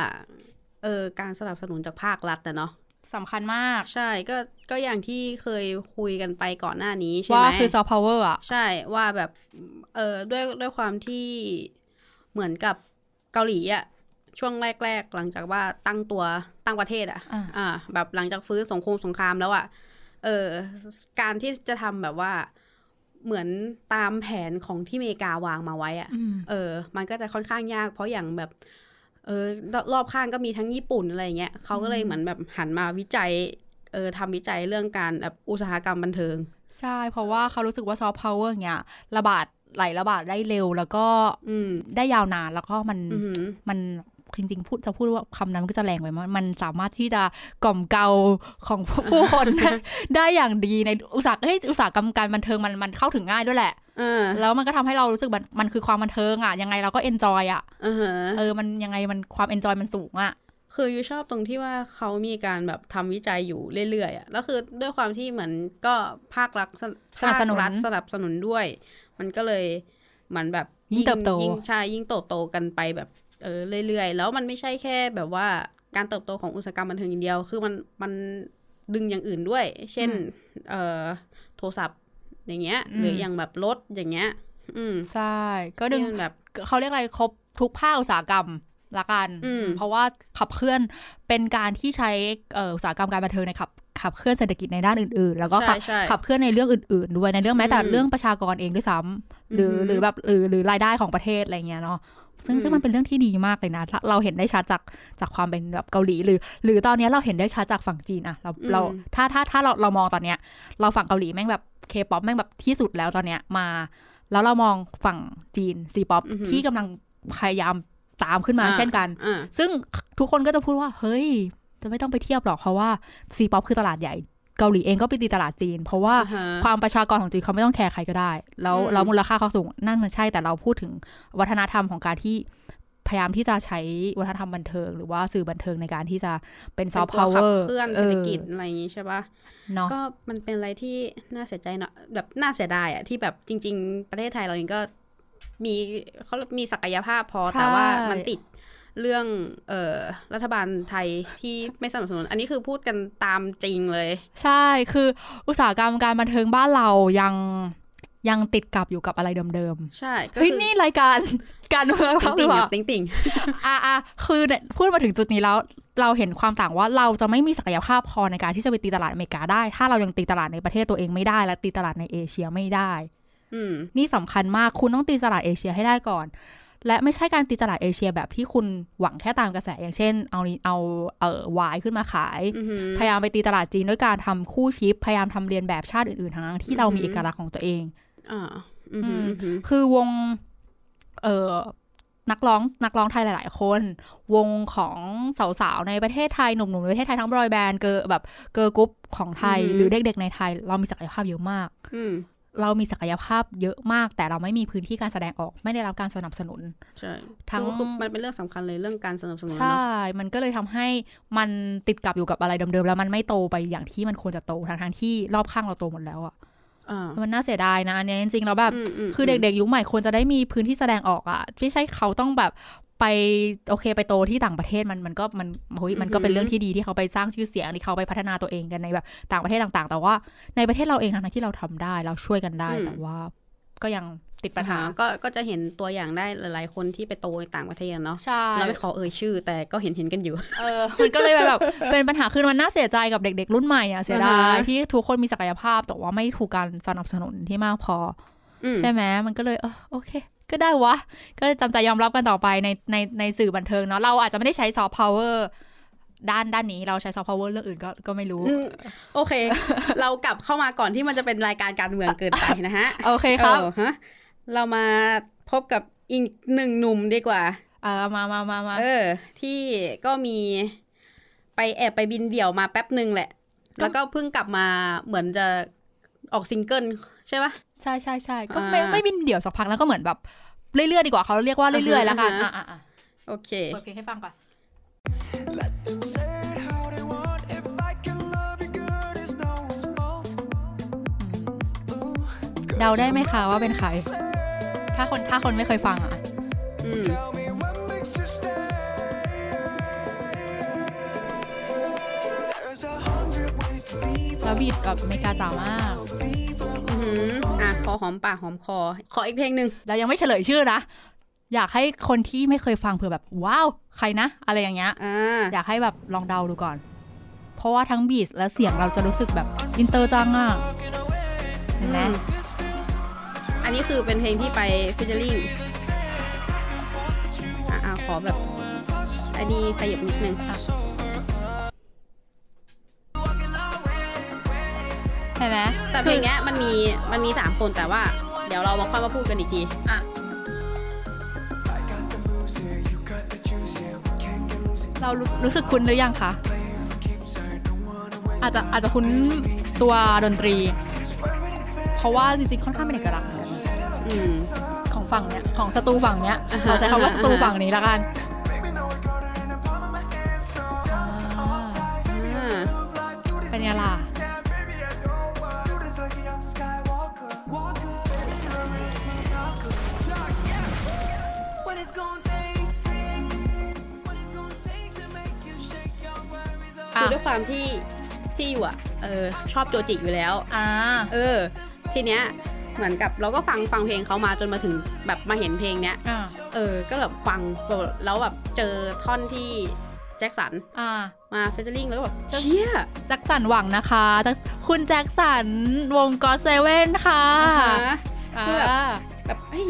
C: เออการสนับสนุนจากภาครัฐนะเนาะ
B: สำคัญมาก
C: ใช่ก็ก็อย่างที่เคยคุยกันไปก่อนหน้านี้ใช่
B: ว่า
C: ไหม
B: คือซอฟต์พาวเวอร์อ่ะ
C: ใช่ว่าแบบเออด้วยด้วยความที่เหมือนกับเกาหลีอะช่วงแรก ๆ หลังจากว่าตั้งตัวตั้งประเทศอะ
B: อ่า
C: อ่า แบบหลังจากฟื้นสงครามสงครามแล้วอะเออการที่จะทำแบบว่าเหมือนตามแผนของที่อเมริกาวางมาไว้อะ
B: อืม
C: เออ มันก็จะค่อนข้างยาก เพราะอย่างแบบ เออรรอบข้างก็มีทั้งญี่ปุ่นอะไรเงี้ยเขาก็เลยเหมือนแบบหันมาวิจัย เออทำวิจัยเรื่องการแบบอุตสาหกรรมบันเทิง
B: ใช่ เพราะว่าเขารู้สึกว่าซอฟต์พาวเวอร์เงี้ยระบาดไหลระบาดได้เร็วแล้วก็
C: อืม
B: ได้ยาวนานแล้วก็มัน
C: อือหือ
B: มันจริงๆพูดจะพูดว่าคำนั้นมันก็จะแรงไปมั้งมันสามารถที่จะกล่อมเกลาของผู้ ผู้คน ได้ได้อย่างดีในอุตสาหเฮ้ยอุตสาหกรรมการบันเทิงมันมันเข้าถึงง่ายด้วยแหละ
C: เออ
B: แล้วมันก็ทำให้เรารู้สึกมันมันคือความบันเทิงอ่ะยังไงเราก็เอนจอยอ่ะ
C: อือฮะ
B: เออมันยังไงมันความเอนจอยมันสูงอ่ะ
C: คือยูชอบตรงที่ว่าเขามีการแบบทำวิจัยอยู่เรื่อยๆอ่ะแล้วคือด้วยความที่เหมือนก็ภาครัฐส
B: สนับสนุน
C: ภาครัฐสนับสนุนด้วย มันก็เลยเหมือนแบบ
B: ยิ่งเติบโต
C: ยิ่งใช่ยิ่งเติบโตกันไปแบบเออเรื่อยๆ แล้วมันไม่ใช่แค่แบบว่าการเติบโตของอุตสาหกรรมบันเทิงอย่างเดียว คือมันมันดึงอย่างอื่นด้วย เช่น เอ่อโทรศัพท์อย่างเงี้ย หรืออย่างแบบรถอย่างเงี้ย อืม
B: ใช่ ก็ดึง
C: ที่มันแบบ
B: เขาเรียกอะไรครบทุกภาคอุตสาหกรรมละกัน
C: อืม
B: เพราะว่าขับเคลื่อนเป็นการที่ใช้เอ่ออุตสาหกรรมการบันเทิงในขับขับเคลื่อนเศรษฐกิจในด้านอื่นๆ แล้วก็ขั
C: ใช่
B: บ
C: ใช่
B: ขับเคลื่อนในเรื่องอื่นๆ ด้วยในเรื่องแม้แต่
C: อืม
B: เรื่องประชากรเองด้วยซ้ำหรือ
C: อือ
B: ห
C: หือ
B: รือแบบหรือหรือรายได้ของประเทศอะไรเงี้ยเนาะ ซึ่งซึ่งมันเป็นเรื่องที่ดีมากเลยนะถ้าเราเห็นได้ชัดจากจากความเป็นแบบเกาหลีหรือ หรือตอนเนี้ยเราเห็นได้ชัดจากฝั่งจีนอะเรา
C: อืม
B: เราถ้าถ้าถ้าเราเรามองตอนเนี้ย เราฝั่งเกาหลีแม่งแบบเคป๊อปแม่งแบบที่สุดแล้วตอนเนี้ยมา แล้วเรามองฝั่งจีนซีป๊อป
C: อือหือ
B: ที่กำลังพยายามตามขึ้นมา
C: อ่า
B: เช่นกัน
C: อ่า
B: ซึ่งทุกคนก็จะพูดว่า เฮ้ย จะไม่ต้องไปเทียบหรอกเพราะว่าซีป๊อปคือตลาดใหญ่เกาหลีเองก็ไปตีตลาดจีน เพราะว่า
C: อ่าฮะ
B: ความประชากรของจีนเขาไม่ต้องแคร์ใครก็ได้ แล้ว
C: อืม
B: แล้วมูลค่าเขาสูงนั่นมันใช่แต่เราพูดถึงวัฒนธรรมของการที่พยายามที่จะใช้วัฒนธรรมบันเทิง หรือว่าสื่อบันเทิงในการที่จะเป็นซอฟต์พาวเวอร์
C: เพื่อนเศรษฐกิจอะไรอย่างงี้ใช่ปะ
B: เนาะ
C: ก็มันเป็นอะไรที่น่าเสียใจเนาะแบบน่าเสียดายอะที่แบบจริง ๆ ประเทศไทยเราเองก็มีเขามีศักยภาพพอ
B: ใช่
C: แต่ว่ามันติดเรื่องเอ่อรัฐบาลไทยที่ไม่สนับสนุน อันนี้คือพูดกันตามจริงเลย
B: ใช่ คืออุตสาหกรรมการบันเทิงบ้านเรายังยังติดกับอยู่กับอะไรเดิม
C: ใช่
B: ๆ
C: ก็
B: เฮ้ย
C: คือ
B: นี่รายการการเมือง
C: ติ่
B: เขาห
C: งติ่
B: รือง เป
C: ๆ
B: ล่า
C: อะติ่งติ่ง
B: อ่ะอ่ะคือเนี่ยพูดมาถึงจุดนี้แล้ว เราเห็นความต่างว่าเราจะไม่มีศักยภาพพอในการที่จะไปตีตลาดอเมริกาได้ ถ้าเรายังตีตลาดในประเทศตัวเองไม่ได้ และตีตลาดในเอเชียไม่ได้
C: ๆอืม
B: นี่สำคัญมากคุณต้องตีตลาดเอเชียให้ได้ก่อน และไม่ใช่การตีตลาดเอเชียแบบที่คุณหวังแค่ตามกระแสอย่างเช่น เอานี้เอาเอ่อวายขึ้นมาขาย
C: อือหือ
B: พยายามไปตีตลาดจีนด้วยการทำคู่ชิป พยายามทำเรียนแบบชาติอื่นๆทั้งๆที่เรามีเอกลักษณ์ของตัวเอง
C: อ่าอืมอืมอืม
B: คือวง เอ่อ นักร้อง นักร้องไทยหลาย ๆ คน วงของสาว ๆ ในประเทศไทย หนุ่ม ๆ ในประเทศไทยทั้งบอยแบนด์ เกิร์ลแบบ เกิร์ลกรุ๊ปของไทย หรือเด็ก ๆ ในไทย เรามีศักยภาพเยอะมาก
C: อืม
B: เรามีศักยภาพเยอะมาก แต่เราไม่มีพื้นที่การแสดงออก ไม่ได้รับการสนับสนุน
C: ใช่
B: ทั้ง
C: คือคือมันเป็นเรื่องสำคัญเลยเรื่องการสนับสนุน
B: ใช่
C: เนาะ
B: มันก็เลยทำให้มันติดกับอยู่กับอะไรเดิม ๆ แล้วมันไม่โตไปอย่างที่มันควรจะโต ทั้งๆที่รอบข้างเราโตหมดแล้วอะ
C: อ่า
B: มันน่าเสียดายนะ อันเนี้ยจริงๆแล้วแบบ
C: มม
B: คือเด็กๆยุคใหม่ควรจะได้มีพื้นที่แสดงออกอะไม่ใช่เขาต้องแบบไปโอเคไปโตที่ต่างประเทศมันมันก็มันเฮ้ยมันก็เป็นเรื่องที่ดีที่เขาไปสร้างชื่อเสียงที่เขาไปพัฒนาตัวเองกันในแบบต่างประเทศต่างๆ แต่ว่าในประเทศเราเองทั้งๆที่เราทำได้เราช่วยกันได้แต่ว่าก็ยังติดปัญหา
C: อ่ก็ก็จะเห็นตัวอย่างได้หลาย ๆ คนที่ไปโตในต่างประเทศอะเนาะ
B: ใช่
C: เราไม่ขอเอ่ยชื่อแต่ก็เห็นเห็นๆกันอยู่
B: เออมันก็เลยแบบ เป็นปัญหาคือมันน่าเสียใจกับเด็ก ๆ รุ่นใหม่อะเสียดา
C: อ่าย ฮะ
B: ที่ทุกคนมีศักยภาพแต่ว่าไม่ถูกการสนับสนุนที่มากพอ ใช่ไหมมันก็เลยเออโอเค ก็ได้วะ ก็จำใจยอมรับกันต่อไปในในในสื่อบันเทิงเนาะ เราอาจจะไม่ได้ใช้ซอฟต์พาวเวอร์ด้านด้านนี้เราใช้ซอฟต์พาวเวอร์เรื่องอื่นก็ก็ไม่รู้
C: อืมโอ เค เรากลับเข้ามาก่อนที่มันจะเป็นรายการการเมืองเกินไปนะฮะ
B: โอเคครับ
C: เออฮะเรามาพบกับอีกหนึ่งหนุ่มดีกว่า
B: เออมามามามา
C: เออ ที่ก็มีไปแอบไปบินเดี่ยวมาแป๊บหนึ่งแหละ
B: ก็
C: แล้วก็เพิ่งกลับมาเหมือนจะออกซิงเกิลใช่ปะ
B: ใช่ใช่ใช่ก็ไม่
C: อ่า
B: ไม่บินเดี่ยวสักพักแล้วก็เหมือนแบบเรื่อยๆดีกว่าเขาเรียกว่าเรื่อยๆแล้วกัน
C: อ่าฮะ
B: อ่ะอ่ะอ่ะ
C: โอเค
B: เปิดเพลงให้ฟังก่อน
E: Let them say it how they want. If I can love you good, it's no one's fault. Ooh,
B: เดาได้ไหมคะว่าเป็นใคร ถ้าคนถ้าคนไม่เคยฟังอ่ะ
C: อืม
E: tell me what makes you stay. There's a hundred ways to leave.
B: แล้วบีดแบบไม่กล้าจ๋ามาก
C: อื้อหืออ่ะขอหอมปากหอมคอ ขออีกเพลงหนึ่ง
B: เรายังไม่เฉลยชื่อนะ อยากให้คนที่ไม่เคยฟังเผื่อแบบ ว้าว ใครนะ อะไรอย่างเงี้ย
C: อ่า
B: อยากให้แบบลองเดาดูก่อน เพราะว่าทั้งบีทและเสียงเราจะรู้สึกแบบอินเตอร์จังอ่ะ เห็นไหม
C: อันนี้คือเป็นเพลงที่ไปฟิชเชอริงอ่ะอ่ะขอแบบอันนี้ขยับนิดนึง
B: เห็นไหม
C: แต่เพลงเนี้ยมันมีมันมีสามคนแต่ว่า เดี๋ยวเรามาค่อยมาพูดกันอีกที
B: อ่ะ
E: I got the moves here, you got the juice here. We can't get losing.
B: เรารู้รู้สึกคุ้นหรือยังคะ
E: Playing for keeps, I don't wanna waste.
B: อาจจะอาจจะคุ้นตัวดนตรี เพราะว่าจริงๆค่อนข้างเป็นเอกลักษณ์เหมือนกัน
C: อืม
B: ของฝั่งเนี้ยของสตูฝั่งเนี้ย
C: อ่าฮะ
B: เราใช้คำว่า
C: อ่าฮะ
B: สตูฝั่งนี้ละกัน
E: Baby, no, I got her in the palm of my hand. So cut all ties, baby, I
C: Ah.
E: love life. Do this
B: เป็นไงล่ะ
E: damn, baby, I don't want. Do this like a young Skywalker. Walker, baby, you're a real sneaker. Jocks, yeah. What it's gonna take, take. What it's gonna take to make you shake your worries off.
B: อ่ะ
C: คือด้วยความที่ที่อยู่อ่ะเออชอบโจจิอยู่แล้ว
B: อ่า
C: เออ ทีเนี้ยเหมือนกับเราก็ฟังฟังเพลงเขามาจนมาถึงแบบมาเห็นเพลงเนี้ย
B: อ่า
C: เออ ก็แบบฟังแล้วแบบเจอท่อนที่แจ็คสัน
B: อ่า
C: มาเฟเจอริงแล้วก็แบบเชี่ย
B: แจ็คสันหวังนะคะแจ็คคุณแจ็คสันวงก็เซเว่นค่ะ
C: อ่าฮะ คือแบบ
B: า
C: แบบเฮ้ย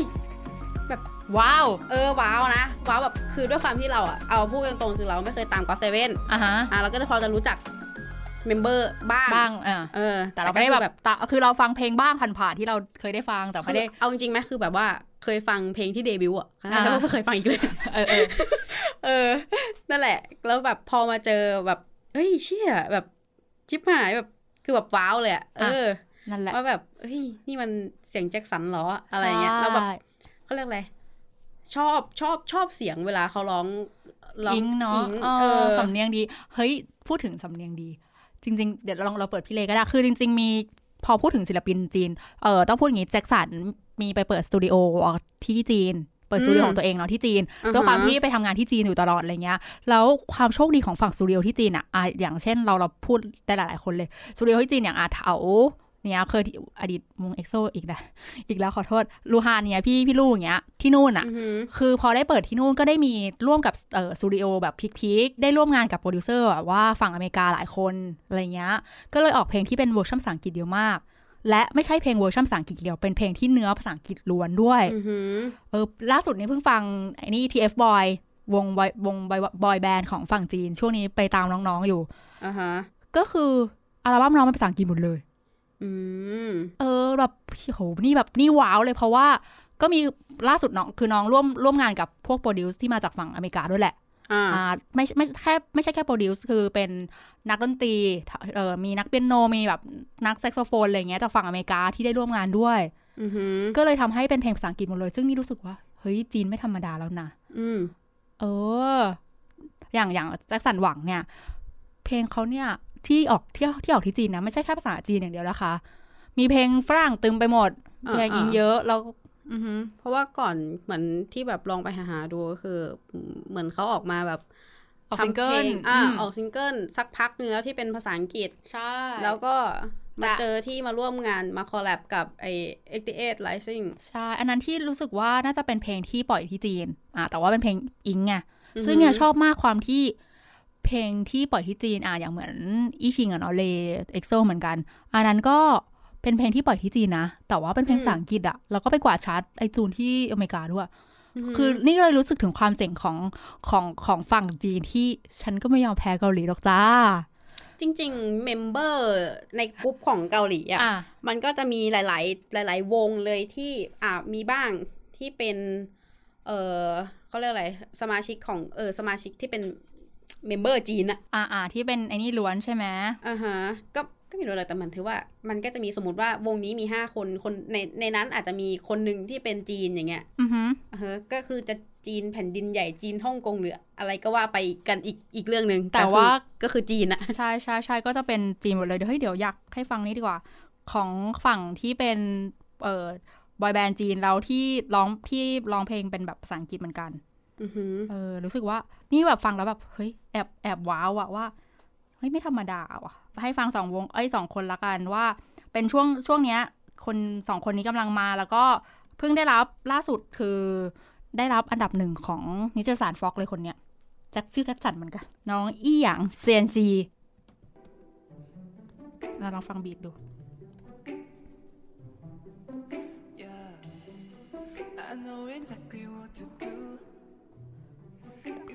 C: แบบ
B: ว้าว
C: เออว้าวนะว้าวแบบคือด้วยความที่เราอะเอาพูดตรงๆคือเราไม่เคยตามก็เซเว่น
B: อ่ะฮะ
C: อ่ะเราก็จะพอจะรู้จักเมมเบอร์บ้าง
B: บ้างอ่า
C: เออ
B: แต่เราไม่ได้
C: ก็คือ
B: แบบตาคือเราฟังเพลงบ้างผ่านๆที่เราเคยได้ฟังแต่
C: คื
B: ไม่
C: อ
B: ได้
C: เอาจริงๆไหมคือแบบว่าเคยฟังเพลงที่เดบิวต์อ่ะ
B: อ่า
C: แล้วก็ไม่เคยฟังอีกเลย
B: เออเออ
C: เออ นั่นแหละ แล้วแบบพอมาเจอแบบเฮ้ยเชี่ยแบบชิบหายแบบคือแบบว้าวเลยอะเอ
B: อ่ะ
C: อ
B: นั่นแหละ
C: ว่าแบบเฮ้ยนี่มันเสียงแจ็คสันเหรออะไรเงี้ยแล้วแบบ
B: ใช่
C: เขาเรียกอะไรชอบชอบชอบเสียงเวลาเขาร้องร้อง
B: อิงเนาะ
C: ง
B: เออ
C: เออ
B: สำเนียงดี เฮ้ย พูดถึงสำเนียงดี จริง ๆ เดี๋ยวเราลองเราเปิดพี่เลก็ได้ คือจริง ๆ มีพอพูดถึงศิลปินจีน เออต้องพูดอย่างนี้แจ็คสันมีไปเปิดสตูดิโอที่จีน เปิดสตูดิโอของตัวเองเนาะที่จีน
C: อ่ฮะ
B: ด้วยความที่ไปทำงานที่จีนอยู่ตลอดอะไรเงี้ย แล้วความโชคดีของฝั่งสตูดิโอที่จีนอะอ่ะอย่างเช่นเราเราพูดได้หลายๆคนเลย สตูดิโอที่จีนอย่างอาเถาเนี่ยเคยที่อดีตวงเอ็กโซอีกนะอีกแล้วขอโทษลูฮานเนี่ยพี่พี่ลูอย่างเงี้ยที่นู่นอะ
C: อือหือ
B: คือพอได้เปิดที่นู่นก็ได้มีร่วมกับเอ่อสตูดิโอแบบพีคๆได้ร่วมงานกับโปรดิวเซอร์แบบว่าฝั่งอเมริกาหลายคนอะไรเงี้ย ก็เลยออกเพลงที่เป็นเวอร์ชันภาษาอังกฤษเดียวมาก และไม่ใช่เพลงเวอร์ชันภาษาอังกฤษเดียว เป็นเพลงที่เนื้อภาษาอังกฤษล้วนด้วย
C: อือหือ
B: เออล่าสุดนี้เพิ่งฟังไอ้นี่ TF Boy วงบอยวงบอยแบนด์ของฝั่งจีน ช่วงนี้ไปตามน้องๆอยู่
C: อ่าฮะ
B: ก็คืออัลบั้มน้องเป็นภาษาอังกฤษหมดเลย
C: อืม
B: เออแบบโหนี่แบบนี่ว้าวเลยเพราะว่าก็มีล่าสุดน้องคือน้องร่วมร่วมงานกับพวกโปรดิวซ์ที่มาจากฝั่งอเมริกาด้วยแหละ
C: อ่า
B: อ่าไม่ไม่แค่ไม่ใช่แค่โปรดิวซ์คือเป็นนักดนตรีเออมีนักเปียโนมีแบบนักแซกโซโฟนอะไรอย่างเงี้ยจากฝั่งอเมริกาที่ได้ร่วมงานด้วย
C: อือหือ
B: ก็เลยทำให้เป็นเพลงภาษาอังกฤษหมดเลย ซึ่งนี่รู้สึกว่า เฮ้ย จีนไม่ธรรมดาแล้วนะ
C: อืม
B: เออ อย่างอย่างแจ็คสันหวังเนี่ย เพลงเขาเนี่ย ที่ออกที่ที่ออกที่จีนนะ ไม่ใช่แค่ภาษาจีนอย่างเดียวนะคะ มีเพลงฝรั่งตึมไปหมด
C: อ่า
B: เพลงอิง
C: อ่า
B: เยอะแล้ว
C: อือฮึเพราะว่าก่อนเหมือนที่แบบลองไปหาหาดูก็คือ เหมือนเขาออกมาแบบ
B: ออกซิงเกิ
C: ทำพ
B: ล
C: งอ่า
B: อืม
C: ออกซิงเกิลสักพักหนึงแล้วที่เป็นภาษาอังกฤษ
B: ใช่
C: แล้วก็มา
B: แต่
C: เจอที่มาร่วมงานมาคอลแลบกับไอ88 Rising
B: ใช่ อันนั้นที่รู้สึกว่าน่าจะเป็นเพลงที่ปล่อยที่จีน อ่า แต่ว่าเป็นเพลงอิงไง
C: อือฮึ
B: ซึ่งเนี่ยชอบมากความที่เพลงที่ปล่อยที่จีน อ่าอย่างเหมือนอีชิงอะเนาะเลเอ็กโซเหมือนกัน อันนั้นก็เป็นเพลงที่ปล่อยที่จีนนะ แต่ว่าเป็นเพลงภาษาอังกฤษอะแล้วก็ไปกวาดชาร์ตไอจูนที่อเมริกาด้วย คือนี่ก็เลยรู้สึกถึงความเจ๋งของของของฝั่งจีนที่ฉันก็ไม่ยอมแพ้เกาหลีหรอกจ้า
C: จริงๆ เมมเบอร์ในกลุ่มของเกาหลีอ่ะ
B: อ่ะ
C: มันก็จะมีหลาย ๆ หลาย ๆ วงเลยที่อ่ามีบ้างที่เป็น เออเขาเรียกอะไร สมาชิกของเออสมาชิกที่เป็นเมมเบอร์จีนอะ
B: อ่าอ่าที่เป็นไอ้นี่ล้วนใช่ไหม
C: อ่าฮะก็ก็ไม่รู้เลยแต่มันถือว่ามันก็จะมีสมมติว่าวงนี้มีห้าคนคนในในนั้นอาจจะมีคนหนึ่งที่เป็นจีนอย่างเงี้ย
B: อือฮึ
C: อ่าฮะก็คือจะจีนแผ่นดินใหญ่จีนฮ่องกงหรืออะไรก็ว่าไปกันอีกอีกเรื่องหนึ่ง
B: แต่
C: คือ
B: ว่า
C: ก็คือจีนอะ
B: ใช่ใช่ใช่ก็จะเป็นจีนหมดเลยเดี๋ยวเฮ้ยเดี๋ยวอยากให้ฟังนี้ดีกว่า ของฝั่งที่เป็นเอ่อบอยแบนด์จีนแล้วที่ร้องที่ร้องเพลงเป็นแบบภาษาอังกฤษเหมือนกัน
C: อือหือ
B: เออรู้สึกว่านี่แบบฟังแล้วแบบเฮ้ยแอบแอบว้าวอะว่าเฮ้ยไม่ธรรมดาว่ะ ให้ฟังสองวงเอ้ยสองคนละกันว่า เป็นช่วงช่วงเนี้ย คนสองคนนี้กำลังมาแล้วก็เพิ่งได้รับล่าสุดคือได้รับอันดับหนึ่งของนิตยสารฟ็อกเลยคนเนี้ยแจ็คชื่อแจ็คสันเหมือนกัน น้องอี้หยางเซียนซี เราลองฟังบีทดู
E: Yeah, I know exactly what to do.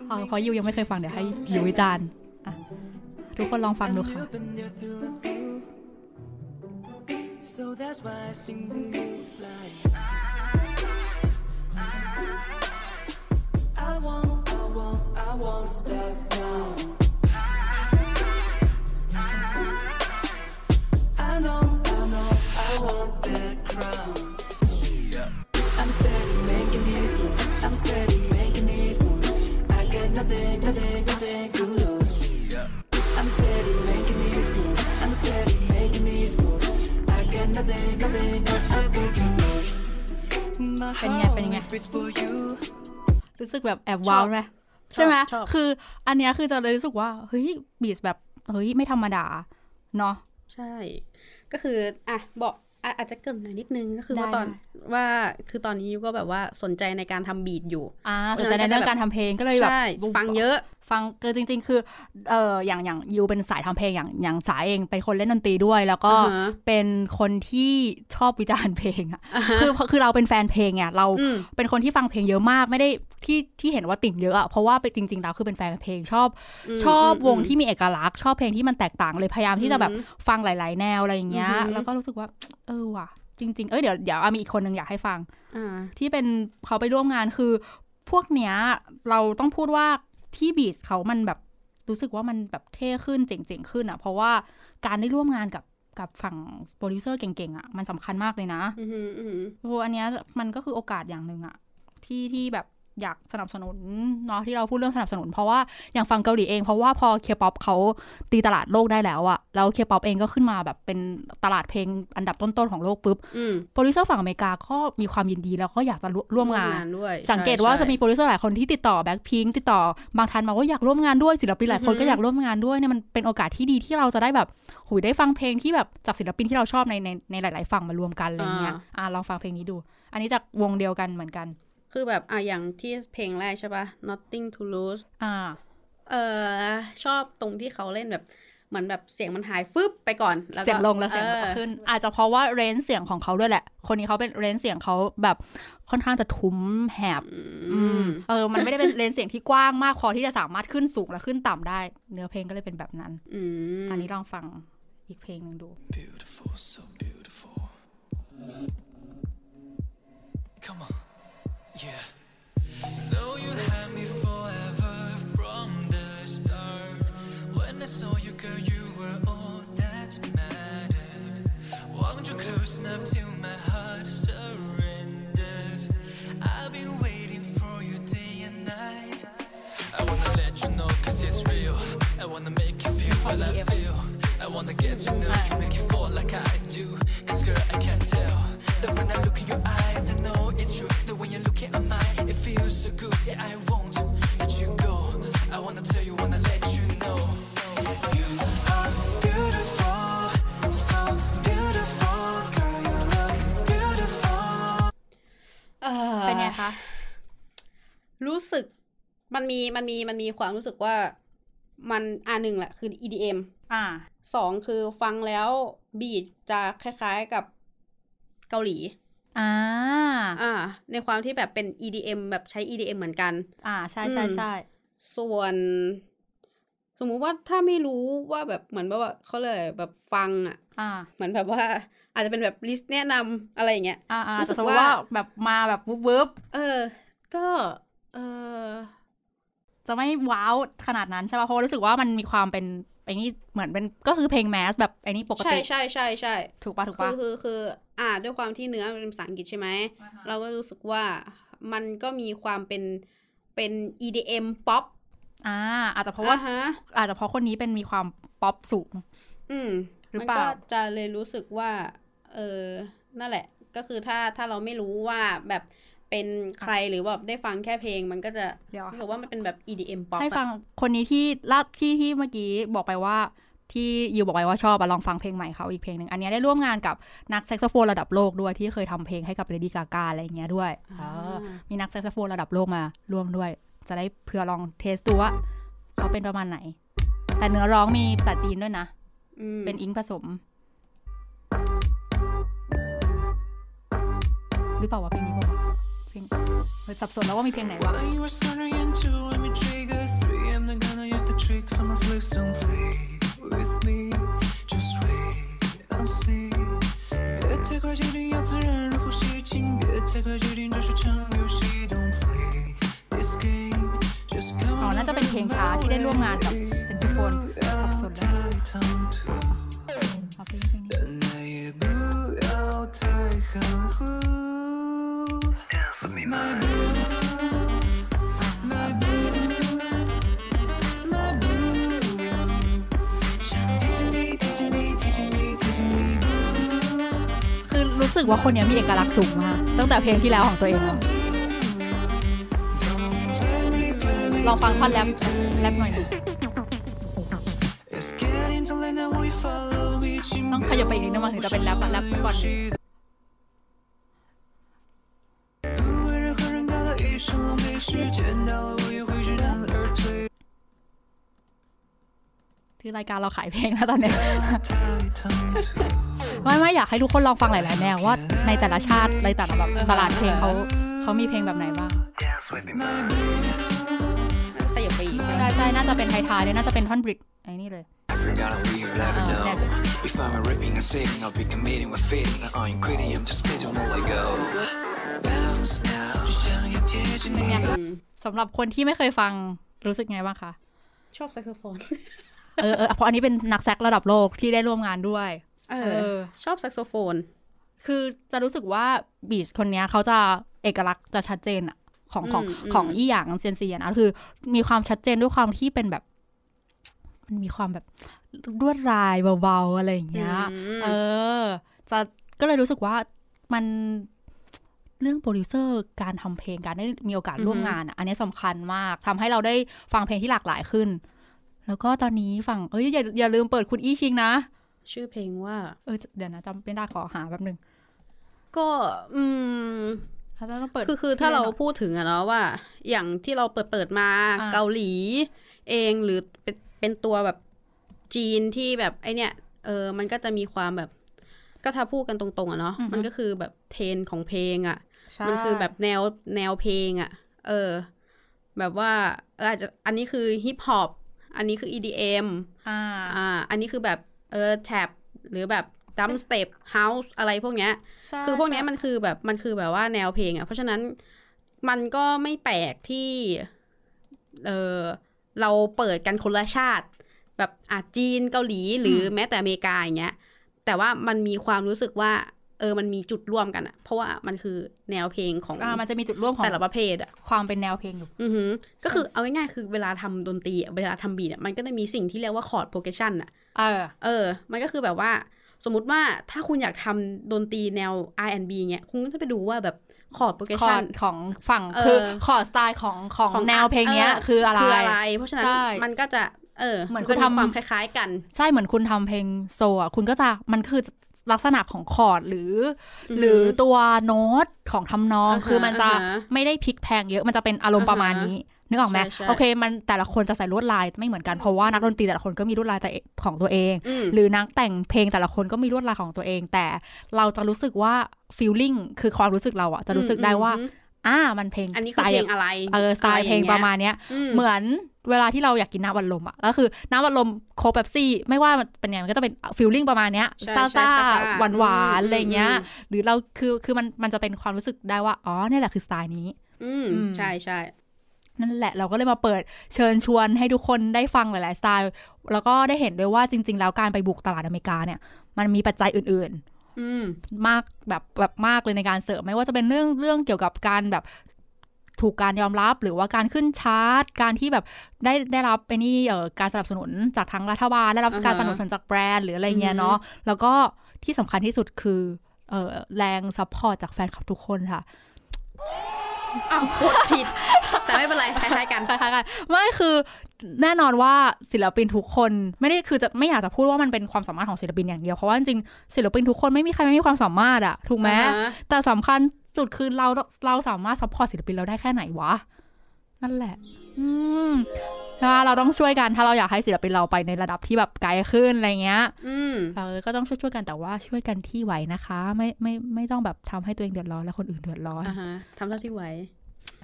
B: เออเพราะยูยังไม่เคยฟังเดี๋ยวให้ยูวิจารณ์อ่ะทุกคนลองฟังดูค่ะ
E: So that's why I sing to you like I won't, I won't, I won't stop now. I know, I know, I want that crown. I'm steady making his move. I'm steady making his move. I got nothing, nothing, nothing to lose. I'm steady making his move. I'm steady making his move. I got nothing, nothing, nothing to lose. My
B: Bên nhà,
E: heart
B: bên
E: only
B: nhà.
E: beats for you.
B: รู้สึกแบบแอบว้าวไหมใช่ไหม
C: ชอบ
B: คืออันเนี้ยคือจะเลยรู้สึกว่า เฮ้ยบีทแบบเฮ้ยไม่ธรรมดา เนาะ
C: ใช่ ก็คืออ่ะบอกอ่ะอาจจะเกรินหน่อยนิดนึงก็คือว่า
B: ได้
C: ตอนว่าคือตอนนี้ยูก็แบบว่าสนใจในการทำบีดอยู่
B: อ่า
C: เพ
B: สน
C: ราะฉะ
B: ใจ
C: นั้
B: ใน
C: น
B: เรื่อง
C: ก็จะแบบ
B: การทำเพลงก็เลยแบบ
C: ใช่ ฟังเยอะ
B: ฟังคือจริง ๆ คือเอออย่างอย่างยูเป็นสายทำเพลงอย่างอย่างสายเองเป็นคนเล่นดนตรีด้วย แล้วก็
C: อ่าฮะ
B: เป็นคนที่ชอบวิจารณ์เพลงอะคือคือเราเป็นแฟนเพลงไงเรา
C: อืม
B: เป็นคนที่ฟังเพลงเยอะมากไม่ได้ที่ที่เห็นว่าติ่งเยอะอะเพราะว่าไปจริงๆแล้วคือเป็นแฟนเพลงชอบ
C: อืม
B: ชอบ
C: อืม
B: วงที่มีเอกลักษณ์ชอบเพลงที่มันแตกต่างเลยพยายามที่จะแบบ
C: อืม
B: ฟังหลาย ๆ แนวอะไรอย่างเงี้ย
C: อือหือ
B: แล้วก็รู้สึกว่า เออว่ะจริง ๆ เอ้ยเดี๋ยวเดี๋ยวอ่ะมีอีกคนหนึ่งอยากให้ฟัง
C: อ่า
B: ที่เป็นเขาไปร่วมงานคือ พวกเนี้ยเราต้องพูดว่าที่บีสเขามันแบบรู้สึกว่ามันแบบเท่ขึ้นเจ๋งๆขึ้นอะเพราะว่าการได้ร่วมงานกับกับฝั่งโปรดิวเซอร์เก่งๆอะมันสำคัญมากเลยนะ
C: อืมอืม
B: โอ้อันเนี้ยมันก็คือโอกาสอย่างหนึ่งอะที่ที่แบบอยากสนับสนุนเนาะที่เราพูดเรื่องสนับสนุน เพราะว่าอย่างฝั่งเกาหลีเองเพราะว่าพอเคป๊อปเขาตีตลาดโลกได้แล้วอะแล้วเคป๊อปเองก็ขึ้นมาแบบเป็นตลาดเพลงอันดับต้นๆของโลกปุ๊บ
C: อืม
B: โปรดิวเซอร์ฝั่งอเมริกาก็มีความยินดีแล้วก็อยากจะร่วมงาน
C: ด้วย
B: สังเกตว่าจะมีโปรดิวเซอร์หลายคนที่ติดต่อแบ็คพิงติดต่อบางทันมาว่าอยากร่วมงานด้วยศิลปินหลายคนก็อยากร่วมงานด้วยเนี่ยมันเป็นโอกาสที่ดีที่เราจะได้แบบหุยได้ฟังเพลงที่แบบจากศิลปินที่เราชอบในในในหลาย ๆ ฝั่งมารวมกันอะไรเงี้ยอ่าลองฟังเพลงนี้ดู อันนี้จากวงเดียวกันเหมือนกัน
C: คือแบบอ่ะอย่างที่เพลงแรกใช่ป่ะ Nothing to lose
B: อ่า
C: เอ่อชอบตรงที่เขาเล่นแบบ เหมือนแบบเสียงมันหายฟึบไปก่อน แล้วก็
B: เสียงลงแล้วเสียง
C: ออ
B: ขึ้น อาจจะเพราะว่าเรนเสียงของเขาด้วยแหละ คนนี้เขาเป็นเรนเสียงเขาแบบค่อนข้างจะทุ้มแหบอืมเออมันไม่ได้เป็นเรนเสียงที่กว้างมากพอที่จะสามารถขึ้นสูงและขึ้นต่ำได้ เนื้อเพลงก็เลยเป็นแบบนั้น
C: อืม
B: อันนี้ลองฟังอีกเพลงหนึ่งดู
F: Beautiful, so beautiful. Come on, yeah. Though you had me forever from the start. When I saw you, girl, you were all that mattered. Walked you close enough till my heart surrenders. I've been waiting for you day and night. I wanna let you know cause it's real. I wanna make you feel what I feel. I wanna get to know you, make you fall like I do. Cause girl, I can't tell. That when I look in your eyes, I know it's true. That when you look at mine, it feels so good. Yeah, I won't let you go. I wanna tell you, wanna let you know. You are beautiful, so beautiful, girl. You look beautiful.
C: อ่อ
B: เป็นไงคะ
C: รู้สึกมันมีมันมีมันมีความรู้สึกว่ามันอันหนึ่งแหละคือ EDM
B: อ่า
C: สองคือฟังแล้วบีทจะคล้ายๆกับเกาหลี
B: อ่า
C: อ่า ในความที่แบบเป็น EDM แบบใช้ EDM เหมือนกัน
B: อ่า ใช่ใช่ใช่
C: ส่วน สมมุติว่าถ้าไม่รู้ว่าแบบเหมือนแบบว่าเขาเลยกอะไรแบบฟังอ่ะ
B: อ่า
C: เหมือนแบบว่า อาจจะเป็นแบบลิสต์แนะนำอะไรอย่างเงี้ย
B: อ่าอ่า
C: รู้สึ
B: แต่
C: ก
B: สมมติ
C: ว่า
B: ว่าแบบมาแบบวุบวุบ
C: เออ ก็เออ
B: จะไม่ว้าวขนาดนั้นใช่ป่ะ เพราะว่ารู้สึกว่ามันมีความเป็นไอ้นี่เหมือนเป็นก็คือเพลงแมสแบบไอ้นี่ปก
C: ใช่
B: ติ
C: ใช่ใช่ใช่
B: ถูกป่ะ ถูก
C: คื
B: ป่ะ
C: อคือคืออ่าด้วยความที่เนื้อมันเป็นภาษาอังกฤษใช่ไหม เราก็รู้สึกว่ามันก็มีความเป็นเป็น EDM ป๊อป
B: อ่า อาจจะเพราะว่า
C: อ่ฮะ
B: อาจจะเพราะคนนี้เป็นมีความป๊อปสูง
C: อืม
B: หรือ
C: มัน
B: เปล่า
C: ก็จะเลยรู้สึกว่า เออนั่นแหละ ก็คือถ้าถ้าเราไม่รู้ว่าแบบเป็นใครหรือแบบได้ฟังแค่เพลง มันก็จะ
B: เดี๋ยว
C: รู้สึกว่ามันเป็นแบบ EDM ป๊อป
B: ให้ฟัง
C: อะ
B: คนนี้ที่ลาดที่ที่เมื่อกี้บอกไปว่าที่ยูบอกไปว่าชอบอะลองฟังเพลงใหม่เขาอีกเพลงหนึ่งอันเนี้ยได้ร่วมงานกับนักแซกโซโฟนระดับโลกด้วยที่เคยทำเพลงให้กับเลดี้กากาอะไรอย่างเงี้ยด้วยเออมีนักแซกโซโฟนระดับโลกมาร่วมด้วย จะได้เผื่อลองเทสดูว่าเขาเป็นประมาณไหน แต่เนื้อร้องมีภาษาจีนด้วยนะ
C: อืม
B: เป็นอิงผสม หรือเปล่าวะเพลงนี้บอกว่าเพลงเฮ้ยสับสนแล้วว่ามีเพลงไหนวะ
F: When you were starting into me trigger three, I'm not gonna use the tricks on my sleeves. Don't play with me, just wait and see. 别太快决定要自然入口吸睛，别太快决定这是场游戏。Don't play this game, just come
B: อ๋อ
F: on.
B: น่าจะเป็นเพลงช้าที่ได้ร่วมงานกับเซนติโฟนสับสนแล้วเอาเพลงเพลงนี้
F: 但那也不要太含糊。My blue, my blue, my blue，想贴近你，贴近你，贴近你，贴近你，blue。
B: คือรู้สึกว่าคนเนี้ยมีเอกลักษณ์สูงมาก ตั้งแต่เพลงที่แล้วของตัวเองแล้วลองฟังท่อนแรปแรปหน่อยหนึ่ง
F: It's getting too late now, will you follow me?
B: ต้องขยับไปอีกนิดนึงมันถึงจะเป็นแรปอะแรปก่อน
F: 不为任何人感到一身狼狈，时间到了，我也会知难而退。
B: ที่รายการเราขายเพลงแล้วตอนเนี้ย
F: Titan
B: ไม่ไม่อยากให้ทุกคนลองฟังหลายๆแนวว่าในแต่ละชาติในแต่ละแบบตลาดเพลงเขาเขามีเพลงแบบไหนบ้าง
C: ขยับไปอีก
B: ใช่ใช่น่าจะเป็นไทยๆเลยน่าจะเป็นท่อนบริดไอ้นี่เลย
G: Africa and we've let
B: Oh,
G: her know. If I'm a ripping and sitting, I'll be committing with fit. I ain't quitting, I'm just spitting while I go. Bounce now, just show your tears, you
B: เนี่ย
G: need.
B: สำหรับคนที่ไม่เคยฟังรู้สึกไงบ้างคะ
C: ชอบแซกโซโฟน
B: เออเออเพราะอันนี้เป็นนักแซกระดับโลกที่ได้ร่วมงานด้วย
C: เอ
B: เอ
C: อ
B: อ
C: ชอบแซกโซโฟน
B: คือจะรู้สึกว่าบีชคนเนี้ยเขาจะเอกลักษณ์จะชัดเจนอะของของ
C: อืมอืม
B: ของอีหยางเซียนเซียนอะคือ มีความชัดเจนด้วยความที่เป็นแบบ มันมีความแบบรวดลายเบาๆอะไรอย่างเงี้ย เออ จะก็เลยรู้สึกว่ามันเรื่องโปรดิวเซอร์การทำเพลงการได้มีโอกาสร่วมงานอะอันนี้สำคัญมากทำให้เราได้ฟังเพลงที่หลากหลายขึ้น แล้วก็ตอนนี้ฝั่งเอ้ยอย่าอย่าลืมเปิดคุณอี้ชิงนะ
C: ชื่อเพลงว่า
B: เออเดี๋ยวนะจำเป็นได้ขอหาแป๊บหนึง
C: ก็อืม
B: เขาจะต้องเปิด
C: คือคือถ้าเราพูดถึงอะเนาะว่า อย่างที่เราเปิดเปิดมา
B: อ่า
C: เกาหลี เองหรือเป็นเป็นตัวแบบจีนที่แบบไอเนี่ยเออมันก็จะมีความแบบ ก็ถ้าพูดกันตรงๆอะเนาะมันก็คือแบบเทรนของเพลงอะ
B: ใช่
C: มันคือแบบแนวแนวเพลงอะ่ะ เออ แบบว่าเอออาจจะอันนี้คือฮิปฮอป อันนี้คือ EDM
B: อ่า
C: อ่า อันนี้คือแบบเออแท็บหรือแบบดัมสเตปเฮาส์อะไรพวกเนี้ย คือพวกเนี้ยมันคือแบบมันคือแบบว่าแนวเพลงอะ่ะ เพราะฉะนั้นมันก็ไม่แปลกที่ เออเราเปิดกันคนละชาติ แบบอาจีนเกาหลีหรืออแม้แต่อเมริกาอย่างเงี้ย แต่ว่ามันมีความรู้สึกว่า เออมันมีจุดร่วมกันอะเพราะว่ามันคือแนวเพลงของ
B: อ่ามันจะมีจุดร่วมของ
C: แต่ละประเภทอะ
B: ความเป็นแนวเพลงอยู่
C: อือหือก็คือเอาง่ายๆคือเวลาทำดนตรีอะเวลาทำบีทอะมันก็จะมีสิ่งที่เรียกว่าคอร์ดโปรเกชันอะ
B: เออ
C: เออ มันก็คือแบบว่า สมมุติว่าถ้าคุณอยากทำดนตรีแนว R&B เงี้ย คุณก็จะไปดูว่าแบบคอร์ดโปรเก
B: คอ
C: ชั
B: ร์
C: น
B: ดของฝั่ง
C: เออ
B: คือคอร์ดสไตล์ของของแนวเพลงเนี้ย คืออะไร
C: คืออะไร เพราะฉะนั้น
B: ใช่
C: มันก็จะ เออ
B: เหมือน
C: ก็
B: คุณ
C: มี
B: ทำ
C: ความคล้ายๆกัน
B: ใช่เหมือนคุณทำเพลงโซลอ่ะคุณก็จะมันคือลักษณะของคอร์ดหรือ หรือตัวโน้ตของทำนอง
C: อ่าฮะ
B: คือมันจะ
C: อ่าฮะ
B: ไม่ได้พลิกแพลงเยอะมันจะเป็นอารมณ์ประมาณนี้นึกออกไหม
C: ใช่ใช่
B: โอเคมันแต่ละคนจะใส่ลวดลายไม่เหมือนกันเพราะว่านักดนตรีแต่ละคนก็มีลวดลายแต่ของตัวเอง
C: อืม
B: หรือนักแต่งเพลงแต่ละคนก็มีลวดลายของตัวเอง แต่เราจะรู้สึกว่าฟีลลิ่งคือความรู้สึกเราอะจะรู้สึกได้ว่า
C: อืม
B: อ่ามันเพลง
C: อันนี้คือเพลงอะไร
B: เออสไตล์เพลงประมาณเนี้ย เหมือนเวลาที่เราอยากกินน้ำวัดลมอ่ะก็คือน้ำวัดลมโคกเป๊ปซี่ ไม่ว่ามันเป็นยังไงมันก็จะเป็นฟิลลิ่งประมาณเนี้ย
C: ใช่
B: ซา
C: ใช่
B: ซา
C: ใช่ใช่
B: หวานหวานๆ
C: อืม
B: อะไรเงี้ย
C: อืม
B: หรือเราคือคือมันมันจะเป็นความรู้สึกได้ว่า อ๋อเนี่ยแหละคือสไตล์นี้
C: อืม
B: อืม
C: ใช่ใช่
B: นั่นแหละเราก็เลยมาเปิดเชิญชวนให้ทุกคนได้ฟังหลาย ๆ สไตล์ แล้วก็ได้เห็นด้วยว่าจริง ๆ แล้วการไปบุกตลาดอเมริกาเนี่ย มันมีปัจจัยอื่น ๆ
C: อืม
B: มากแบบแบบมากเลยในการเสริมไม่ว่าจะเป็นเรื่องเรื่องเกี่ยวกับการแบบถูกการยอมรับหรือว่าการขึ้นชาร์ตการที่แบบได้ได้รับไปนี่เอ่อการสนับสนุนจากทางรัฐบาลได้รับ
C: อ่าฮะ
B: การสนับสนุนจากแบรนด์หรืออะไรเงี้
C: อื
B: ย
C: อฮึ
B: เนาะแล้วก็ที่สำคัญที่สุดคือเอ่อแรงซัพพอร์ตจากแฟนคลับทุกคนค่ะ
C: อ้าวกดผิด แต่ไม่เป็นไรคล้ายๆกัน
B: คล้ายๆกันไม่คือแน่นอนว่าศิลปินทุกคนไม่ได้คือจะไม่อยากจะพูดว่ามันเป็นความสามารถของศิลปินอย่างเดียวเพราะว่าจริงๆศิลปินทุกคนไม่มีใครไม่มีความสามารถอะถูกไหม
C: อ่าฮะ
B: แต่สำคัญสุดคือเราเราสามารถซัพพอร์ตศิลปินเราได้แค่ไหนวะ นั่นแหละ อืมใช่ปะเราต้องช่วยกันถ้าเราอยากให้ศิลปินเราไปในระดับที่แบบไกลขึ้นอะไรเงี้ย
C: อืม
B: เออก็ต้องช่วยช่วยๆกันแต่ว่าช่วยกันที่ไหวนะคะ ไม่ไม่ไม่ต้องแบบทำให้ตัวเองเดือดร้อนและคนอื่นเดือดร้อน
C: อ่าฮะทำเท่าที่ไหว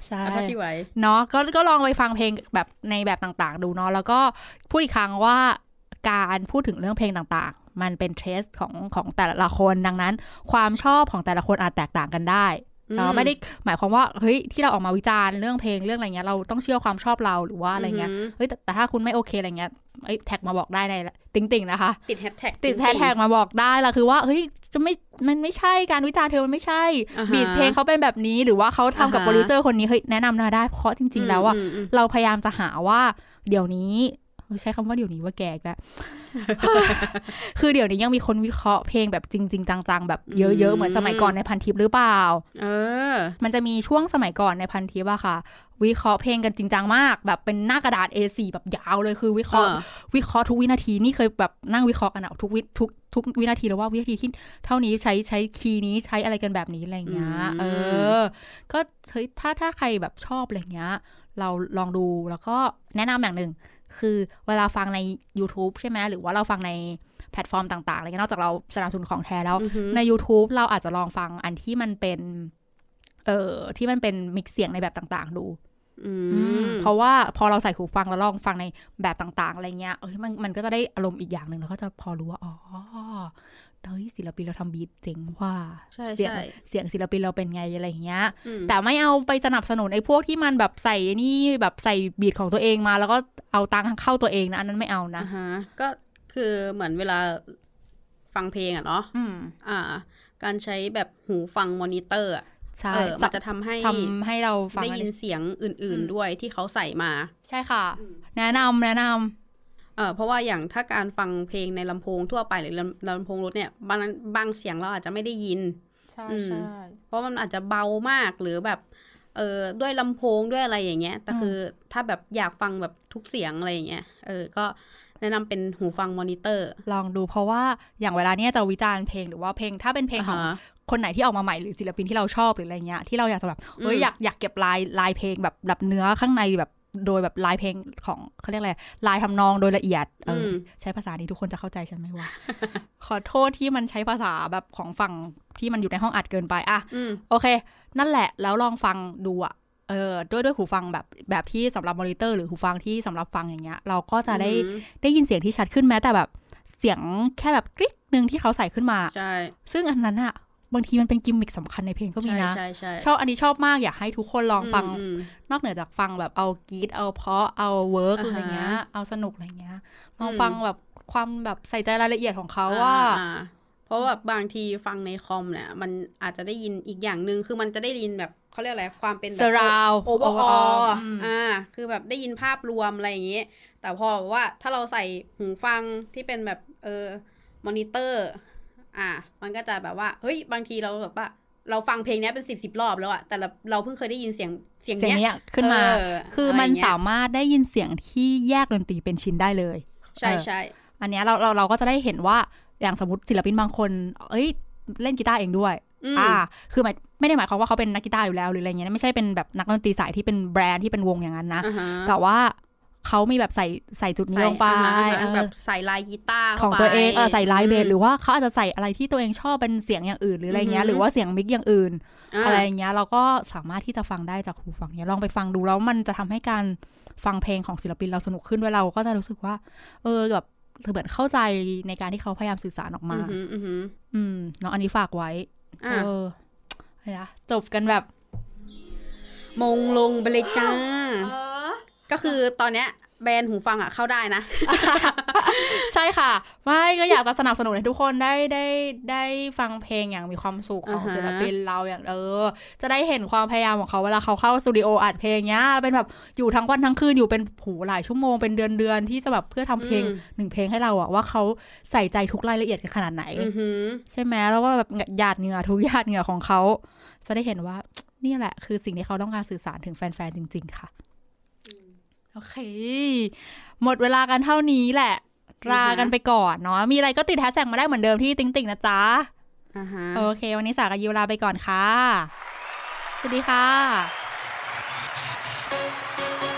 B: ใช่
C: เอาเท่าที่ไหว
B: เนาะก็ก็ลองไปฟังเพลงแบบในแบบต่างๆ ดูเนาะแล้วก็พูดอีกครั้งว่าการพูดถึงเรื่องเพลงต่างๆ มันเป็นเทสของของแต่ละคนดังนั้น ความชอบของแต่ละคนอาจแตกต่างกันได้เนาะ
C: อืม
B: ไม่ได้หมายความว่าเฮ้ยที่เราออกมาวิจารณ์เรื่องเพลงเรื่องอะไรเงี้ยเราต้องเชื่อความชอบเราหรือว่าอะไรเงี้ยเฮ้ยแต่แต่ถ้าคุณไม่โอเคอะไรเงี้ยเอ้ยแท็กมาบอกได้ในติ่งติ่งๆนะคะ
C: ติดแฮชแท็ก
B: ติดแฮชแท็กมาบอกได้ละคือว่าเฮ้ยจะไม่มันไม่ใช่การวิจารณ์เธอมันไม่ใช่
C: อ่าฮะ
B: บีทเพลงเขาเป็นแบบนี้หรือว่าเขาทำกับ
C: อ่าฮะ
B: โปรดิวเซอร์คนนี้เฮ้ยแนะนำนาได้เพราะจริง ๆ แล้วอะ เราพยายามจะหาว่าเดี๋ยวนี้ใช้คำว่าเดี๋ยวนี้ว่าแกอีกแล้ว คือเดี๋ยวนี้ยังมีคนวิเคราะห์เพลงแบบจริง ๆ จัง ๆ แบบเยอะ ๆ เหมือนสมัยก่อนในพันทิปหรือเปล่า
C: เออ
B: มันจะมีช่วงสมัยก่อนในพันทิปอะค่ะ วิเคราะห์เพลงกันจริงจังมาก แบบเป็นหน้ากระดาษ A4 แบบยาวเลยคือวิเคราะห์
C: เออ
B: วิเคราะห์ทุกวินาทีนี่เคยแบบนั่งวิเคราะห์กันอะทุกวิทุกทุกวินาทีแล้วว่าวินาทีที่เท่านี้ใช้ใช้คีย์นี้ใช้อะไรกันแบบนี้อะไรอย่างเงี้ยเออ ก็เฮ้ยถ้าถ้าใครแบบชอบอะไรอย่างเงี้ย เราลองดูแล้วก็แนะนำอย่างหนึ่ง คือเวลาฟังใน YouTube ใช่ไหมหรือว่าเราฟังในแพลตฟอร์มต่างๆอะไรเงี้ยนอกจากเราสนับสนุนของแท้แล้ว
C: อือฮึ
B: ใน YouTube เราอาจจะลองฟังอันที่มันเป็น เอ่อที่มันเป็นมิกซ์เสียงในแบบต่าง ๆ ดู
C: อืม
B: เพราะว่าพอเราใส่หูฟังแล้วลองฟังในแบบต่าง ๆ อะไรเงี้ยเอ้ยมันมันก็จะได้อารมณ์อีกอย่างหนึ่งแล้วก็จะพอรู้ว่าอ๋อเฮ้ยศิลปินเราทำบีทเจ๋งว่า
C: ใช่
B: เสียง
C: ใช่
B: เสียงศิลปินเราเป็นไงอะไรเงี้ย
C: อืม
B: แต่ไม่เอาไปสนับสนุนไอ้พวกที่มันแบบใส่นี่แบบใส่บีทของตัวเองมา แล้วก็เอาตังค์เข้าตัวเองนะอันนั้นไม่เอานะ
C: อ่าฮะก็คือเหมือนเวลาฟังเพลงอะเนาะ
B: อืม
C: อ่า การใช้แบบหูฟังมอนิเตอร์อะ
B: ใช่
C: เออมันจะทำให้
B: ทำให้เราฟัง
C: ได้
B: อัน
C: ยิน
B: นี้
C: เสียงอื่น ๆ ด้วยที่เขาใส่มา
B: ใช่ค่ะ แนะนำแนะนำ
C: เออเพราะว่าอย่างถ้าการฟังเพลงในลำโพงทั่วไปหรือลำลำโพงรถเนี่ยบางบางเสียงเราอาจจะไม่ได้ยิน
B: ใช่
C: อืม
B: ใช่
C: เพราะมันอาจจะเบามากหรือแบบเออด้วยลำโพงด้วยอะไรอย่างเงี้ยแต่
B: อืม
C: คือถ้าแบบอยากฟังแบบทุกเสียงอะไรอย่างเงี้ยเออก็แนะนำเป็นหูฟังมอนิเตอร์
B: ลองดูเพราะว่าอย่างเวลาเนี้ยจะวิจารณ์เพลงหรือว่าเพลงถ้าเป็นเพลงของ
C: อ่าฮะ
B: คนไหนที่ออกมาใหม่หรือศิลปินที่เราชอบหรืออะไรเงี้ยที่เราอยากจะแบบเอ้ย
C: อืม
B: อยากอยากเก็บลายลายเพลงแบบแบบเนื้อข้างในแบบโดยแบบลายเพลงของเขาเรียกอะไรลายทำนองโดยละเอียดเอออ
C: ม
B: ใช้ภาษานี้ทุกคนจะเข้าใจฉันไหมวะ ขอโทษที่มันใช้ภาษาแบบของฝั่งที่มันอยู่ในห้องอัดเกินไปอะ
C: อืม
B: โอเค นั่นแหละ แล้วลองฟังดูอะเออ ด้วยด้วยหูฟังแบบแบบที่สำหรับมอนิเตอร์หรือหูฟังที่สำหรับฟังอย่างเงี้ย เราก็จะได้
C: อือหือ
B: ได้ยินเสียงที่ชัดขึ้นแม้แต่แบบเสียงแค่แบบกริ๊กหนึ่งที่เขาใส่ขึ้นมา
C: ใช่
B: ซึ่งอันนั้นอะบางทีมันเป็นกิมมิคสำคัญในเพลงก็มี
C: ใช่
B: นะ
C: ใช่ใช่
B: ชอบอันนี้ชอบมากอยากให้ทุกคนลองฟัง
C: อืม
B: นอกเหนือจากฟังแบบเอากรีดเอาเพราะเอาเวิร์ก
C: อ่าฮะ
B: อะไรเงี้ย เอาสนุกอะไรเงี้ยลอง
C: อืม
B: ฟังแบบความแบบใส่ใจรายละเอียดของเขา
C: อ่
B: ว่า
C: อ่เพราะว่าบางทีฟังในคอมเนี่ยมันอาจจะได้ยินอีกอย่างหนึ่งคือมันจะได้ยินแบบเขาเรียกอะไรความเป็นแบบ
B: Surround
C: โอเวอร์อ
B: overall อืม
C: อ่าคือแบบได้ยินภาพรวมอะไรอย่างเงี้ยแต่พอว่าถ้าเราใส่หูฟังที่เป็นแบบเออมอนิเตอร์ อ่า มันก็จะแบบว่าเฮ้ยบางทีเราแบบว่า เราฟังเพลงเนี้ยเป็นสิบสิบรอบแล้วอะแต่เราเราเพิ่งเคยได้ยินเสียงเสียง
B: เสียง
C: เนี้ย
B: เนี้ยขึ้นมา
C: เออ
B: คือ
C: อะไร
B: มัน
C: เงี้ย
B: สามารถได้ยินเสียงที่แยกดนตรีเป็นชิ้นได้เลย
C: ใช่
B: เออ
C: ใช่
B: อันเนี้ยเราเราเราก็จะได้เห็นว่าอย่างสมมติศิลปินบางคน เอ้ย เล่นกีตาร์เองด้วย
C: อืม
B: อ่า คือหมายไม่ได้หมายความว่าเขาเป็นนักกีตาร์อยู่แล้วหรืออะไรเงี้ย ไม่ใช่เป็นแบบนักดนตรีสายที่เป็นแบรนด์ที่เป็นวงอย่างนั้นนะ
C: อ่าฮะ
B: แต่ว่าเขามีแบบใส่ใส่จุดนี้
C: ใส่
B: ลงไป
C: อ่าฮะ
B: เออ
C: แบบใส่ลายกีตาร์
B: ข
C: ข้า
B: องตัว
C: ไป
B: เองเออใส่ลายเบ
C: ม
B: สหรือว่าเขาอาจจะใส่อะไรที่ตัวเองชอบเป็นเสียงอย่างอื่นหรืออะไรเงี้ย
C: อือหือ
B: หรือว่าเสียงมิกอย่างอื่น
C: อ่า
B: อะไรอย่างเงี้ยเราก็สามารถที่จะฟังได้จากหูฟังเนี้ยลองไปฟังดูแล้วมันจะทำให้การฟังเพลงของศิลปินเราสนุกขึ้นด้วยเราก็จะรู้สึกว่า เออแบบเหมือนเข้าใจในการที่เขาพยายามสื่อสารออกมา
C: อือหืออือหือ
B: อืมเนาะอันนี้ฝากไว้
C: อ่ะ
B: เออเฮ้ยนะจบกันแบบ
C: มงลงไปเลยจ้า ก็คือตอนเนี้ยแบรนด์หูฟังอ่ะเข้าได้นะ
B: ใช่ค่ะ ไม่ก็อยากจะสนับสนุนให้ทุกคนได้ได้ได้ฟังเพลงอย่างมีความสุขของ
C: อ่าฮะ
B: ศิลปินเราอย่างเออ จะได้เห็นความพยายามของเขาเวลาเขาเข้าสตูดิโออัดเพลงเนี้ยเป็นแบบอยู่ทั้งวันทั้งคืนอยู่เป็นผูหลายชั่วโมงเป็นเดือนเดือนๆที่จะแบบเพื่อทำเพลง หนึ่งเพลงให้เราอะว่าเขาใส่ใจทุกรายละเอียดกันขนาดไหน
C: อือหือ
B: ใช่ไหมแล้วว่าแบบหยาดเหงื่อทุกหยาดเหงื่อของเขา จะได้เห็นว่า นี่แหละคือสิ่งที่เขาต้องการสื่อสารถึงแฟนๆจริง ๆ ค่ะ โอเค หมดเวลากันเท่านี้แหละลากันไปก่อนเนาะมีอะไรก็ติดแฮชแท็กมาได้เหมือนเดิมที่ติ๊งติงๆนะจ๊ะ
C: อ่าฮะ
B: โอเค วันนี้สากับยูลาไปก่อนค่ะ สวัสดีค่ะ